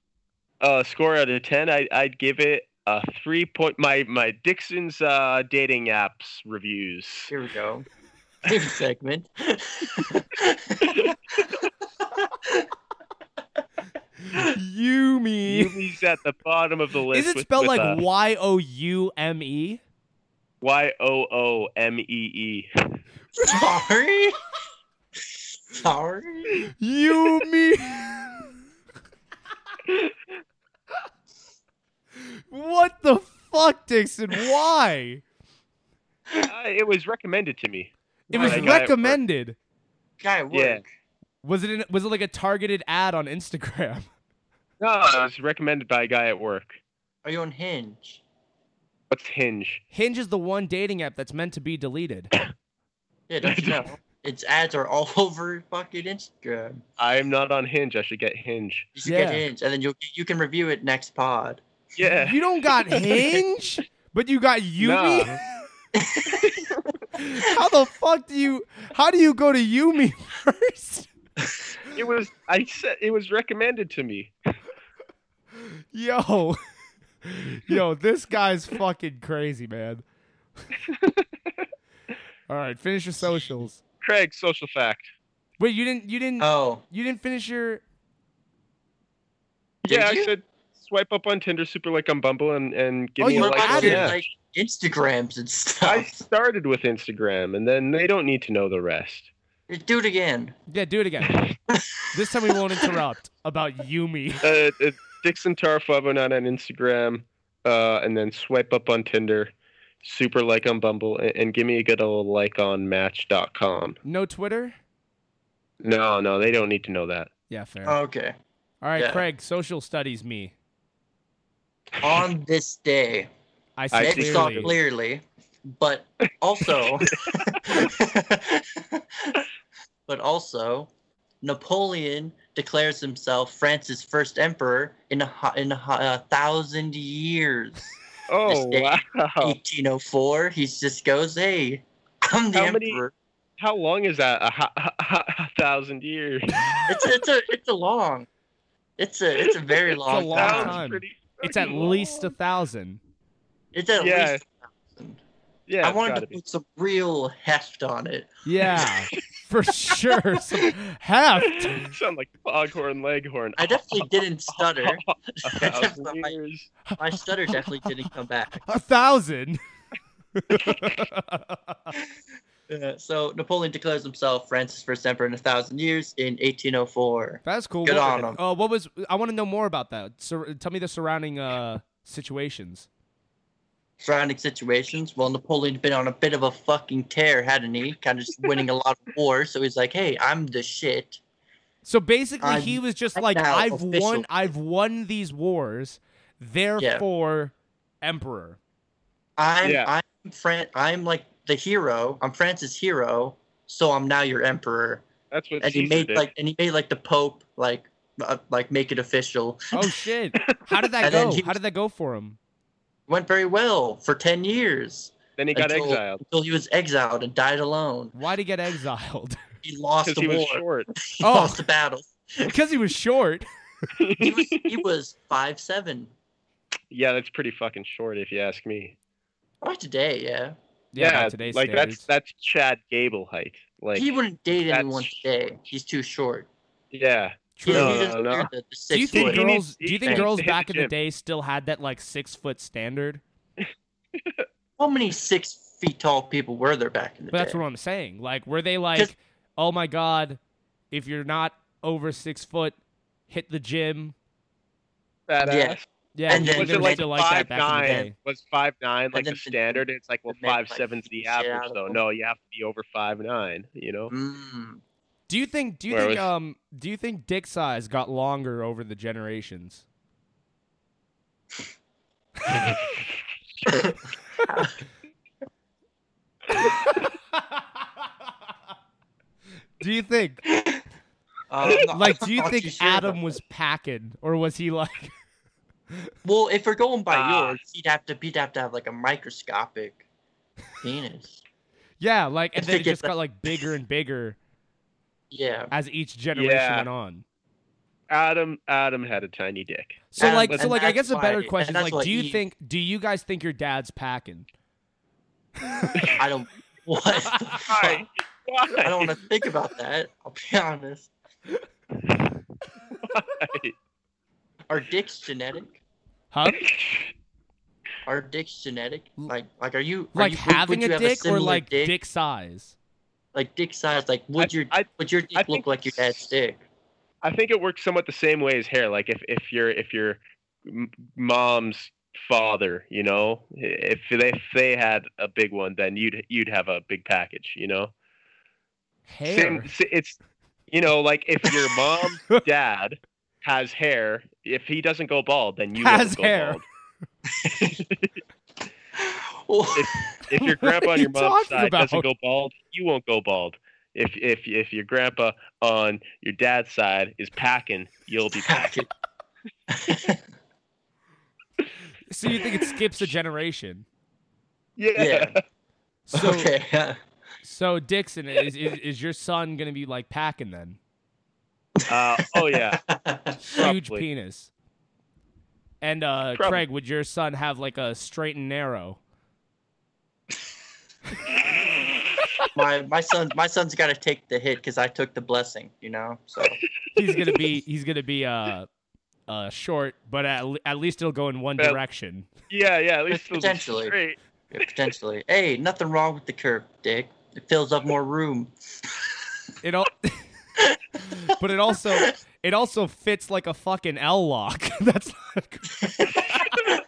Speaker 3: uh, score out of ten, I I'd give it a three point. My my Dixon's uh dating apps reviews.
Speaker 4: Here we go. New segment.
Speaker 2: Yumi.
Speaker 3: Yumi's at the bottom of the list.
Speaker 2: Is it
Speaker 3: with-
Speaker 2: spelled
Speaker 3: with,
Speaker 2: like
Speaker 3: uh,
Speaker 2: Y O U M E?
Speaker 3: Y O O M E E?
Speaker 4: Sorry. Sorry.
Speaker 2: Yumi. what the fuck, Dixon? Why?
Speaker 3: Uh, It was recommended to me.
Speaker 2: It was
Speaker 3: I got it.
Speaker 2: recommended.
Speaker 4: Guy at work.
Speaker 3: Yeah.
Speaker 2: Was it in, was it like a targeted ad on Instagram?
Speaker 3: No, it was recommended by a guy at work.
Speaker 4: Are you on Hinge?
Speaker 3: What's Hinge?
Speaker 2: Hinge is the one dating app that's meant to be deleted.
Speaker 4: Yeah, don't you know? Its ads are all over fucking Instagram.
Speaker 3: I am not on Hinge. I should get Hinge.
Speaker 4: You should
Speaker 2: Yeah.
Speaker 4: get Hinge, and then you you can review it next pod.
Speaker 3: Yeah.
Speaker 2: You don't got Hinge, but you got Yumi. how the fuck do you? How do you go to Yumi first?
Speaker 3: It was. I said it was recommended to me.
Speaker 2: Yo, yo, this guy's fucking crazy, man. All right, finish your socials.
Speaker 3: Craig, social fact.
Speaker 2: Wait, you didn't, you didn't,
Speaker 4: Oh,
Speaker 2: you didn't finish your.
Speaker 4: Did
Speaker 3: yeah,
Speaker 4: you?
Speaker 3: I said swipe up on Tinder super like on Bumble and, and give
Speaker 2: Oh,
Speaker 3: me
Speaker 2: you
Speaker 3: a
Speaker 4: what
Speaker 3: like.
Speaker 2: added
Speaker 4: about
Speaker 3: on
Speaker 2: it.
Speaker 4: your,
Speaker 3: Match.
Speaker 4: like Instagrams and
Speaker 3: I
Speaker 4: stuff?
Speaker 3: started with Instagram and then they don't need to know the rest.
Speaker 4: Do it again.
Speaker 2: Yeah, do it again. this time we won't interrupt about Yumi.
Speaker 3: Uh, uh, Dixon Tar 509 on Instagram uh, and then swipe up on Tinder, super like on Bumble, and, and give me a good old like on Match.com.
Speaker 2: No Twitter.
Speaker 3: No, no, they don't need to know that.
Speaker 2: Yeah, fair. All
Speaker 4: Okay.
Speaker 2: right,
Speaker 4: Uh, yeah.
Speaker 2: Craig, social studies me.
Speaker 4: On this day,
Speaker 2: I see
Speaker 3: I
Speaker 4: Ed saw
Speaker 2: clearly.
Speaker 4: clearly, but also, but also, Napoleon declares himself France's first emperor in a hu- in a hu- a thousand years.
Speaker 3: Oh,
Speaker 4: Mistake.
Speaker 3: wow.
Speaker 4: 1804. He just goes, "Hey, I'm the
Speaker 3: How many-
Speaker 4: emperor."
Speaker 3: How long is that? A, ha- ha- ha- thousand years.
Speaker 4: It's it's a it's a long. It's a it's a very long,
Speaker 2: long
Speaker 4: time.
Speaker 2: time. It's at
Speaker 3: fucking
Speaker 2: least a
Speaker 3: long.
Speaker 2: thousand.
Speaker 4: It's at
Speaker 3: Yeah,
Speaker 4: least. a thousand.
Speaker 3: Yeah,
Speaker 4: I
Speaker 3: it's
Speaker 4: wanted
Speaker 3: gotta
Speaker 4: to
Speaker 3: be.
Speaker 4: put some real heft on it.
Speaker 2: Yeah, for sure. Some heft.
Speaker 3: Sound like Foghorn Leghorn.
Speaker 4: I definitely didn't stutter.
Speaker 3: A thousand years.
Speaker 4: My stutter definitely didn't come back.
Speaker 2: A thousand.
Speaker 4: Uh, so Napoleon declares himself France's first emperor in a thousand years in 1804.
Speaker 2: That's cool.
Speaker 4: Good
Speaker 2: what,
Speaker 4: on 'em.
Speaker 2: Uh, what was? I want to know more about that. Sur- tell me the surrounding uh, situations.
Speaker 4: Surrounding situations, well, Napoleon's been on a bit of a fucking tear, hadn't he? Kind of just winning a lot of wars, so he's like, "Hey, I'm the shit."
Speaker 2: So basically,
Speaker 4: I'm
Speaker 2: he was just
Speaker 4: right
Speaker 2: like,
Speaker 4: now
Speaker 2: "I've won.
Speaker 4: official."
Speaker 2: I've won these wars. Therefore, emperor."
Speaker 4: I'm
Speaker 3: Yeah.
Speaker 4: I'm Fran- I'm like the hero. I'm France's hero, so I'm now your emperor.
Speaker 3: That's what
Speaker 4: And he
Speaker 3: Caesar
Speaker 4: made
Speaker 3: did.
Speaker 4: like and he made like the pope like uh, like make it official.
Speaker 2: Oh shit! How did that
Speaker 4: And then
Speaker 2: go?
Speaker 4: he
Speaker 2: How did that go for him?
Speaker 4: Went very well for 10 years
Speaker 3: then he got
Speaker 4: until-
Speaker 3: exiled
Speaker 4: until he was exiled and died alone.
Speaker 2: Why did he get exiled?
Speaker 4: He lost
Speaker 3: because
Speaker 4: the
Speaker 3: he
Speaker 4: war.
Speaker 3: was short.
Speaker 4: He
Speaker 2: Oh.
Speaker 4: lost the battle.
Speaker 2: because he was short.
Speaker 4: He was he was five seven.
Speaker 3: yeah, that's pretty fucking short if you ask me.
Speaker 4: Or today, yeah.
Speaker 2: Yeah, by today's
Speaker 3: like
Speaker 2: standards.
Speaker 3: that's that's Chad Gable height. Like,
Speaker 4: he wouldn't date
Speaker 3: that's
Speaker 4: anyone today. He's too short.
Speaker 3: yeah,
Speaker 4: He,
Speaker 2: True.
Speaker 4: he
Speaker 3: No,
Speaker 4: doesn't
Speaker 3: no, no.
Speaker 4: wear the, the
Speaker 2: do you
Speaker 4: six
Speaker 2: think
Speaker 4: foot.
Speaker 3: He
Speaker 2: girls?
Speaker 3: needs-
Speaker 2: Do you
Speaker 3: he
Speaker 2: think
Speaker 3: needs
Speaker 2: girls
Speaker 3: to hit
Speaker 2: back
Speaker 3: the
Speaker 2: in the
Speaker 3: gym.
Speaker 2: day still had that like six foot standard?
Speaker 4: How many six feet tall people were there back in the
Speaker 2: But
Speaker 4: day?
Speaker 2: that's what I'm saying. Like, were they
Speaker 4: 'Cause-
Speaker 2: like, oh my god, if you're not over six foot, hit the gym?
Speaker 3: badass.
Speaker 4: Yeah.
Speaker 2: Yeah,
Speaker 4: And
Speaker 2: you
Speaker 4: then-
Speaker 2: think
Speaker 3: was
Speaker 2: they
Speaker 3: it
Speaker 2: were
Speaker 3: like
Speaker 2: still
Speaker 3: five
Speaker 2: like that back
Speaker 3: nine?
Speaker 2: in the day?
Speaker 3: Was five nine like
Speaker 4: And then
Speaker 3: the
Speaker 4: the-
Speaker 3: standard? It's like well,
Speaker 4: and then,
Speaker 3: five
Speaker 4: like,
Speaker 3: seven's the
Speaker 4: shit out
Speaker 3: average
Speaker 4: of
Speaker 3: though.
Speaker 4: them.
Speaker 3: No, you have to be over five nine. You know.
Speaker 4: Mm.
Speaker 2: Do you think? Do you
Speaker 3: Where
Speaker 2: think?
Speaker 3: was-
Speaker 2: Um, do you think dick size got longer over the generations? do you think?
Speaker 4: Uh, I'm not-
Speaker 2: Like,
Speaker 4: I'm
Speaker 2: do you
Speaker 4: not
Speaker 2: think
Speaker 4: too sure about
Speaker 2: Adam was packing, or was he like?
Speaker 4: that. Well, if we're going by
Speaker 3: Ah.
Speaker 4: yours, he'd have to he'd have to have like a microscopic penis.
Speaker 2: Yeah, like, and
Speaker 4: I
Speaker 2: then it
Speaker 4: think it's
Speaker 2: just got like bigger and bigger
Speaker 4: Yeah.
Speaker 2: as each generation
Speaker 3: Yeah.
Speaker 2: went on.
Speaker 3: Adam Adam had a tiny dick.
Speaker 2: So
Speaker 4: And-
Speaker 2: like, so
Speaker 4: and
Speaker 2: like, I
Speaker 4: that's
Speaker 2: guess a better
Speaker 4: why-
Speaker 2: question
Speaker 4: and
Speaker 2: is
Speaker 4: that's
Speaker 2: like,
Speaker 4: why
Speaker 2: do you
Speaker 4: Eve-
Speaker 2: think, do you guys think your dad's packing?
Speaker 4: I don't what the fuck?
Speaker 3: Why? Why?
Speaker 4: I don't want to think about that. I'll be honest. Are dicks genetic?
Speaker 2: Huh?
Speaker 4: Are dicks genetic? Like, like are you are
Speaker 2: Mm. Like
Speaker 4: you, would-
Speaker 2: having
Speaker 4: would you
Speaker 2: a
Speaker 4: have
Speaker 2: dick or
Speaker 4: similar
Speaker 2: like dick,
Speaker 4: dick,
Speaker 2: size?
Speaker 4: like dick size? Like, would
Speaker 3: I-
Speaker 4: your
Speaker 3: I-
Speaker 4: would your dick look
Speaker 3: think
Speaker 4: like your dad's dick?
Speaker 3: I think it works somewhat the same way as hair. Like if if your if your m- mom's father, you know, if they if they had a big one, then you'd you'd have a big package, you know.
Speaker 2: Hair.
Speaker 3: Same, s- it's you know like if your mom's dad has hair, if he doesn't go bald, then you
Speaker 2: Has
Speaker 3: won't go
Speaker 2: hair.
Speaker 3: bald.
Speaker 4: Well,
Speaker 3: If your
Speaker 2: What
Speaker 3: grandpa
Speaker 2: are
Speaker 3: on
Speaker 2: you
Speaker 3: your mom's
Speaker 2: talking
Speaker 3: side doesn't
Speaker 2: about?
Speaker 3: go bald, you won't go bald. If if if your grandpa on your dad's side is packing, you'll be packing.
Speaker 2: So you think it skips a generation?
Speaker 3: Yeah.
Speaker 2: So
Speaker 4: okay. yeah.
Speaker 2: so Dixon is, is is your son gonna be like packing then?
Speaker 3: Uh, oh yeah.
Speaker 2: Huge
Speaker 3: Probably.
Speaker 2: penis. And uh,
Speaker 3: Probably.
Speaker 2: Craig, would your son have like a straight and narrow?
Speaker 4: my my son my son's got to take the hit because I took the blessing, you know. So
Speaker 2: He's gonna be he's gonna be uh uh short, but at, le- at least it'll go in one
Speaker 3: Well-
Speaker 2: direction.
Speaker 3: Yeah, yeah. At least it'll be
Speaker 4: Potentially.
Speaker 3: straight.
Speaker 4: potentially, hey, nothing wrong with the curve, Dick. It fills up more room.
Speaker 2: It all, but it also it also fits like a fucking L lock. That's not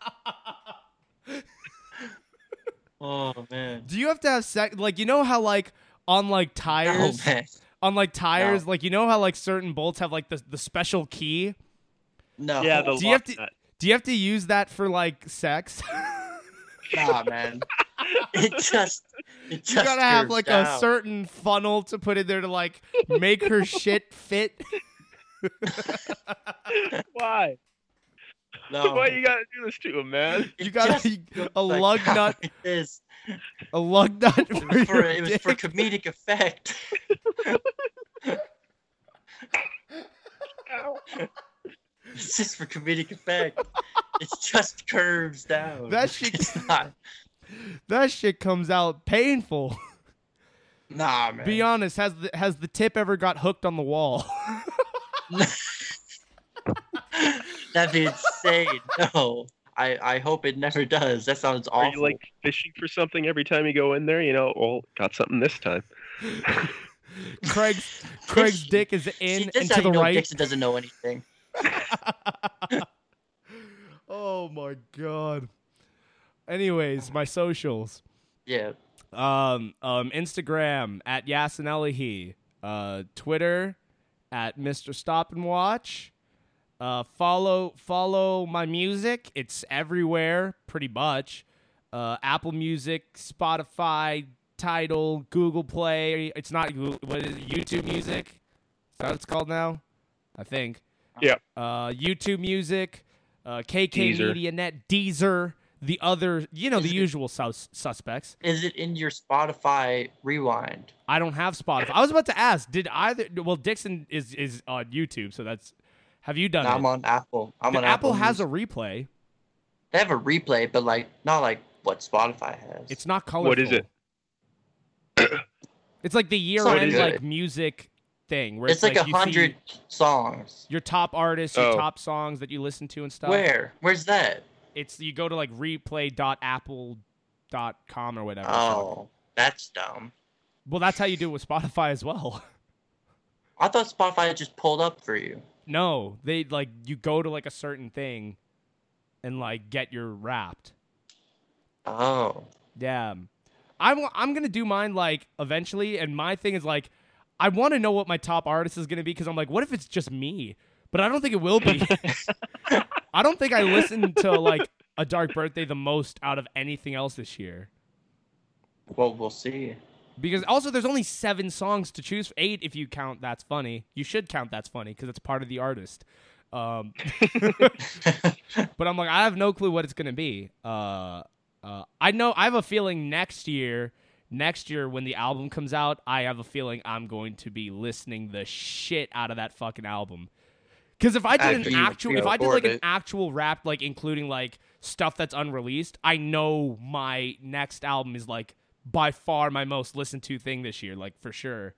Speaker 4: Oh man.
Speaker 2: Do you have to have sex? Like you know how like on like
Speaker 4: Oh
Speaker 2: tires,
Speaker 4: man.
Speaker 2: on like tires, like you know how like certain bolts have like the the special key.
Speaker 4: No.
Speaker 3: Yeah, the
Speaker 2: Do you have
Speaker 3: lock
Speaker 2: to-
Speaker 3: nut.
Speaker 2: Do you have to use that for like sex?
Speaker 4: nah, man. It just it just
Speaker 2: you gotta have
Speaker 4: curves
Speaker 2: like a
Speaker 4: down.
Speaker 2: certain funnel to put in there to like make her shit fit.
Speaker 3: Why?
Speaker 4: No.
Speaker 3: Why you gotta do this to him, man?
Speaker 2: You
Speaker 4: It
Speaker 2: gotta
Speaker 4: just
Speaker 2: you-
Speaker 4: looks
Speaker 2: a
Speaker 4: like
Speaker 2: lug
Speaker 4: how
Speaker 2: nut,
Speaker 4: It is.
Speaker 2: a lug nut
Speaker 4: It
Speaker 2: for
Speaker 4: was for,
Speaker 2: your
Speaker 4: it was
Speaker 2: dick.
Speaker 4: for comedic effect. It's just for comedic effect. It's just curves down.
Speaker 2: That shit-
Speaker 4: It's not.
Speaker 2: that shit comes out painful.
Speaker 4: Nah, man.
Speaker 2: Be honest, has the has the tip ever got hooked on the wall?
Speaker 4: That'd be insane. No. I, I hope it never does. That sounds awful.
Speaker 3: Are you like fishing for something every time you go in there? You know, well, got something this time.
Speaker 2: Craig's Craig's dick is
Speaker 4: See,
Speaker 2: in
Speaker 4: this
Speaker 2: and
Speaker 4: how
Speaker 2: to
Speaker 4: you
Speaker 2: the
Speaker 4: know
Speaker 2: right.
Speaker 4: Dixon doesn't know anything.
Speaker 2: oh my god. Anyways, my socials.
Speaker 4: Yeah.
Speaker 2: Um, um, Instagram at Yasin Elihi. Uh, Twitter at Mr. Stop and Watch. Uh, follow follow my music. It's everywhere, pretty much. Uh, Apple Music, Spotify, Title, Google Play. It's not Google, what is it, YouTube Music? Is that what it's called now? I think.
Speaker 3: Yeah.
Speaker 2: Uh, YouTube Music, uh, KK
Speaker 3: Deezer.
Speaker 2: Media Net, Deezer, the other, you know, the
Speaker 4: Is it-
Speaker 2: usual sus- suspects.
Speaker 4: Is it in your Spotify rewind?
Speaker 2: I don't have Spotify. I was about to ask, did either? Well, Dixon is is on YouTube, so that's. Have you done
Speaker 4: No, I'm
Speaker 2: it?
Speaker 4: on Apple. I'm
Speaker 2: The
Speaker 4: on
Speaker 2: Apple,
Speaker 4: Apple.
Speaker 2: has a
Speaker 4: Music.
Speaker 2: replay.
Speaker 4: They have a replay, but like not like what Spotify has.
Speaker 2: It's not colorful.
Speaker 3: What is it?
Speaker 2: It's like the year
Speaker 4: not
Speaker 2: end
Speaker 4: good.
Speaker 2: like music thing where it's,
Speaker 4: It's like a
Speaker 2: you see
Speaker 4: hundred songs.
Speaker 2: your top artists, your
Speaker 3: Oh.
Speaker 2: top songs that you listen to and stuff.
Speaker 4: Where? Where's that?
Speaker 2: It's you go to like replay.apple.com or whatever. the fuck.
Speaker 4: Oh, that's dumb.
Speaker 2: Well, that's how you do it with Spotify as well.
Speaker 4: I thought Spotify just pulled up for you.
Speaker 2: No, they like you go to like a certain thing and like get your wrapped.
Speaker 4: Oh,
Speaker 2: Damn. I'm I'm gonna do mine like eventually, and my thing is like, I want to know what my top artist is gonna be because I'm like, what if it's just me? But I don't think it will be. I don't think I listened to like a Dark Birthday the most out of anything else this year
Speaker 4: well, we'll see.
Speaker 2: because also there's only seven songs to choose from. Eight if you count That's Funny. You should count That's Funny because it's part of the artist. Um, but I'm like, I have no clue what it's gonna be. Uh, uh, I know I have a feeling next year, next year when the album comes out, I have a feeling I'm going to be listening the shit out of that fucking album. Because if I did
Speaker 4: After
Speaker 2: an
Speaker 4: you
Speaker 2: actual, if I did
Speaker 4: record
Speaker 2: like an
Speaker 4: it.
Speaker 2: actual rap, like including like stuff that's unreleased, I know my next album is like by far my most listened to thing this year, like for sure.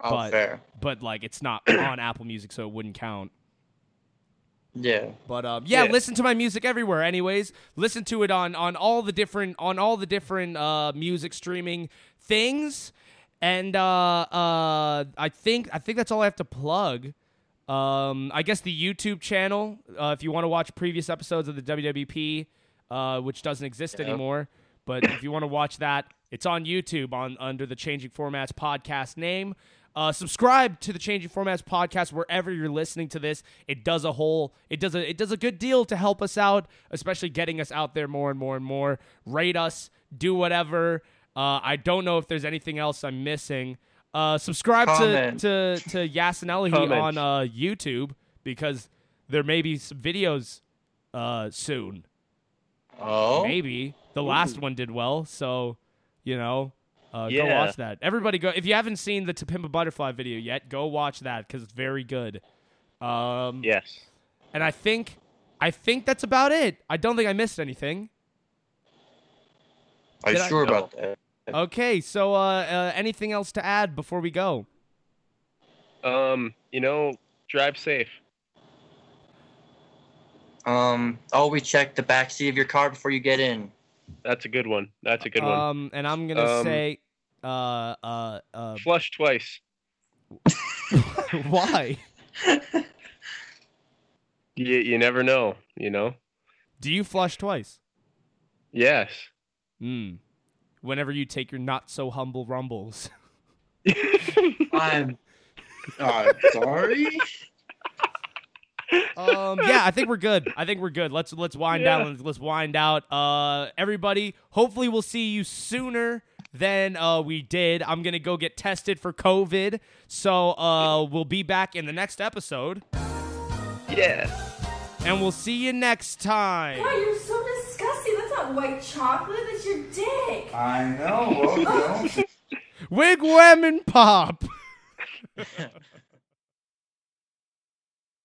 Speaker 4: Oh,
Speaker 2: But-
Speaker 4: fair.
Speaker 2: But like it's not on Apple Music, so it wouldn't count.
Speaker 7: Yeah.
Speaker 2: But um, yeah,
Speaker 3: Yeah.
Speaker 2: listen to my music everywhere. Anyways, listen to it on on all the different on all the different uh, music streaming things, and uh, uh, I think I think that's all I have to plug. Um, I guess the YouTube channel, uh, if you want to watch previous episodes of the WWP, uh, which doesn't exist anymore, but if you want to watch that, it's on YouTube on under the Changing Formats podcast name. Uh, subscribe to the Changing Formats podcast wherever you're listening to this. It does a whole, it does a, it does a good deal to help us out, especially getting us out there more and more and more. Rate us, do whatever. Uh, I don't know if there's anything else I'm missing. Uh, subscribe
Speaker 7: Comment.
Speaker 2: to to to Yasin Elihu on
Speaker 3: Comments.
Speaker 2: uh, YouTube because there may be some videos uh, soon.
Speaker 7: Oh.
Speaker 2: Maybe the last one did well, so you know, uh, go
Speaker 3: Yeah.
Speaker 2: watch that. Everybody, go if you haven't seen the To Pimp a Butterfly video yet, go watch that because it's very good. Um,
Speaker 3: Yes.
Speaker 2: and I think, I think that's about it. I don't think I missed anything.
Speaker 7: Are you
Speaker 2: Did I-
Speaker 7: sure about that?
Speaker 2: Okay, so uh, uh, anything else to add before we go?
Speaker 3: Um, you know, drive safe.
Speaker 7: Um.
Speaker 4: Always check oh, the backseat of your car before you get in.
Speaker 3: That's a good one. That's a good one.
Speaker 2: Um, and I'm gonna
Speaker 3: Um,
Speaker 2: say, uh, uh, uh,
Speaker 3: Flush twice.
Speaker 2: why?
Speaker 3: You you never know. You know.
Speaker 2: Do you flush twice?
Speaker 3: Yes.
Speaker 2: Mm. Whenever you take your not so humble rumbles.
Speaker 4: I'm
Speaker 7: Uh, sorry.
Speaker 2: um, yeah, I think we're good. I think we're good. Let's let's wind
Speaker 3: Yeah.
Speaker 2: down. Let's, let's wind out. Uh, everybody, hopefully we'll see you sooner than uh, we did. I'm gonna go get tested for COVID, so uh, we'll be back in the next episode,
Speaker 3: yeah.
Speaker 2: and we'll see you next time.
Speaker 1: God, you're so disgusting. That's not white chocolate. That's your dick.
Speaker 7: I know. Well, don't
Speaker 2: Wigwam and pop.